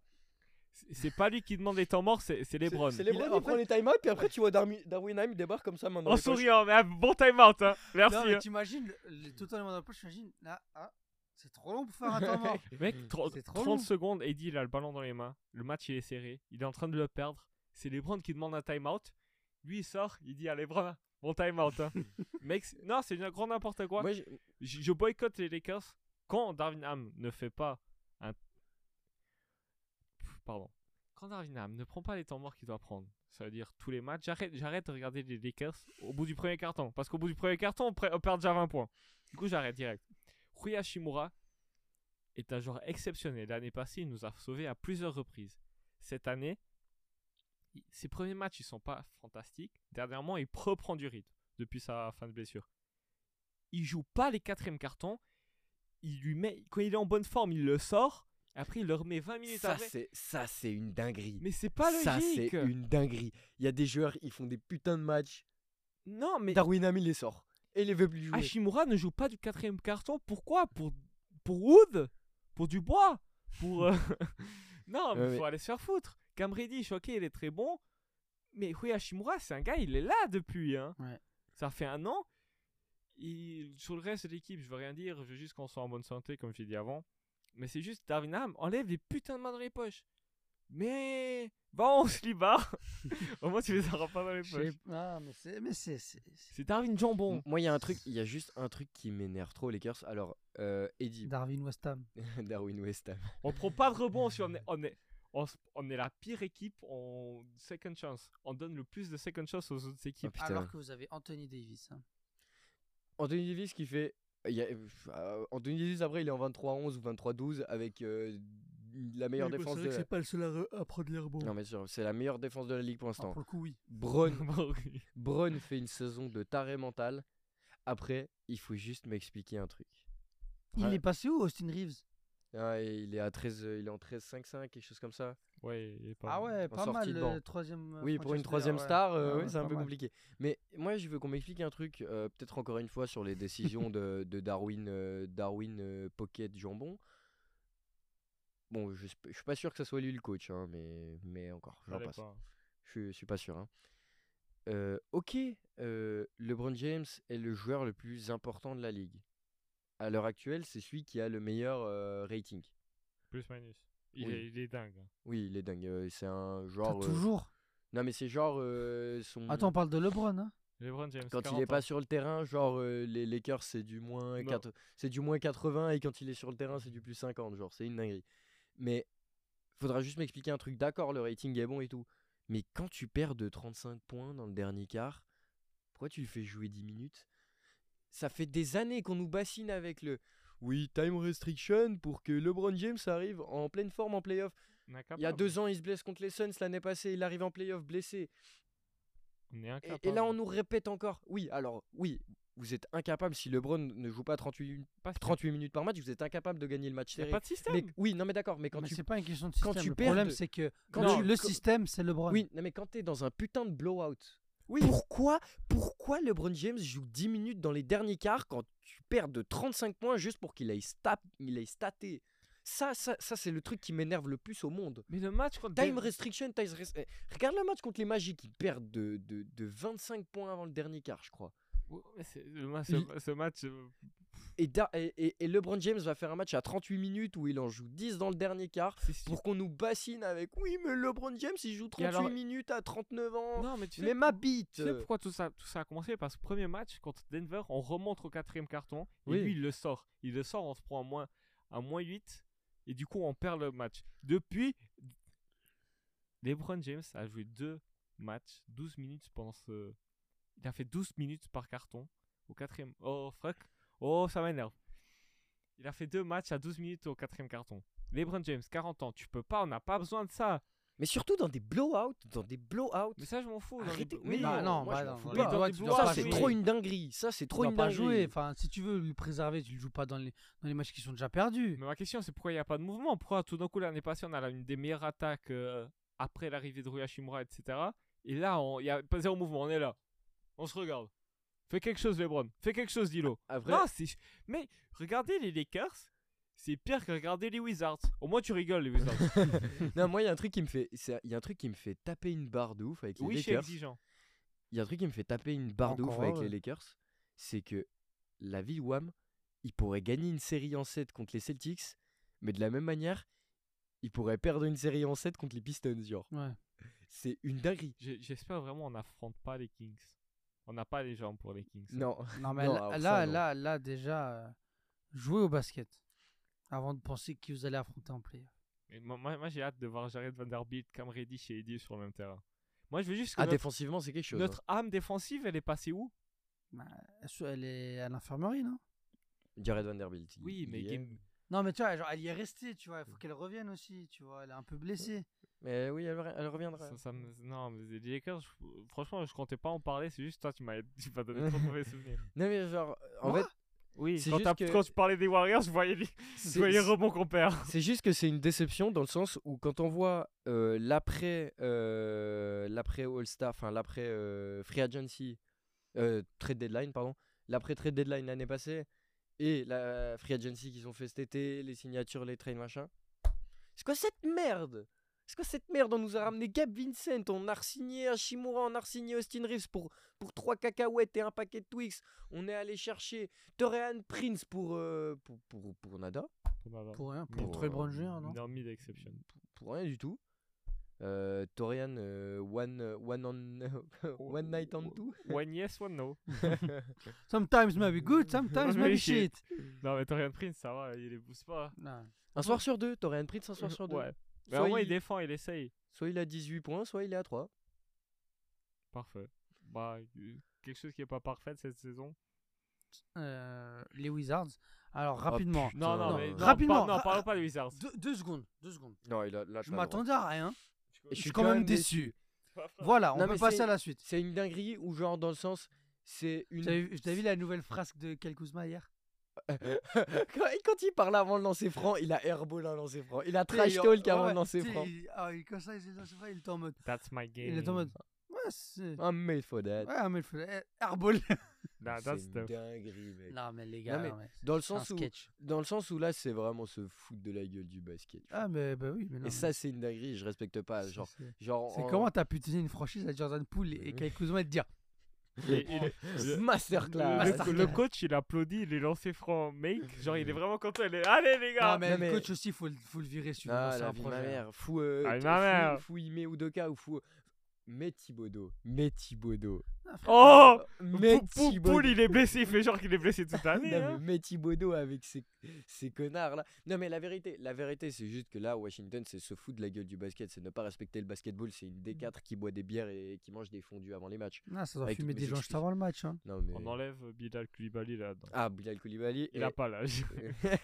Speaker 2: C'est- C'est pas lui qui demande les temps morts, c'est c'est Lebron.
Speaker 1: C'est les
Speaker 3: Il-
Speaker 1: bras,
Speaker 3: en
Speaker 1: il prend les time-out, puis après, tu vois Darmi- Darwin Ham, il débarque comme ça, main dans
Speaker 2: En
Speaker 1: les poches.
Speaker 2: souriant, mais un bon time out, hein. Merci.
Speaker 3: Non, mais
Speaker 2: hein.
Speaker 3: t'imagines, le- le- totalement dans la poche, t'imagines, là, ah, c'est trop long pour faire un temps mort.
Speaker 2: Mec, tro-
Speaker 3: C'est trop
Speaker 2: 30
Speaker 3: long.
Speaker 2: secondes, Eddie, il a le ballon dans les mains. Le match, il est serré. Il est en train de le perdre. C'est Lebron qui demande un time-out. Lui, il sort. Il dit à Lebron, bon time-out. hein. Mec, c'est- non, c'est un grand n'importe quoi.
Speaker 1: Moi, j'ai-
Speaker 2: Je, je boycotte les Lakers. Quand Darwin Ham ne fait pas un. Pff, Pardon. Quand Darwin Ham ne prend pas les temps morts qu'il doit prendre, ça veut dire tous les matchs, j'arrête, j'arrête de regarder les Lakers au bout du premier carton. Parce qu'au bout du premier carton, on, pre- on perd déjà 20 points. Du coup, j'arrête direct. Rui Hashimura est un joueur exceptionnel. L'année passée, il nous a sauvés à plusieurs reprises. Cette année, il- ses premiers matchs, ils sont pas fantastiques. Dernièrement, il reprend du rythme depuis sa fin de blessure il joue pas les quatrièmes cartons. Il lui met quand il est en bonne forme, il le sort. Après, il le remet 20 minutes
Speaker 1: ça,
Speaker 2: après.
Speaker 1: c'est ça, c'est une dinguerie.
Speaker 2: Mais c'est pas
Speaker 1: Ça, c'est
Speaker 2: logique.
Speaker 1: une dinguerie. Il y a des joueurs, ils font des putains de matchs.
Speaker 2: Non, mais
Speaker 1: Darwin Ham, il les sort. Et les veut plus jouer.
Speaker 2: Hashimura ne joue pas du quatrième carton. Pourquoi Pour pour Wood Pour Dubois Pour euh, non, mais
Speaker 1: Ouais,
Speaker 2: faut
Speaker 1: mais-
Speaker 2: aller se faire foutre. Cam Reddish, ok, il est très bon, mais oui, Hashimura, c'est un gars, il est là depuis. hein.
Speaker 3: Ouais.
Speaker 2: Ça fait un an. Il- sur le reste de l'équipe, je veux rien dire. Je veux juste qu'on soit en bonne santé, comme j'ai dit avant. Mais c'est juste Darwin Ham enlève les putains de mains dans les poches. Mais bon, on se libère. Au moins, tu les auras pas dans les
Speaker 3: Je sais
Speaker 2: poches.
Speaker 3: pas, mais c'est. Mais c'est. c'est- c'est-
Speaker 2: C'est Darwin Jambon.
Speaker 1: M- Moi, il y a un truc, il y a juste un truc qui m'énerve trop, les Lakers. Alors, euh, Eddie,
Speaker 3: Darwin Westham.
Speaker 1: Darwin West Ham.
Speaker 2: On prend pas de rebond si on est, on est, on, s- on est la pire équipe en second chance. On donne le plus de second chance aux autres
Speaker 1: Oh,
Speaker 2: équipes.
Speaker 1: putain.
Speaker 3: Alors que vous avez Anthony Davis. hein.
Speaker 1: Anthony Davis qui fait. il y a- euh, Anthony Davis, après, il est en 23-11 ou 23-12 avec euh, la meilleure défense de. la-
Speaker 3: pas le seul à, re- à prendre les rebonds.
Speaker 1: Non, mais sûr, c'est la meilleure défense de la ligue pour
Speaker 3: Ah,
Speaker 1: l'instant.
Speaker 3: pour le coup, oui.
Speaker 1: Braun,
Speaker 2: Bon, oui.
Speaker 1: Braun fait une saison de taré mental. Après, il faut juste m'expliquer un truc.
Speaker 3: Il
Speaker 1: Ouais.
Speaker 3: est passé où, Austin Reeves
Speaker 1: Ah, et il est à 13, euh, il est en 13-5-5, quelque chose comme ça.
Speaker 2: ouais, il est pas
Speaker 3: Ah
Speaker 2: bon.
Speaker 3: ouais, pas
Speaker 1: sortie
Speaker 3: mal.
Speaker 1: de
Speaker 3: Le
Speaker 1: banc.
Speaker 3: troisième. euh,
Speaker 1: Oui, pour une troisième
Speaker 3: franchise player, ouais. Ah
Speaker 1: star, euh,
Speaker 3: Ouais,
Speaker 1: oui,
Speaker 3: ouais,
Speaker 1: c'est un
Speaker 3: pas
Speaker 1: peu
Speaker 3: mal.
Speaker 1: compliqué. Mais moi, je veux qu'on m'explique un truc, euh, peut-être encore une fois sur les décisions de, de Darwin, euh, Darwin euh, Pocket Jambon. Bon, je, sp- je suis pas sûr que ça soit lui le coach, hein, mais, mais encore,
Speaker 2: Ça
Speaker 1: j'en
Speaker 2: l'est
Speaker 1: passe.
Speaker 2: pas.
Speaker 1: Je, suis- je suis pas sûr. hein. Euh, ok, euh, LeBron James est le joueur le plus important de la ligue. À l'heure actuelle, c'est celui qui a le meilleur euh, rating.
Speaker 2: Plus minus. Il,
Speaker 1: Oui.
Speaker 2: est, il est dingue. hein.
Speaker 1: Oui, il est dingue. euh, c'est un
Speaker 3: T'as
Speaker 1: genre. euh,
Speaker 3: toujours.
Speaker 1: Non, mais c'est genre euh, son.
Speaker 3: Attends, on parle de LeBron. Hein.
Speaker 2: LeBron James.
Speaker 1: Quand il
Speaker 2: 40
Speaker 1: est pas
Speaker 2: ans.
Speaker 1: sur le terrain, genre euh, les Lakers c'est du moins
Speaker 2: Non.
Speaker 1: quatre- c'est du moins 80 et quand il est sur le terrain, c'est du plus 50, genre c'est une dinguerie. Mais faudra juste m'expliquer un truc, d'accord, le rating est bon et tout. Mais quand tu perds de 35 points dans le dernier quart, pourquoi tu le fais jouer 10 minutes Ça fait des années qu'on nous bassine avec le oui, time restriction pour que LeBron James arrive en pleine forme en playoff. Il y a
Speaker 2: Incapable.
Speaker 1: deux ans, il se blesse contre les Suns. L'année passée, il arrive en playoff blessé.
Speaker 2: On
Speaker 1: Et- Et,
Speaker 2: est
Speaker 1: là, on
Speaker 2: incapable.
Speaker 1: nous répète encore. Oui, alors, oui, vous êtes incapable. Si LeBron ne joue pas 38,
Speaker 2: Pas de-
Speaker 1: 38 minutes par match, vous êtes incapable de gagner le match
Speaker 2: Il n'y
Speaker 1: serré.
Speaker 2: a pas de système.
Speaker 1: Mais, oui, non, mais d'accord, mais quand
Speaker 3: Mais
Speaker 1: tu.
Speaker 3: c'est pas une question de
Speaker 1: quand
Speaker 3: système.
Speaker 1: tu
Speaker 3: le
Speaker 1: perds
Speaker 3: problème,
Speaker 1: de-
Speaker 3: c'est que
Speaker 1: quand tu-
Speaker 3: le, le
Speaker 1: quand-
Speaker 3: système, c'est LeBron.
Speaker 1: Oui, non, mais quand t'es dans un putain de blowout. Pourquoi, pourquoi LeBron James joue 10 minutes dans les derniers quarts quand tu perds de 35 points juste pour qu'il aille, sta- il aille stater Ça, ça, ça c'est le truc qui m'énerve le plus au monde.
Speaker 2: Mais le match contre.
Speaker 1: Time
Speaker 2: Denver-
Speaker 1: restriction, time res- eh, Regarde le match contre les Magic, ils perdent de, de, de 25 points avant le dernier quart, je crois.
Speaker 2: Ouais, mais c'est- le ma-
Speaker 1: Il-
Speaker 2: ce, ce match. euh,
Speaker 1: Et, Da- et- et- et LeBron James va faire un match à 38 minutes où il en joue 10 dans le dernier quart
Speaker 2: c'est si-
Speaker 1: pour qu'on nous bassine avec oui mais LeBron James il joue 38
Speaker 2: Et alors-
Speaker 1: minutes à 39 ans.
Speaker 2: Non, mais tu sais
Speaker 1: mais ma
Speaker 2: pour-
Speaker 1: bite.
Speaker 2: Tu sais pourquoi tout ça, tout ça a commencé Parce que premier match contre Denver, on remonte au quatrième carton. Et
Speaker 1: Oui.
Speaker 2: lui, il le sort. Il le sort, on se prend à moins, à moins 8. Et du coup, on perd le match. Depuis, LeBron James a joué deux matchs, 12 minutes pendant ce. Il a fait 12 minutes par carton au quatrième. Oh, fuck. Oh, ça m'énerve. Il a fait deux matchs à 12 minutes au quatrième carton. LeBron James, 40 ans. Tu peux pas, on n'a pas besoin de ça.
Speaker 1: Mais surtout dans des blowouts, dans des blowouts.
Speaker 2: Mais ça, je m'en fous. dans les-
Speaker 1: Arrêtez.
Speaker 2: Oui,
Speaker 1: mais
Speaker 3: Bah non,
Speaker 1: moi,
Speaker 3: bah
Speaker 1: je m'en
Speaker 3: non,
Speaker 1: fous
Speaker 3: dans
Speaker 1: pas.
Speaker 3: les doigts, tu
Speaker 2: Dans
Speaker 3: dois
Speaker 2: les
Speaker 1: Ça
Speaker 3: pas
Speaker 1: c'est
Speaker 3: jouer.
Speaker 1: trop une dinguerie, ça c'est trop
Speaker 3: Tu
Speaker 1: une
Speaker 3: dois pas
Speaker 1: dinguerie.
Speaker 3: jouer. Enfin, si tu veux le préserver, tu le joues pas dans les, dans les matchs qui sont déjà perdus.
Speaker 2: Mais ma question, c'est pourquoi il n'y a pas de mouvement Pourquoi tout d'un coup, l'année passée, on a la- une des meilleures attaques euh, après l'arrivée de Rui Hachimura, etc. Et là, on- il y a pas zéro mouvement, on est là. On se regarde. Fais quelque chose, LeBron. Fais quelque chose, Dilo.
Speaker 1: À Ah, vrai,
Speaker 2: Non, c'est. Mais regardez les Lakers, c'est pire que regarder les Wizards. Au moins, tu rigoles, les Wizards.
Speaker 1: non, moi, il y a un truc qui me fait, c'est- il y a un truc qui me fait taper une barre de ouf avec les
Speaker 2: oui, je suis
Speaker 1: Lakers.
Speaker 2: exigeant.
Speaker 1: Il y a un truc qui me fait taper une barre de ouf
Speaker 3: Encore,
Speaker 1: avec
Speaker 3: ouais.
Speaker 1: les Lakers, c'est que la ville WAM, ils pourraient gagner une série en 7 contre les Celtics, mais de la même manière, ils pourraient perdre une série en 7 contre les Pistons, genre.
Speaker 3: Ouais.
Speaker 1: C'est une dinguerie.
Speaker 2: J'ai- J'espère vraiment on n'affronte pas les Kings. On n'a pas les jambes pour les Kings.
Speaker 1: Non.
Speaker 3: Non, mais
Speaker 1: Non,
Speaker 3: là,
Speaker 1: alors
Speaker 3: là,
Speaker 1: ça, non.
Speaker 3: là, là, déjà, euh, jouez au basket avant de penser qui vous allez affronter en player.
Speaker 2: Mais moi, moi- moi, j'ai hâte de voir Jared Vanderbilt, Cam Reddish et Eddie sur le même terrain. Moi, je veux juste que
Speaker 1: Ah,
Speaker 2: notre,
Speaker 1: défensivement, c'est quelque chose.
Speaker 2: notre âme défensive, elle est passée où
Speaker 3: Elle est à l'infirmerie, non
Speaker 1: hein. Jared Vanderbilt. il-
Speaker 2: Oui,
Speaker 1: il
Speaker 2: mais
Speaker 1: y est.
Speaker 2: Game-
Speaker 3: Non, mais tu vois, genre, elle y est restée, tu vois. Il faut qu'elle revienne aussi, tu vois. Elle est un peu blessée.
Speaker 1: Mais oui, elle, re- elle reviendra.
Speaker 2: ça, ça me- Non, mais les Lakers, je- franchement, je comptais pas en parler. C'est juste toi, tu m'as tu m'as donné trop de mauvais souvenirs.
Speaker 1: Non, mais genre, en
Speaker 3: Moi
Speaker 1: fait,
Speaker 2: Oui,
Speaker 1: c'est
Speaker 2: quand,
Speaker 1: juste
Speaker 2: t'as-
Speaker 1: que-
Speaker 2: quand tu parlais des Warriors, je voyais les, je
Speaker 1: c'est-
Speaker 2: voyais les rebonds qu'on perd.
Speaker 1: C'est juste que c'est une déception dans le sens où quand on voit euh, l'après euh, l'après All Star, enfin l'après euh, Free Agency, euh, trade deadline pardon, l'après trade deadline l'année passée et la Free Agency qu'ils ont fait cet été, les signatures, les trades machin. C'est quoi cette merde C'est quoi cette merde On nous a ramené Gab Vincent, on a re-signé Hashimura, on a re-signé Austin Reeves pour pour trois cacahuètes et un paquet de Twix. On est allé chercher Torian Prince pour euh, pour, pour pour hein, nada
Speaker 3: Pour rien.
Speaker 2: Pour, euh,
Speaker 3: Pour Troy Brown Jr., non
Speaker 2: Non, mid exception.
Speaker 1: pour rien du tout. Euh, Torian, euh, one, euh, one, on,
Speaker 3: Oh,
Speaker 1: one night on two.
Speaker 2: One yes, one no.
Speaker 3: Sometimes maybe good, sometimes maybe
Speaker 2: Maybe
Speaker 3: Mm. shit.
Speaker 2: Non, mais Torian Prince, ça va, il est boost pas.
Speaker 3: Non.
Speaker 1: Un soir sur deux, Torian Prince un soir sur deux.
Speaker 2: Ouais. Mais
Speaker 3: Ben,
Speaker 1: Soit
Speaker 2: au moins, il...
Speaker 1: il-
Speaker 2: défend, il essaye.
Speaker 1: Soit il a 18 points, soit il est à 3.
Speaker 2: Parfait. Bah, euh, quelque chose qui est pas parfait cette saison.
Speaker 3: Euh, les Wizards. Alors, rapidement.
Speaker 2: Non, non,
Speaker 1: Non,
Speaker 2: mais.
Speaker 1: euh,
Speaker 2: non,
Speaker 3: rapidement,
Speaker 2: pas- non,
Speaker 3: ra-
Speaker 2: parlons pas des Wizards.
Speaker 3: Deux, deux secondes, deux secondes.
Speaker 1: Non, il a, là,
Speaker 3: Je m'attendais à rien.
Speaker 1: Je
Speaker 3: Je suis quand même déçu. Voilà, on
Speaker 1: Non,
Speaker 3: peut
Speaker 1: mais
Speaker 3: passer
Speaker 1: c'est-
Speaker 3: à la suite.
Speaker 1: C'est une dinguerie ou genre dans le sens, c'est une.
Speaker 3: T'as vu, t'as vu la nouvelle frasque de Kalkuzma hier
Speaker 1: quand, quand il parle avant de lancer franc, il a airball un lancer franc. Il a
Speaker 3: Tu sais,
Speaker 1: trash
Speaker 3: il-
Speaker 1: talk avant
Speaker 3: ouais,
Speaker 1: de lancer
Speaker 3: tu sais,
Speaker 1: franc.
Speaker 3: il- ah, il- Comme ça, il lance franc, il est en mode.
Speaker 2: That's my game.
Speaker 3: Il est en mode. Ouais, c'est.
Speaker 1: I'm made for that.
Speaker 3: Ouais, mais il faut. eh, Airball
Speaker 2: Nah,
Speaker 1: c'est
Speaker 2: that's
Speaker 1: une
Speaker 2: the-
Speaker 1: dinguerie, mec.
Speaker 3: Non, mais les gars,
Speaker 1: mais
Speaker 3: non, mais
Speaker 1: Dans le,
Speaker 3: c'est un
Speaker 1: sens où,
Speaker 3: sketch.
Speaker 1: dans le sens où là, c'est vraiment se foutre de la gueule du basket. tu vois.
Speaker 3: Ah, mais bah oui, mais non.
Speaker 1: Et
Speaker 3: mais
Speaker 1: ça, c'est une dinguerie, je respecte pas.
Speaker 3: c'est-
Speaker 1: Genre,
Speaker 3: c'est-
Speaker 1: genre
Speaker 3: C'est
Speaker 1: en-
Speaker 3: comment t'as pu tenir une franchise à Jordan Poole et et Kalkuzma et te Oh, dire
Speaker 2: Et- et le- le-
Speaker 3: Ah,
Speaker 1: Masterclass.
Speaker 2: le, le coach, il applaudit, il est lancé franc make. Genre, il est vraiment content. Il est... Allez, les gars
Speaker 3: Non, mais,
Speaker 1: non,
Speaker 3: le
Speaker 1: mais-
Speaker 3: coach aussi, faut le, faut le virer sur
Speaker 1: Ah,
Speaker 3: c'est
Speaker 1: la
Speaker 3: un
Speaker 1: vie de ma
Speaker 3: projet. hein.
Speaker 1: mère. Fou, euh,
Speaker 2: Ah, mais
Speaker 1: t-
Speaker 2: ma
Speaker 1: fou-
Speaker 2: mère.
Speaker 1: fou Ime Udoka ou fou. Mais Thibodeau. Mais Thibodeau.
Speaker 3: Ah, frère,
Speaker 2: Oh
Speaker 1: Mais
Speaker 2: Pou- Pou-
Speaker 1: Thibodeau.
Speaker 2: Poul, il est blessé. Il fait genre qu'il est blessé toute l'année.
Speaker 1: Non, mais
Speaker 2: hein.
Speaker 1: mais Thibodeau avec ces, ces connards là. Non mais la vérité, la vérité c'est juste que là Washington c'est se foutre de la gueule du basket, c'est ne pas respecter le basketball, c'est une
Speaker 2: Mm.
Speaker 1: D4 qui boit des bières et qui mange des fondus avant les matchs.
Speaker 3: Non, ça doit
Speaker 1: Avec
Speaker 3: fumer
Speaker 1: mes
Speaker 3: des gens juste
Speaker 1: excuses.
Speaker 3: avant le match. Hein.
Speaker 1: Non mais
Speaker 2: On enlève euh, Bilal Koulibaly là-dedans.
Speaker 1: ah Bilal Koulibaly
Speaker 2: Il
Speaker 1: et-
Speaker 2: a pas l'âge.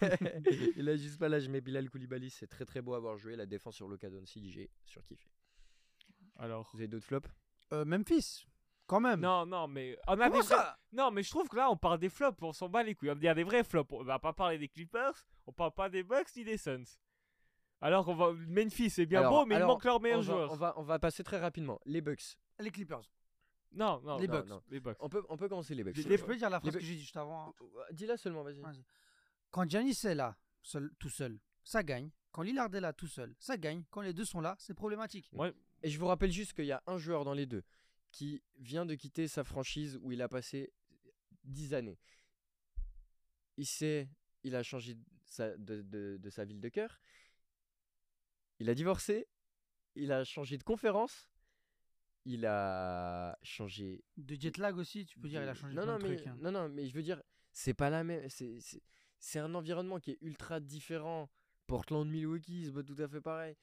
Speaker 1: il a juste pas l'âge mais Bilal Koulibaly c'est très très beau à avoir joué la défense sur l'occasion si j'ai surkiffé.
Speaker 2: Alors.
Speaker 1: Vous avez d'autres flops
Speaker 3: Euh, Memphis, quand même.
Speaker 2: Non, non, mais. On a
Speaker 3: Comment
Speaker 2: des
Speaker 3: ça
Speaker 2: Non, mais je trouve que là, on parle des flops, on s'en bat les couilles. On y a des vrais flops. On va pas parler des Clippers, on parle pas des Bucks ni des Suns. Alors, on va... Memphis, c'est bien
Speaker 1: Alors-
Speaker 2: beau, mais
Speaker 1: alors,
Speaker 2: il manque leur meilleur
Speaker 1: on va,
Speaker 2: joueur.
Speaker 1: On va, on va passer très rapidement. Les Bucks.
Speaker 3: Les Clippers.
Speaker 2: Non, non,
Speaker 3: Les
Speaker 2: non,
Speaker 3: Bucks.
Speaker 2: non, Les Bucks.
Speaker 1: On peut, on peut commencer les Bucks.
Speaker 2: Les-
Speaker 3: Je peux dire la
Speaker 1: Les
Speaker 3: phrase que
Speaker 1: Bucks.
Speaker 3: j'ai dit juste avant. hein.
Speaker 1: Euh, Dis-la seulement, vas-y.
Speaker 3: Ouais. Quand Giannis est là, seul, tout seul, ça gagne. Quand Lillard est là, tout seul, ça gagne. Quand les deux sont là, c'est problématique.
Speaker 1: Et je vous rappelle juste qu'il y a un joueur dans les deux qui vient de quitter sa franchise où il a passé 10 années. Il sait, il a changé de sa, de, de- de sa ville de cœur. Il a divorcé. Il a changé de conférence. Il a changé
Speaker 3: De jet lag aussi, tu peux dire, il a
Speaker 1: de-
Speaker 3: changé
Speaker 1: non,
Speaker 3: plein
Speaker 1: non,
Speaker 3: de
Speaker 1: mais,
Speaker 3: trucs, hein.
Speaker 1: Non, non, mais je veux dire, c'est pas la même. c'est- C'est c'est un environnement qui est ultra différent. Portland, Milwaukee, c'est pas tout à fait pareil.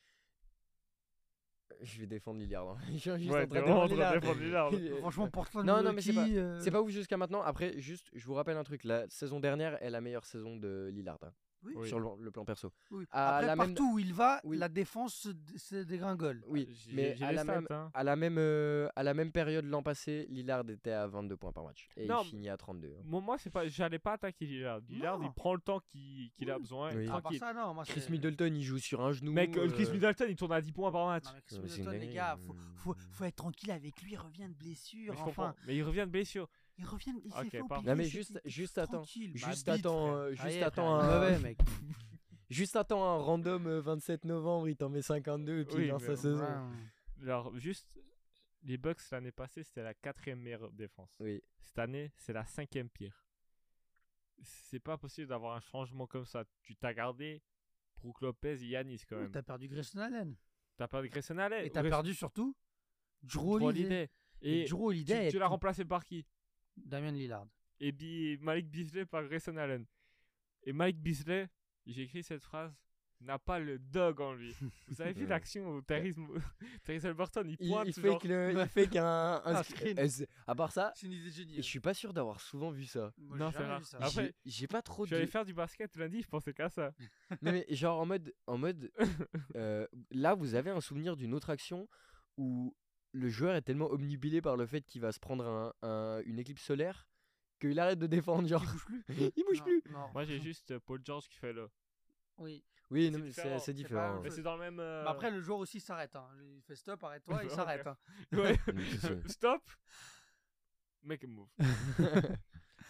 Speaker 1: Je vais défendre Lillard. hein. Je suis juste
Speaker 2: Ouais,
Speaker 1: en train
Speaker 2: t'es
Speaker 1: de
Speaker 2: vraiment en
Speaker 1: défendre
Speaker 2: train de
Speaker 1: Lillard.
Speaker 2: défendre Lillard.
Speaker 1: Il est-
Speaker 3: Franchement, Portland,
Speaker 1: Non, non, mais
Speaker 3: Milwaukee, euh,
Speaker 1: C'est pas ouf jusqu'à maintenant. Après, juste, je vous rappelle un truc. La saison dernière est la meilleure saison de Lillard. hein,
Speaker 3: Oui.
Speaker 2: Oui. Ah,
Speaker 1: Sur le, le plan perso.
Speaker 3: oui.
Speaker 1: à
Speaker 3: Après,
Speaker 1: la même-
Speaker 3: partout où il va,
Speaker 1: Oui.
Speaker 3: la défense se dé- se dégringole.
Speaker 1: Oui,
Speaker 2: J'ai-
Speaker 1: mais
Speaker 2: j'ai
Speaker 1: à
Speaker 2: les
Speaker 1: la,
Speaker 2: stats,
Speaker 1: même,
Speaker 2: hein.
Speaker 1: à, la même, euh, à la même période l'an passé, Lillard était à 22 points par match. Et
Speaker 2: Non,
Speaker 1: il finit à 32. hein.
Speaker 2: Moi, moi, c'est pas... j'allais pas attaquer Lillard. Lillard,
Speaker 3: Non.
Speaker 2: il prend le temps qu'il qu'il a
Speaker 3: Oui.
Speaker 2: besoin.
Speaker 1: Oui.
Speaker 3: À part
Speaker 2: Tranquille.
Speaker 3: ça, non, moi,
Speaker 1: Chris
Speaker 3: c'est-
Speaker 1: Middleton, il joue sur un genou.
Speaker 2: Mec, euh, Chris
Speaker 1: euh,
Speaker 2: Middleton, il tourne à 10 points par match.
Speaker 3: Non, mais Chris
Speaker 1: Non, mais c'est une
Speaker 3: Middleton, les
Speaker 1: dinguerie,
Speaker 3: gars,
Speaker 1: euh,
Speaker 3: faut, faut, faut être tranquille avec lui, il revient de
Speaker 2: Mais
Speaker 3: blessure,
Speaker 2: je
Speaker 3: enfin.
Speaker 2: comprends. Mais il revient de blessure.
Speaker 3: Il Ils reviennent, ils
Speaker 2: Ok,
Speaker 3: s'est fait
Speaker 2: parfait.
Speaker 3: opérer,
Speaker 1: Non, mais
Speaker 3: c'est
Speaker 1: juste-
Speaker 3: tout-
Speaker 1: juste
Speaker 3: tranquille,
Speaker 1: attends.
Speaker 3: ma
Speaker 1: Juste
Speaker 3: bite,
Speaker 1: attends,
Speaker 3: frère.
Speaker 1: euh,
Speaker 3: Ça y
Speaker 1: juste
Speaker 3: est,
Speaker 1: attends
Speaker 3: frère,
Speaker 1: un-
Speaker 3: mauvais, mec.
Speaker 1: Juste attends un random euh, 27 novembre, il t'en met 52 et puis
Speaker 2: Oui,
Speaker 1: il lance
Speaker 2: mais
Speaker 1: sa saison.
Speaker 3: Ouais.
Speaker 2: Alors, juste, les Bucks l'année passée, c'était la quatrième meilleure défense.
Speaker 1: Oui.
Speaker 2: Cette année, c'est la cinquième pire. C'est pas possible d'avoir un changement comme ça. Tu t'as gardé Brook Lopez et Yanis quand
Speaker 3: Ouh,
Speaker 2: même.
Speaker 3: T'as perdu Grayson Allen.
Speaker 2: T'as perdu Grayson Allen.
Speaker 3: Et t'as
Speaker 2: Grayson-
Speaker 3: perdu surtout Drew
Speaker 2: Drew
Speaker 3: Holiday.
Speaker 2: Holiday. Et,
Speaker 3: Et Drew Holiday.
Speaker 2: tu, tu l'as
Speaker 3: est-
Speaker 2: remplacé par qui
Speaker 3: Damien Lillard.
Speaker 2: et Bi- Malik Beasley par Grayson Allen. Et Malik Beasley, j'ai écrit cette phrase, n'a pas le dog en lui. Vous avez vu
Speaker 1: Ouais.
Speaker 2: l'action où Terry Alberton, il
Speaker 1: Il,
Speaker 2: pointe
Speaker 1: il fait
Speaker 2: genre-
Speaker 1: que le- il fait qu'un un
Speaker 3: Un
Speaker 1: sc-
Speaker 3: screen.
Speaker 1: euh, c'est- à part ça,
Speaker 3: C'est une idée
Speaker 1: je
Speaker 3: géniale.
Speaker 1: suis pas sûr d'avoir souvent vu ça.
Speaker 2: Non, c'est rare. Ah, euh Après,
Speaker 1: J'ai- j'ai pas trop
Speaker 2: Je suis allé
Speaker 1: de
Speaker 2: faire du basket lundi, je pensais qu'à ça.
Speaker 1: Non, mais genre en mode, en mode euh, là, vous avez un souvenir d'une autre action où le joueur est tellement omnibilé par le fait qu'il va se prendre un, un- une éclipse solaire qu'il arrête de défendre. Genre, Ah, il bouge plus.
Speaker 2: Moi j'ai juste euh, Paul George qui fait le.
Speaker 3: Oui.
Speaker 1: Oui,
Speaker 2: C'est
Speaker 1: non, mais
Speaker 2: différent,
Speaker 1: c'est c'est
Speaker 2: c'est
Speaker 1: différent.
Speaker 3: pas
Speaker 2: Mais c'est dans le même. euh,
Speaker 3: Mais après, le joueur aussi s'arrête. hein. Il fait stop, arrête-toi, il
Speaker 2: Ouais.
Speaker 3: s'arrête. hein.
Speaker 2: ouais.
Speaker 1: Oui, c'est sûr.
Speaker 2: Stop Make a move.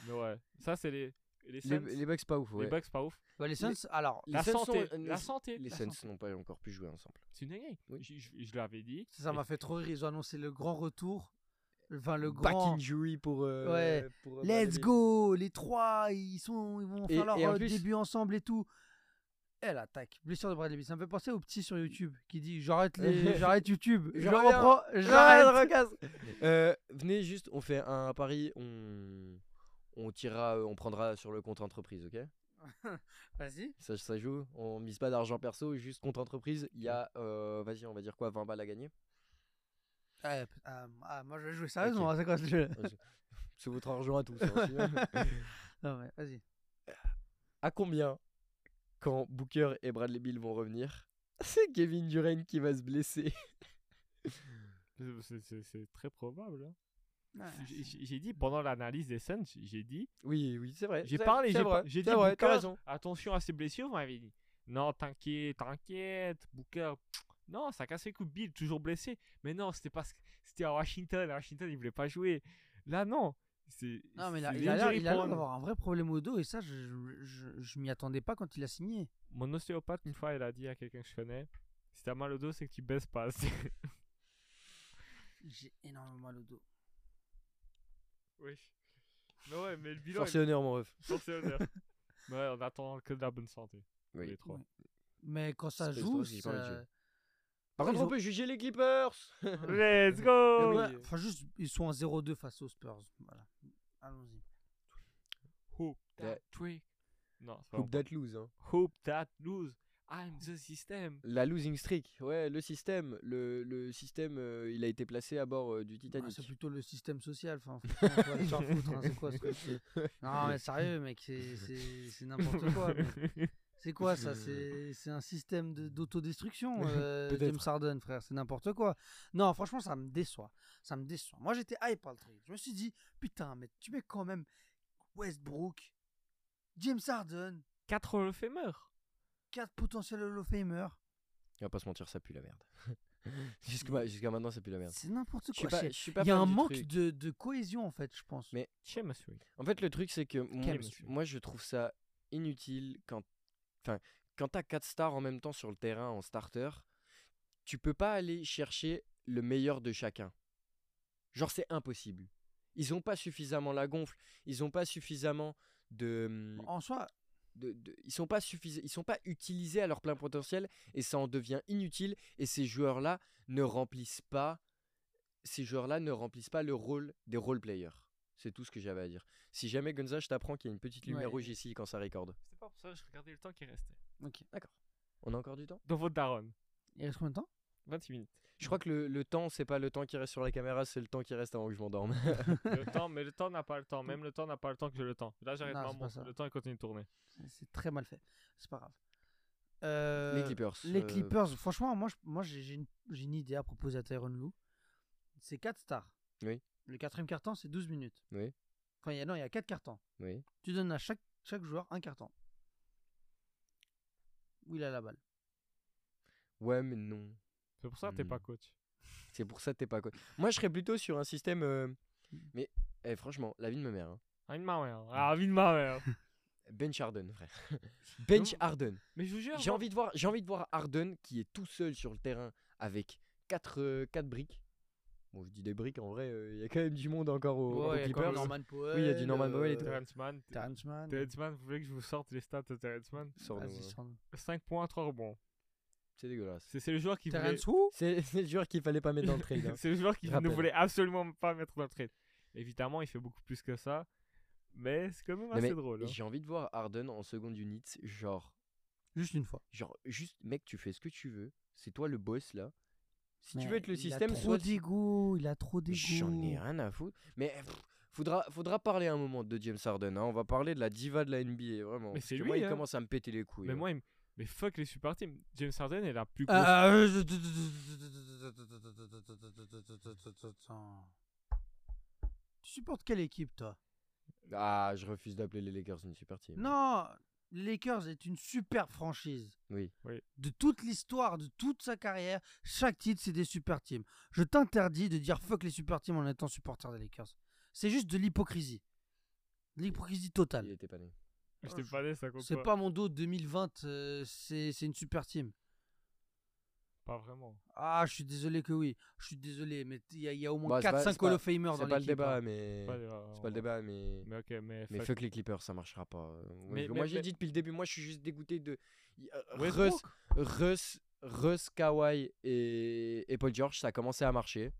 Speaker 2: Mais ouais, ça c'est les. Les
Speaker 1: les,
Speaker 2: Suns.
Speaker 1: les Bucks pas ouf.
Speaker 2: les
Speaker 1: ouais.
Speaker 2: Bucks, pas ouf.
Speaker 3: Bah, les Suns, alors,
Speaker 1: Les
Speaker 2: La
Speaker 1: Suns sont-
Speaker 2: santé,
Speaker 1: euh,
Speaker 2: la
Speaker 1: les-
Speaker 2: santé.
Speaker 1: Les
Speaker 2: la
Speaker 1: Suns
Speaker 2: santé.
Speaker 1: n'ont pas encore pu jouer ensemble.
Speaker 2: C'est une dinguerie.
Speaker 1: Oui.
Speaker 2: Je, je- je l'avais dit.
Speaker 3: ça ça
Speaker 2: Et
Speaker 3: m'a fait trop rire. Ils ont annoncé le grand retour. Enfin, le
Speaker 1: Back
Speaker 3: grand.
Speaker 1: injury pour. euh,
Speaker 3: Ouais.
Speaker 1: pour, euh,
Speaker 3: Let's
Speaker 1: Bradley.
Speaker 3: go Les trois, ils, sont, ils vont
Speaker 1: Et-
Speaker 3: faire leur
Speaker 1: et en
Speaker 3: euh,
Speaker 1: plus-
Speaker 3: début ensemble et tout. Elle attaque. Blessure de Bradley Beal. Ça me fait penser au petit sur YouTube qui dit J'arrête les... j'arrête YouTube.
Speaker 1: Je
Speaker 3: Je
Speaker 1: reviens.
Speaker 3: reprends.
Speaker 1: J'arrête,
Speaker 3: J'arrête.
Speaker 1: recasse. Euh, venez juste, on fait un pari, on on tirera, euh, on prendra sur le compte entreprise, ok
Speaker 3: Vas-y.
Speaker 1: ça, ça joue, on mise pas d'argent perso, juste compte entreprise. Il y a, euh, vas-y, on va dire quoi, 20 balles à gagner.
Speaker 3: Ouais, p- ah, ah, moi, je vais jouer sérieusement. hein, C'est quoi ce jeu
Speaker 1: C'est votre argent à tous. hein, sinon.
Speaker 3: Non, mais vas-y.
Speaker 1: à combien, quand Booker et Bradley Bill vont revenir, c'est Kevin Durant qui va se blesser
Speaker 2: c'est- c'est- C'est c'est très probable. hein.
Speaker 3: Ouais.
Speaker 2: J'ai- J'ai j'ai dit pendant l'analyse des Suns, j'ai dit,
Speaker 1: Oui, oui, c'est vrai.
Speaker 2: j'ai
Speaker 1: c'est-
Speaker 2: parlé,
Speaker 1: c'est
Speaker 2: j'ai
Speaker 1: vrai,
Speaker 2: pas- j'ai dit
Speaker 1: c'est vrai, t'as
Speaker 2: Booker,
Speaker 1: raison.
Speaker 2: attention à ses blessures, vous m'avez dit. Non, t'inquiète, t'inquiète, Booker. Non, ça casse les coups, Bill, toujours blessé. Mais non, c'était parce que c'était à Washington, à Washington, il voulait pas jouer. Là, non. c'est-
Speaker 3: Non, mais il
Speaker 2: c'est
Speaker 3: a il a l'air
Speaker 2: l'injury
Speaker 3: il a l'air
Speaker 2: prone.
Speaker 3: d'avoir un vrai problème au dos et ça, je, je, je- je m'y attendais pas quand il a signé.
Speaker 2: Mon ostéopathe, une fois, elle a dit à quelqu'un que je connais si t'as mal au dos, c'est que tu baisses pas assez.
Speaker 3: J'ai énormément mal au dos.
Speaker 2: oui. Mais ouais, mais le bilan.
Speaker 1: Force et honneur, mon ref.
Speaker 2: est- force et honneur. Mais ouais, en attendant que de la bonne santé.
Speaker 1: Oui.
Speaker 2: Les trois.
Speaker 3: Mais quand ça
Speaker 1: C'est- c'est
Speaker 3: joue,
Speaker 1: vrai que j'ai pas envie de
Speaker 3: ça-
Speaker 1: jouer. Par
Speaker 3: Ouais,
Speaker 1: contre,
Speaker 3: ils
Speaker 1: on
Speaker 3: ont-
Speaker 1: peut juger les Clippers.
Speaker 2: Let's go!
Speaker 3: Ouais, enfin, juste, ils sont en 0-2 face aux Spurs. Voilà. Allons-y.
Speaker 2: Hope
Speaker 1: that
Speaker 2: that trick. Non, c'est pas
Speaker 1: Coupe
Speaker 2: bon.
Speaker 1: that lose, hein.
Speaker 2: Hope that lose. I'm the system.
Speaker 1: La losing streak, ouais, le système, le, le système, euh, il a été placé à bord euh, du
Speaker 3: Ouais,
Speaker 1: Titanic.
Speaker 3: Ah, c'est plutôt le système social. Enfin, franchement, on peut aller se faire foutre, hein, c'est quoi ce truc Non, mais sérieux, mec, c'est- c'est c'est n'importe quoi. mec. C'est quoi ça C'est c'est un système de- d'autodestruction, euh,
Speaker 1: Peut-être.
Speaker 3: James Harden, frère. C'est n'importe quoi. Non, franchement, ça me déçoit. Ça me déçoit. Moi, j'étais hype par le trade. Je me suis dit, putain, mais tu mets quand même Westbrook, James Harden,
Speaker 2: 4 Hall of Famer.
Speaker 3: 4 potentiels Hall of Famer.
Speaker 1: On va pas se mentir, ça pue la merde. Jusque ma- Jusqu'à maintenant, ça pue la merde.
Speaker 3: C'est n'importe
Speaker 1: Je suis
Speaker 3: quoi.
Speaker 1: pas,
Speaker 3: C'est-
Speaker 1: je suis pas
Speaker 3: Il y a
Speaker 1: fan
Speaker 3: un
Speaker 1: du
Speaker 3: manque
Speaker 1: truc.
Speaker 3: de, de cohésion, en fait, je pense.
Speaker 1: Mais-
Speaker 2: James Ring.
Speaker 1: En fait, le truc, c'est que mon-
Speaker 2: Quel monsieur.
Speaker 1: moi, je trouve ça inutile quand, enfin, quand t'as 4 stars en même temps sur le terrain en starter, tu peux pas aller chercher le meilleur de chacun. Genre, c'est impossible. Ils ont pas suffisamment la gonfle, ils ont pas suffisamment de. mmh,
Speaker 3: En soi,
Speaker 1: de- de- ils sont pas suffis- ils sont pas utilisés à leur plein potentiel et ça en devient inutile et ces joueurs là ne remplissent pas ces joueurs là ne remplissent pas le rôle des role players c'est tout ce que j'avais à dire si jamais Gonza je t'apprends qu'il y a une petite lumière
Speaker 3: Ouais.
Speaker 1: rouge ici quand ça recorde
Speaker 2: C'était pas pour ça, je regardais le temps qui restait.
Speaker 3: ok.
Speaker 1: on a encore du temps
Speaker 2: Dans votre daronne.
Speaker 3: Il reste combien de temps
Speaker 2: 26 minutes.
Speaker 1: je crois que le, le temps c'est pas le temps qui reste sur la caméra c'est le temps qui reste avant que je m'endorme
Speaker 2: Le temps, mais le temps n'a pas le temps. Même le temps n'a pas le temps que j'ai le temps. Là, j'arrête
Speaker 3: Non,
Speaker 2: ma
Speaker 3: c'est pas
Speaker 2: montre.
Speaker 3: ça.
Speaker 2: Le temps, il continue de tourner.
Speaker 3: C'est- C'est très mal fait. C'est pas grave. Euh,
Speaker 1: les Clippers
Speaker 3: Les
Speaker 1: euh,
Speaker 3: Clippers, franchement, moi, je- moi j'ai j'ai une, j'ai une idée à proposer à Tyronn Lou. C'est 4 stars.
Speaker 1: Oui.
Speaker 3: Le quatrième carton, c'est 12 minutes.
Speaker 1: Oui.
Speaker 3: Enfin, il y a, non, il y a 4 cartons.
Speaker 1: oui
Speaker 3: Tu donnes à chaque, chaque joueur un carton. Où il a la balle.
Speaker 1: ouais mais non
Speaker 2: C'est pour ça que t'es
Speaker 1: Hmm.
Speaker 2: pas coach.
Speaker 1: c'est pour ça que t'es pas quoi moi je serais plutôt sur un système euh, Mais eh, franchement, la vie de ma mère. hein.
Speaker 2: Ah, une ma mère. Ah, une ma mère.
Speaker 1: Bench Harden, frère. Bench
Speaker 2: Non.
Speaker 1: Harden.
Speaker 2: Mais je vous jure.
Speaker 1: J'ai
Speaker 2: moi-
Speaker 1: envie de voir, j'ai envie de voir Harden qui est tout seul sur le terrain avec 4 briques. Bon, je dis des briques en vrai, euh, il y a quand même du monde encore au,
Speaker 2: Ouais,
Speaker 1: aux
Speaker 2: il y a quand même
Speaker 1: Clippers.
Speaker 2: Norman
Speaker 3: Powell.
Speaker 1: il y a du Norman Powell et tout.
Speaker 2: Terrence euh, Mann.
Speaker 3: Terrence Mann.
Speaker 2: Terrence Mann, vous voulez que je vous sorte les stats de Terrence Mann
Speaker 1: Sors-nous,
Speaker 3: Vas-y,
Speaker 1: hein.
Speaker 3: sors-nous.
Speaker 2: 5 points, 3 rebonds.
Speaker 1: C'est dégueulasse.
Speaker 2: C'est c'est le joueur qui voulait...
Speaker 3: Terrence who
Speaker 1: C'est c'est le joueur qu'il fallait pas mettre dans le trade. hein.
Speaker 2: c'est le joueur qui
Speaker 1: Je
Speaker 2: ne
Speaker 1: rappelle.
Speaker 2: voulait absolument pas mettre dans le trade. Évidemment, il fait beaucoup plus que ça. Mais c'est quand même
Speaker 1: Non,
Speaker 2: assez
Speaker 1: mais
Speaker 2: drôle. hein.
Speaker 1: J'ai envie de voir Harden en seconde unit, genre,
Speaker 3: Juste une fois.
Speaker 1: genre, juste, mec, tu fais ce que tu veux. C'est toi le boss là. Si tu
Speaker 3: Mais
Speaker 1: veux être le
Speaker 3: Il
Speaker 1: système,
Speaker 3: a trop
Speaker 1: soit-
Speaker 3: d'ego, il a trop d'ego.
Speaker 1: J'en ai rien à foutre. Mais eh, pff, faudra, faudra parler un moment de James Harden. hein. On va parler de la diva de la NBA, vraiment.
Speaker 2: Mais
Speaker 1: parce
Speaker 2: c'est
Speaker 1: que
Speaker 2: lui,
Speaker 1: moi, il
Speaker 2: hein.
Speaker 1: commence à me péter les couilles.
Speaker 2: Mais
Speaker 1: hein.
Speaker 2: moi, il me- mais fuck les super teams. James Harden est la plus grosse.
Speaker 3: Ah, euh, je- Attends. Tu supportes quelle équipe, toi
Speaker 1: Ah, je refuse d'appeler les Lakers une super team.
Speaker 3: Non, les Lakers est une super franchise.
Speaker 1: Oui.
Speaker 2: Oui.
Speaker 3: De toute l'histoire, de toute sa carrière, chaque titre, c'est des super teams. Je t'interdis de dire fuck les super teams en étant supporter des Lakers. C'est juste de l'hypocrisie. De L'hypocrisie totale.
Speaker 1: Il était pas né.
Speaker 2: ah, Je t'ai pas dit ça compte
Speaker 3: C'est
Speaker 2: pas.
Speaker 3: pas mon dos 2020, euh, c'est c'est une super team.
Speaker 2: Pas vraiment.
Speaker 3: Ah, je suis désolé que oui. Je suis désolé, mais il y, a- il y a au moins
Speaker 1: Bah, c'est pas-
Speaker 3: 4-5
Speaker 1: c'est pas-
Speaker 3: Hall of Famers dans
Speaker 1: C'est pas le
Speaker 3: l'équipe.
Speaker 1: débat,
Speaker 3: hein.
Speaker 1: mais.
Speaker 2: Pas de- euh,
Speaker 1: C'est pas le débat, mais.
Speaker 2: Mais ok, mais,
Speaker 1: Mais
Speaker 2: fuck.
Speaker 1: fuck les Clippers, ça marchera pas. Euh, moi,
Speaker 2: Mais-
Speaker 1: je-
Speaker 2: mais-
Speaker 1: moi, j'ai
Speaker 2: mais-
Speaker 1: dit depuis le début, moi, je suis juste dégoûté de. Y- euh, Russ,
Speaker 2: Westbrook.
Speaker 1: Russ, Russ, Kawhi et, et Paul George, ça a commencé à marcher.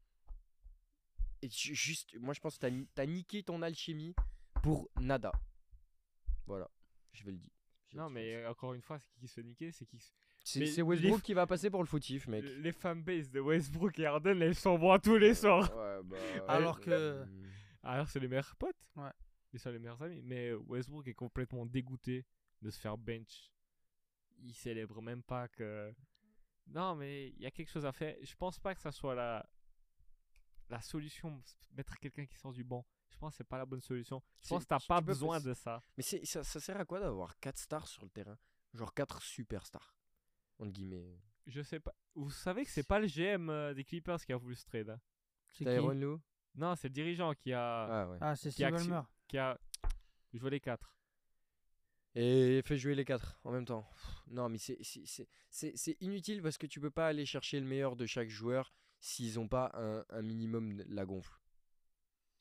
Speaker 1: Et ju- juste, moi, je pense que t'as ni- t'as niqué ton alchimie pour nada. Voilà, je vais le dire. Je-
Speaker 2: Non,
Speaker 1: je-
Speaker 2: mais euh, encore une fois, c'est qui se fait niquer C'est qui se-
Speaker 1: c'est
Speaker 2: mais
Speaker 1: c'est
Speaker 2: les
Speaker 1: Westbrook
Speaker 2: f-
Speaker 1: qui va passer pour le foutif, mec.
Speaker 2: Les fanbases de Westbrook et Harden, elles s'envoient tous les soirs.
Speaker 1: Ouais, bah,
Speaker 3: Alors que-
Speaker 1: euh,
Speaker 2: Alors, c'est les meilleurs potes.
Speaker 3: Ouais.
Speaker 2: Ils sont les meilleurs amis. Mais euh, Westbrook est complètement dégoûté de se faire bench. Il célèbre même pas que. Non, mais il y a quelque chose à faire. Je pense pas que ça soit la, la solution. Mettre quelqu'un qui sort du banc. Je pense que c'est pas la bonne solution. Je
Speaker 1: C'est-
Speaker 2: pense que t'as
Speaker 1: tu-
Speaker 2: pas
Speaker 1: tu peux
Speaker 2: besoin
Speaker 1: pas-
Speaker 2: de ça.
Speaker 1: Mais c'est- ça, ça sert à quoi d'avoir 4 stars sur le terrain Genre 4 superstars, entre guillemets.
Speaker 2: Je sais pas. Vous savez que c'est pas le GM euh, des Clippers qui a voulu ce trade. hein.
Speaker 3: C'est qui
Speaker 1: Tyronn Lue
Speaker 2: Non, c'est le dirigeant qui a.
Speaker 1: Ah ouais.
Speaker 3: Ah, c'est
Speaker 2: Qui a
Speaker 3: Steve
Speaker 2: acti-
Speaker 3: Ballmer.
Speaker 2: Qui a... Je vois les quatre.
Speaker 1: Et fais jouer les quatre en même temps. Pff, Non, mais c'est- c'est- c'est c'est- c'est inutile parce que tu peux pas aller chercher le meilleur de chaque joueur s'ils ont pas un, un minimum de la gonfle.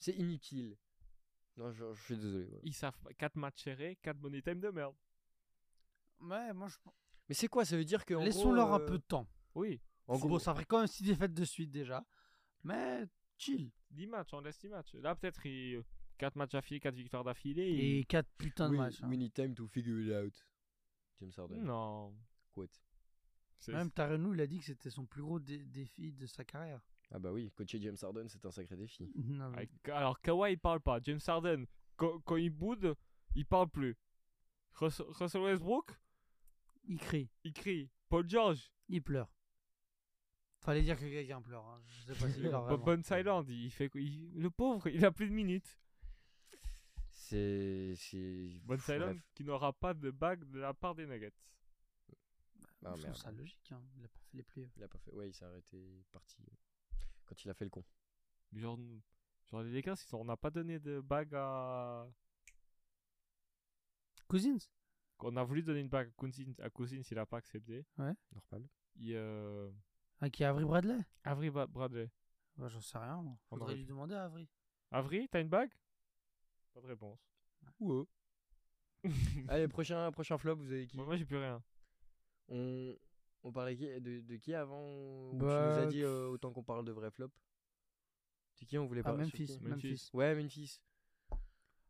Speaker 1: C'est inutile. Non, je, je suis désolé. voilà.
Speaker 2: Ils savent pas- quatre matchs serrés, quatre money time de merde.
Speaker 3: Ouais, moi je.
Speaker 1: Mais c'est quoi Ça veut dire que. en gros,
Speaker 3: Laissons-leur un
Speaker 1: euh,
Speaker 3: peu de temps.
Speaker 2: Oui.
Speaker 1: En
Speaker 3: Bon,
Speaker 1: gros,
Speaker 3: ça ferait quand même 6 défaites de suite déjà. Mais chill.
Speaker 2: 10 matchs, on laisse 10 matchs. Là, peut-être, il... 4 matchs d'affilée, 4 victoires d'affilée. il-
Speaker 3: Et 4 putains de
Speaker 1: we,
Speaker 3: matchs. hein.
Speaker 1: we need time to figure it out. James Harden.
Speaker 2: Non.
Speaker 1: Quote.
Speaker 2: C'est-
Speaker 3: Même Tarenou, il a dit que c'était son plus gros dé- défi de sa carrière.
Speaker 1: Ah bah oui, coacher James Harden, c'est un sacré défi.
Speaker 3: Non, mais-
Speaker 2: Avec- Alors, Kawhi, il parle pas. James Harden, quand, quand il boude, il parle plus. Russell, Russell Westbrook,
Speaker 3: Il crie,
Speaker 2: il crie. Paul George,
Speaker 3: il pleure. Fallait dire que quelqu'un pleure. hein. Je sais pas s'il pleure vraiment.
Speaker 2: Bonne Island, il fait quoi il- Le pauvre, il a plus de minutes.
Speaker 1: C'est. c'est-
Speaker 2: Bonne
Speaker 1: pff, bref.
Speaker 2: Island qui n'aura pas de bague de la part des Nuggets.
Speaker 1: Ah,
Speaker 3: je trouve
Speaker 1: merde.
Speaker 3: ça logique. hein. Il a pas fait les playoffs.
Speaker 1: Il a pas fait. Ouais, il s'est arrêté, il est parti. euh, Quand il a fait le con.
Speaker 2: Mais Genre, nous- genre les Lakers, ils ont- on n'a pas donné de bague à.
Speaker 3: Cousins
Speaker 2: On a voulu donner une bague à Cousins, à Cousins il a pas accepté.
Speaker 1: Normal.
Speaker 2: Il, euh...
Speaker 3: À hein, qui Avery Bradley
Speaker 2: Avery Ba- Bradley.
Speaker 3: bah, J'en sais rien. Moi. Ah,
Speaker 2: On
Speaker 3: Faudrait
Speaker 2: aurait
Speaker 3: lui
Speaker 2: pu.
Speaker 3: demander à Avery.
Speaker 2: Avery, t'as une bague Pas de réponse.
Speaker 1: Ouais. Allez, prochain, prochain flop, vous avez qui
Speaker 2: Moi, moi, j'ai plus rien.
Speaker 1: on... on parlait qui- de, de qui avant ou Tu nous
Speaker 3: Bah,
Speaker 1: as dit euh, autant qu'on parle de vrai flop C'est qui on voulait
Speaker 3: Ah,
Speaker 1: parler sur
Speaker 3: Memphis.
Speaker 1: qui
Speaker 2: Memphis.
Speaker 3: Memphis.
Speaker 1: Ouais, Memphis.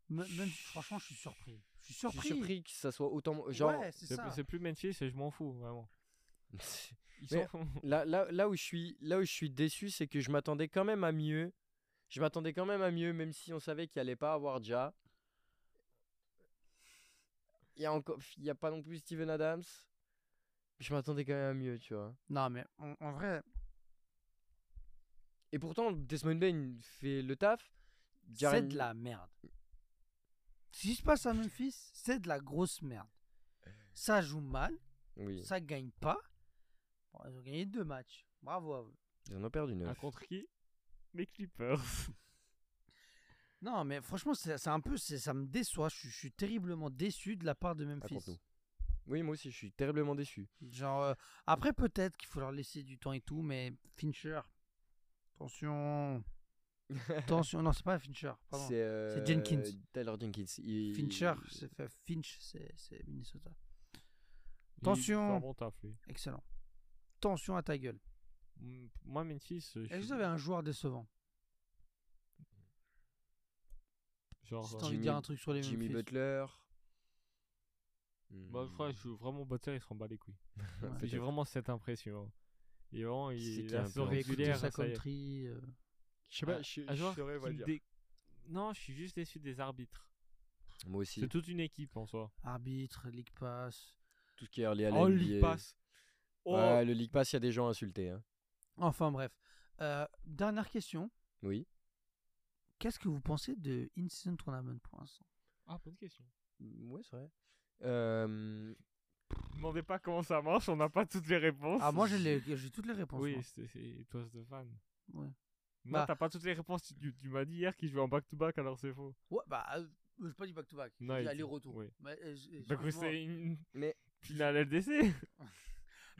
Speaker 3: Me- Memphis, franchement, je suis surpris. Je
Speaker 1: Je suis
Speaker 3: suis surpris.
Speaker 1: surpris que ça soit autant. Genre,
Speaker 3: ouais, c'est
Speaker 2: C'est
Speaker 3: ça.
Speaker 2: c'est plus Memphis et je m'en fous, vraiment. Ils
Speaker 1: Mais-
Speaker 2: s'en font.
Speaker 1: là, là, là, où je suis, là où je suis déçu, c'est que je m'attendais quand même à mieux. Je m'attendais quand même à mieux, même si on savait qu'il allait pas avoir Ja. Il y a encore, il y a pas non plus Steven Adams. Je m'attendais quand même à mieux, tu vois.
Speaker 3: Non, mais en, en vrai,
Speaker 1: Et pourtant, Desmond Bain fait le taf.
Speaker 3: c'est
Speaker 1: Jaren-
Speaker 3: de la merde. Ce qui se passe à Memphis, c'est de la grosse merde. Ça joue mal,
Speaker 1: Oui.
Speaker 3: ça gagne pas. Bon, ils ont gagné deux matchs. Bravo à vous.
Speaker 1: Ils en ont perdu
Speaker 2: Ah,
Speaker 1: 9.
Speaker 2: contre qui Les Clippers.
Speaker 3: Non, mais franchement, c'est c'est un peu, c'est- ça me déçoit. Je, suis- je suis terriblement déçu de la part de Memphis.
Speaker 1: Raconte-nous. Oui, moi aussi, je suis terriblement déçu.
Speaker 3: Genre, euh, après, peut-être qu'il faut leur laisser du temps et tout, mais Fincher. Attention. Attention. Non, c'est pas Fincher. Pardon.
Speaker 1: C'est euh,
Speaker 3: Jenkins.
Speaker 1: Taylor Jenkins. Il-
Speaker 3: Fincher, c'est fait Finch, c'est c'est Minnesota.
Speaker 2: Il fait un
Speaker 3: Attention.
Speaker 2: bon taf, lui.
Speaker 3: Excellent. Attention à ta gueule.
Speaker 2: M- Moi, Memphis, euh, je
Speaker 3: Et
Speaker 2: suis-
Speaker 3: vous avez un joueur décevant.
Speaker 2: genre,
Speaker 3: Si
Speaker 2: euh,
Speaker 3: t'as envie de
Speaker 1: Jimmy-
Speaker 3: dire un truc sur les
Speaker 1: Jimmy
Speaker 3: Memphis.
Speaker 1: Butler.
Speaker 2: bah, je crois que je- vraiment Butler, il s'en bat les couilles.
Speaker 1: Hmm,
Speaker 3: ouais.
Speaker 2: J'ai
Speaker 1: peut-être.
Speaker 2: vraiment cette impression. Et vraiment, il
Speaker 1: C'est
Speaker 2: il
Speaker 1: qui
Speaker 2: a
Speaker 1: un
Speaker 2: la
Speaker 1: peu
Speaker 2: saison
Speaker 1: en dessous de
Speaker 2: régulière.
Speaker 3: Sa
Speaker 2: hein, ça y est.
Speaker 3: country. euh,
Speaker 2: Je sais pas, je,
Speaker 1: je
Speaker 2: joueur
Speaker 1: saurais
Speaker 2: qui
Speaker 1: pas
Speaker 2: me
Speaker 1: le dire.
Speaker 2: dé- Non, je suis juste déçu des arbitres.
Speaker 1: Moi aussi.
Speaker 2: C'est toute une équipe en soi.
Speaker 3: arbitre, League Pass.
Speaker 1: Tout ce qui est early à la
Speaker 2: Oh,
Speaker 1: NBA.
Speaker 2: League Pass. Oh,
Speaker 1: Ouais, le League Pass, il y a des gens insultés. hein.
Speaker 3: Enfin bref. Euh, dernière question.
Speaker 1: Oui.
Speaker 3: Qu'est-ce que vous pensez de In-Season Tournament pour l'instant
Speaker 2: Ah, bonne question.
Speaker 1: Ouais, c'est vrai. Euh,
Speaker 2: Ne demandez pas comment ça marche, on n'a pas toutes les réponses.
Speaker 3: Ah moi j'ai les- j'ai toutes les réponses.
Speaker 2: Oui,
Speaker 3: moi.
Speaker 2: c'est c'est- it was the fan.
Speaker 3: Ouais.
Speaker 2: Moi,
Speaker 3: Bah-
Speaker 2: t'as pas toutes les réponses. Tu, tu- tu m'as dit hier qu'il jouait en back-to-back, alors c'est faux.
Speaker 3: Ouais, bah euh, je pas du back-to-back.
Speaker 2: Non,
Speaker 3: J'ai
Speaker 2: il-
Speaker 3: dit aller-retour.
Speaker 2: oui.
Speaker 3: Mais, euh, j-
Speaker 2: Donc,
Speaker 3: excuse-moi.
Speaker 2: c'est une
Speaker 1: Mais-
Speaker 2: finale LDC.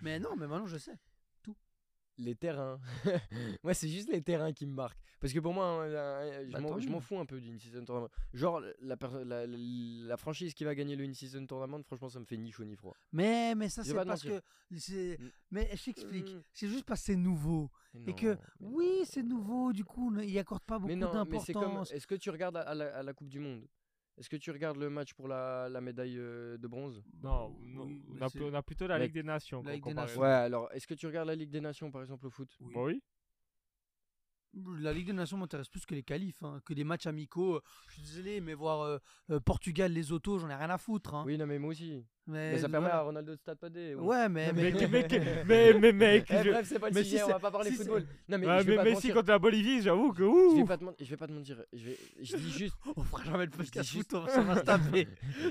Speaker 3: Mais non, mais maintenant je sais.
Speaker 1: les terrains. moi, c'est juste les terrains qui me marquent. Parce que pour moi, hein, euh, je
Speaker 3: Bah,
Speaker 1: m'en-
Speaker 3: tant
Speaker 1: je m'en
Speaker 3: mieux.
Speaker 1: fous un peu d'une season tournament. Genre, la, perso- la, la franchise qui va gagner le in-season tournament, franchement, ça me fait ni chaud ni froid.
Speaker 3: Mais mais ça
Speaker 1: Je
Speaker 3: c'est
Speaker 1: vais pas te
Speaker 3: parce que
Speaker 1: mentir.
Speaker 3: c'est.
Speaker 1: Mm.
Speaker 3: Mais je t'explique.
Speaker 1: Mm.
Speaker 3: C'est juste parce que c'est nouveau. Et que, oui, c'est nouveau, du coup, on- il n'y accorde pas beaucoup
Speaker 1: Mais non, mais c'est comme.
Speaker 3: d'importance.
Speaker 1: Est-ce que tu regardes à, à la, à la Coupe du Monde Est-ce que tu regardes le match pour la, la médaille euh, Mm. de bronze
Speaker 2: Non, non,
Speaker 3: Oui,
Speaker 2: on,
Speaker 3: mais
Speaker 2: a,
Speaker 3: c'est-
Speaker 2: pl- on a plutôt la
Speaker 1: La-
Speaker 2: Ligue des Nations.
Speaker 3: la
Speaker 2: qu'en
Speaker 3: Ligue des
Speaker 2: comparaison.
Speaker 3: Nations.
Speaker 1: Ouais, alors, est-ce que tu regardes la Ligue des Nations, par exemple, au foot
Speaker 3: Oui.
Speaker 2: Bah oui.
Speaker 3: La Ligue des Nations m'intéresse plus que les qualifs, hein, que les matchs amicaux. Euh, Je suis désolé, mais voir euh, euh, Portugal, les autos, j'en ai rien à foutre. hein.
Speaker 1: Oui, non, mais moi aussi.
Speaker 3: Mais,
Speaker 1: Mais ça permet
Speaker 3: voilà.
Speaker 1: à Ronaldo de Stade Padé. ou-
Speaker 3: Ouais, mais.
Speaker 2: Mais,
Speaker 3: Eh, mais-
Speaker 2: mais, mais, mais, mec,
Speaker 1: Eh,
Speaker 2: je-
Speaker 1: bref, c'est pas le
Speaker 2: mais si
Speaker 1: sujet, on
Speaker 2: c'est-
Speaker 1: va pas parler
Speaker 2: si c'est-
Speaker 1: football. Non, mais,
Speaker 2: Bah,
Speaker 1: je vais
Speaker 2: mais
Speaker 1: pas te
Speaker 2: Messi
Speaker 1: mentir,
Speaker 2: contre la Bolivie, j'avoue que
Speaker 1: Je vais
Speaker 2: ouh.
Speaker 1: pas te, men- je vais pas te mentir. Je, vais, je dis juste.
Speaker 3: on fera jamais le podcast
Speaker 1: Je dis
Speaker 3: foot, on ça va se taper.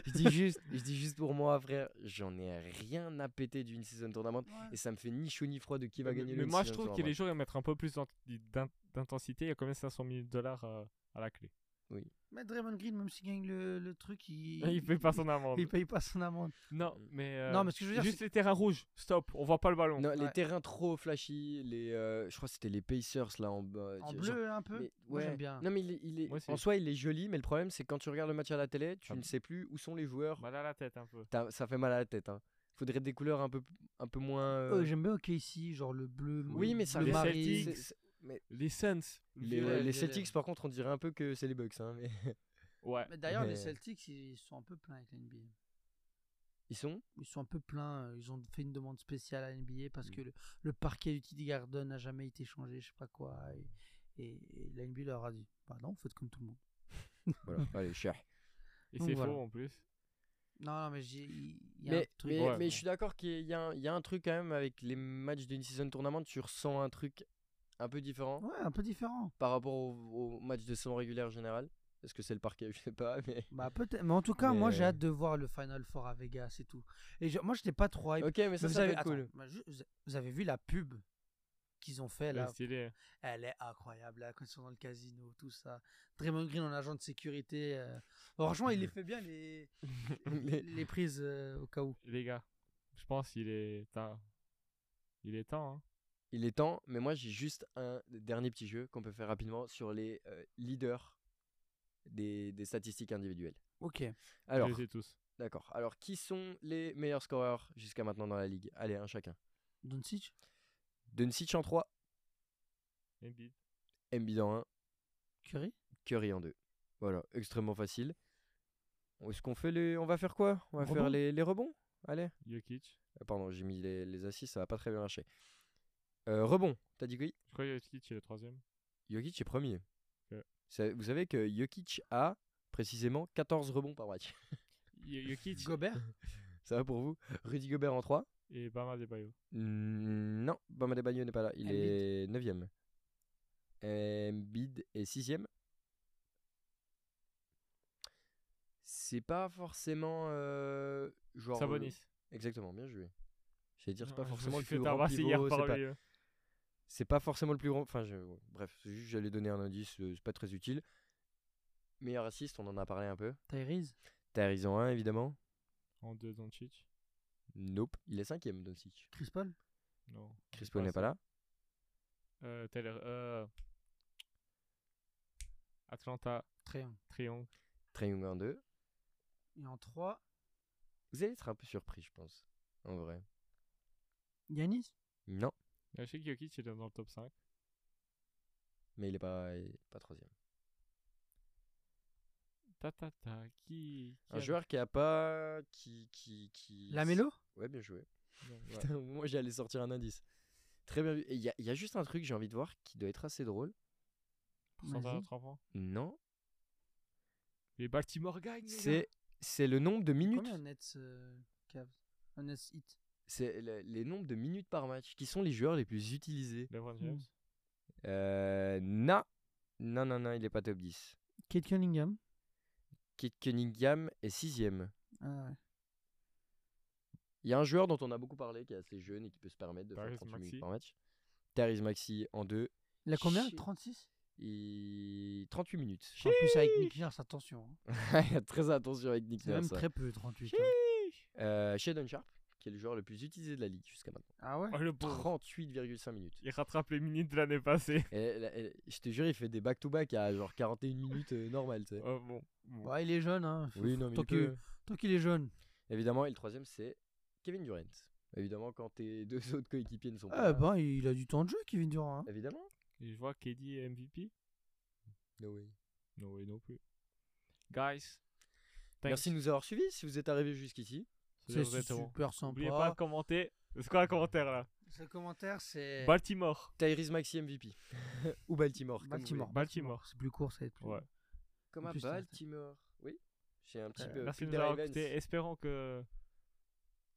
Speaker 1: je dis juste, je dis juste pour moi, frère, j'en ai rien à péter d'une season tournament et ça me fait ni chaud ni froid de qui va
Speaker 2: Mais,
Speaker 1: gagner
Speaker 2: mais
Speaker 1: le
Speaker 2: moi, je
Speaker 3: hein,
Speaker 1: season
Speaker 2: trouve que
Speaker 1: tournament.
Speaker 2: les joueurs ils mettre un peu plus d'int- d'in- d'intensité. Il y a quand même 500 000 dollars euh, à la clé.
Speaker 3: Mais Draymond Green, même s'il gagne le, le truc, il.
Speaker 2: Il paye pas son amende.
Speaker 3: il paye pas son amende.
Speaker 2: Non, mais. euh,
Speaker 3: Non, mais ce que je veux dire,
Speaker 2: Juste les terrains rouges. Stop, on voit pas le ballon.
Speaker 1: Non, les
Speaker 3: Ouais.
Speaker 1: terrains trop flashy, les, euh, je crois que c'était les Pacers là en bas.
Speaker 3: En
Speaker 1: genre-
Speaker 3: bleu, un peu.
Speaker 1: Euh, mais-
Speaker 3: Moi,
Speaker 1: ouais.
Speaker 3: j'aime bien.
Speaker 1: Non mais il est, il est-
Speaker 2: Moi aussi.
Speaker 1: en soi il est joli, mais le problème c'est que quand tu regardes le match à la télé, tu
Speaker 2: Ah
Speaker 1: ne
Speaker 2: bon.
Speaker 1: sais plus où sont les joueurs.
Speaker 2: Mal à la tête un peu.
Speaker 1: T'as- Ça fait mal à la tête. Hein. Faudrait des couleurs un peu, un peu moins. euh,
Speaker 3: Euh, j'aime bien OKC, genre le bleu.
Speaker 1: oui, mais ça
Speaker 3: bleu
Speaker 2: Les
Speaker 1: reste-
Speaker 3: marine.
Speaker 2: Celtics.
Speaker 1: c'est- c'est-
Speaker 2: Les Suns.
Speaker 1: Les,
Speaker 3: violet,
Speaker 1: les
Speaker 3: le
Speaker 1: Celtics
Speaker 3: violet.
Speaker 1: par contre on dirait un peu que c'est les Bucks. Hein, mais...
Speaker 2: Ouais.
Speaker 3: Mais D'ailleurs, les
Speaker 1: Mais-
Speaker 3: Celtics, ils sont un peu pleins avec la NBA.
Speaker 1: Ils sont
Speaker 3: ils sont un peu pleins. euh, Ils ont fait une demande spéciale à NBA parce
Speaker 1: Mm.
Speaker 3: que le, le parquet du TD Garden n'a jamais été changé, je sais pas quoi. Et, et- et la NBA leur a dit Bah non, faites comme tout le monde.
Speaker 1: Voilà, allez, cher.
Speaker 2: Et
Speaker 3: Donc
Speaker 2: c'est
Speaker 3: voilà.
Speaker 2: faux en plus.
Speaker 3: Non, non, mais j'ai- il il y a un
Speaker 1: Mais,
Speaker 3: truc.
Speaker 1: mais,
Speaker 2: Ouais.
Speaker 1: mais je suis d'accord qu'il y, a un- il y a un truc quand même avec les matchs d'une season tournament, tu ressens un truc un peu différent
Speaker 3: Ouais, un peu différent.
Speaker 1: par rapport aux au matchs de saison régulière générale. Est-ce que c'est le parquet Je sais pas, mais.
Speaker 3: Bah peut-être. Mais en tout cas, moi, j'ai
Speaker 1: Mais-
Speaker 3: hâte de voir le Final Four à Vegas et tout. Et je- moi, j'étais pas trop hype.
Speaker 1: Ok, mais ça,
Speaker 3: Ah, Mais
Speaker 1: ça
Speaker 3: vous,
Speaker 1: peut
Speaker 3: avez...
Speaker 1: être cool.
Speaker 3: attends, bah, ju- vous- vous avez vu la pub qu'ils ont fait
Speaker 2: Le
Speaker 3: là
Speaker 2: stylé.
Speaker 3: Elle est incroyable, là, quand ils sont dans le casino, tout ça. Draymond Green en agent de sécurité. euh, Franchement, il les fait bien, les,
Speaker 1: Les-
Speaker 3: les prises euh, au cas où.
Speaker 2: Les gars, je pense qu'il est temps. Il est temps, hein.
Speaker 1: Il est temps, mais moi j'ai juste un dernier petit jeu qu'on peut faire rapidement sur les euh, leaders des, des statistiques individuelles.
Speaker 3: Ok.
Speaker 1: Alors,
Speaker 2: Je les ai tous.
Speaker 1: d'accord. Alors, qui sont les meilleurs scoreurs jusqu'à maintenant dans la ligue Allez, un chacun.
Speaker 3: Doncic
Speaker 1: Doncic en 3,
Speaker 2: Embiid.
Speaker 1: Embiid en 1,
Speaker 3: Curry
Speaker 1: Curry en deux. Voilà, extrêmement facile. Est-ce qu'on fait les... On va faire quoi On va
Speaker 2: Rebond
Speaker 1: faire les, les rebonds Allez.
Speaker 2: Jokic.
Speaker 1: Euh, Pardon, j'ai mis les, les assists, ça va pas très bien marcher. Euh, rebond, t'as dit que oui
Speaker 2: Je crois que Jokic est le troisième.
Speaker 1: Jokic est premier.
Speaker 2: Ouais.
Speaker 1: Ça- vous savez que Jokic a précisément 14 rebonds par match.
Speaker 2: Yo- Jokic
Speaker 3: Gobert
Speaker 1: Ça va pour vous Rudy Gobert en 3
Speaker 2: et Bama Debayo.
Speaker 1: Mm, Non, Bama Debayo n'est pas là. Il
Speaker 3: Embiid.
Speaker 1: est 9ème. Embiid est 6ème. C'est pas forcément. euh, genre. euh,
Speaker 2: Sabonis.
Speaker 1: Exactement, bien joué. J'allais dire, c'est
Speaker 2: Ah,
Speaker 1: pas
Speaker 2: je me
Speaker 1: forcément
Speaker 2: suis
Speaker 1: le
Speaker 2: fait
Speaker 1: plus grand
Speaker 2: tabasser hier
Speaker 1: pivot.
Speaker 2: par
Speaker 1: C'est pas,
Speaker 2: lui, euh.
Speaker 1: c'est pas forcément le plus grand. Enfin, je- ouais, bref, c'est juste j'allais donner un indice, euh, c'est pas très utile. Meilleur assist, on en a parlé un peu.
Speaker 3: Tyrese
Speaker 1: Tyrese en 1, évidemment.
Speaker 2: En deux Doncic
Speaker 1: Nope. Il est cinquième, Doncic.
Speaker 3: Chris Paul
Speaker 2: Non.
Speaker 1: Chris Paul n'est pas là.
Speaker 2: Euh, Taylor, euh, Atlanta,
Speaker 3: Très bien.
Speaker 2: Triangle.
Speaker 1: Trae Young en 2.
Speaker 3: Et en 3,
Speaker 1: Vous allez être un peu surpris, je pense. En vrai.
Speaker 3: Yanis
Speaker 1: Non.
Speaker 2: Euh, Je sais que Jokic il est dans le top 5.
Speaker 1: Mais il est pas, il est pas troisième.
Speaker 2: Ta ta ta, qui. qui
Speaker 1: Un
Speaker 2: a-
Speaker 1: joueur qui a pas. Qui, qui, qui...
Speaker 3: Lamelo
Speaker 1: Ouais, bien joué.
Speaker 2: Non, ouais.
Speaker 1: Putain, moi j'allais sortir un indice. Très bien vu. Et Il y, a- il y a juste un truc que j'ai envie de voir qui doit être assez drôle.
Speaker 2: Pourcentage
Speaker 3: Vas-y.
Speaker 2: à 3 points.
Speaker 1: Non.
Speaker 2: Les Baltimore gagnent. les gars.
Speaker 1: C'est c'est le nombre de minutes.
Speaker 3: Combien Nets euh, Cavs Un Nets hit
Speaker 1: C'est le- les nombres de minutes par match qui sont les joueurs les plus utilisés.
Speaker 2: LeBron James.
Speaker 1: Euh, na. Non, non, non, il est pas top 10.
Speaker 3: Kate Cunningham
Speaker 1: Kit Cunningham est sixième.
Speaker 3: ah, ouais.
Speaker 1: Il y a un joueur dont on a beaucoup parlé qui est assez jeune et qui peut se permettre de faire
Speaker 2: Tyrese
Speaker 1: 38
Speaker 2: Maxey.
Speaker 1: minutes par match. Tyrese Maxi en 2.
Speaker 3: Il a combien
Speaker 1: Shit.
Speaker 3: 36
Speaker 1: Il... 38 minutes.
Speaker 3: En plus avec Nick Nurse, attention. hein.
Speaker 1: Très attention avec Nick
Speaker 3: C'est même
Speaker 1: Nurse.
Speaker 3: très peu 38. hein.
Speaker 1: Euh, Shadon Sharp, qui est le joueur le plus utilisé de la ligue jusqu'à maintenant.
Speaker 3: Ah ouais
Speaker 2: Oh, le pauvre.
Speaker 1: 38,5 minutes.
Speaker 2: Il rattrape les minutes de l'année passée.
Speaker 1: Et, là, et- je te jure, il fait des back-to-back à genre 41 minutes euh, normales. tu sais.
Speaker 2: Oh, bon. bon.
Speaker 3: Bah il est jeune hein. Faut-
Speaker 1: Oui, non, mais
Speaker 3: tant
Speaker 1: il
Speaker 3: qu'il
Speaker 1: peut.
Speaker 3: tant qu'il est jeune.
Speaker 1: Évidemment, et le troisième, c'est Kevin Durant. Évidemment, quand tes deux autres coéquipiers ne sont pas.
Speaker 3: Ah
Speaker 1: là.
Speaker 3: bah il a du temps de jeu Kevin Durant. hein.
Speaker 1: Évidemment.
Speaker 2: Et je vois KD est MVP.
Speaker 1: No way.
Speaker 2: Non, oui, non plus. Guys. thanks.
Speaker 1: Merci de nous avoir suivis. Si vous êtes arrivés jusqu'ici,
Speaker 3: C'est
Speaker 2: vous êtes bon.
Speaker 3: super
Speaker 2: N'oubliez pas
Speaker 3: sympa.
Speaker 2: de commenter. C'est quoi un commentaire là
Speaker 3: Ce commentaire c'est
Speaker 2: Baltimore.
Speaker 1: Tyrese Maxi MVP. Ou Baltimore. comme vous
Speaker 3: Baltimore.
Speaker 1: voulez.
Speaker 2: Baltimore.
Speaker 3: C'est plus court, ça va être plus.
Speaker 2: Ouais.
Speaker 1: Comme
Speaker 3: En
Speaker 1: à
Speaker 3: plus, ça reste-
Speaker 1: Baltimore. Oui. J'ai un petit
Speaker 3: Euh,
Speaker 1: peu.
Speaker 2: Merci
Speaker 1: pic
Speaker 2: de
Speaker 1: des
Speaker 2: nous avoir
Speaker 1: Ravens.
Speaker 2: écoutés. Espérons que...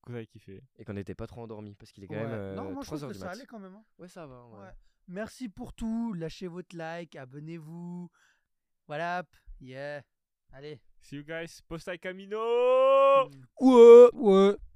Speaker 2: que vous avez kiffé.
Speaker 1: Et qu'on n'était pas trop endormis parce qu'il est quand
Speaker 3: Ouais.
Speaker 1: même euh,
Speaker 3: non, moi
Speaker 1: 3
Speaker 3: je trouve
Speaker 1: heures
Speaker 3: que
Speaker 1: du
Speaker 3: ça
Speaker 1: mat.
Speaker 3: allait quand même. hein.
Speaker 1: Ouais, ça va. en vrai.
Speaker 3: Ouais. Merci pour tout. Lâchez votre like, abonnez-vous. Voilà. Yeah. Allez.
Speaker 2: See you guys. Post Camino.
Speaker 3: Mm.
Speaker 1: euh,
Speaker 3: Ouais. Ouais.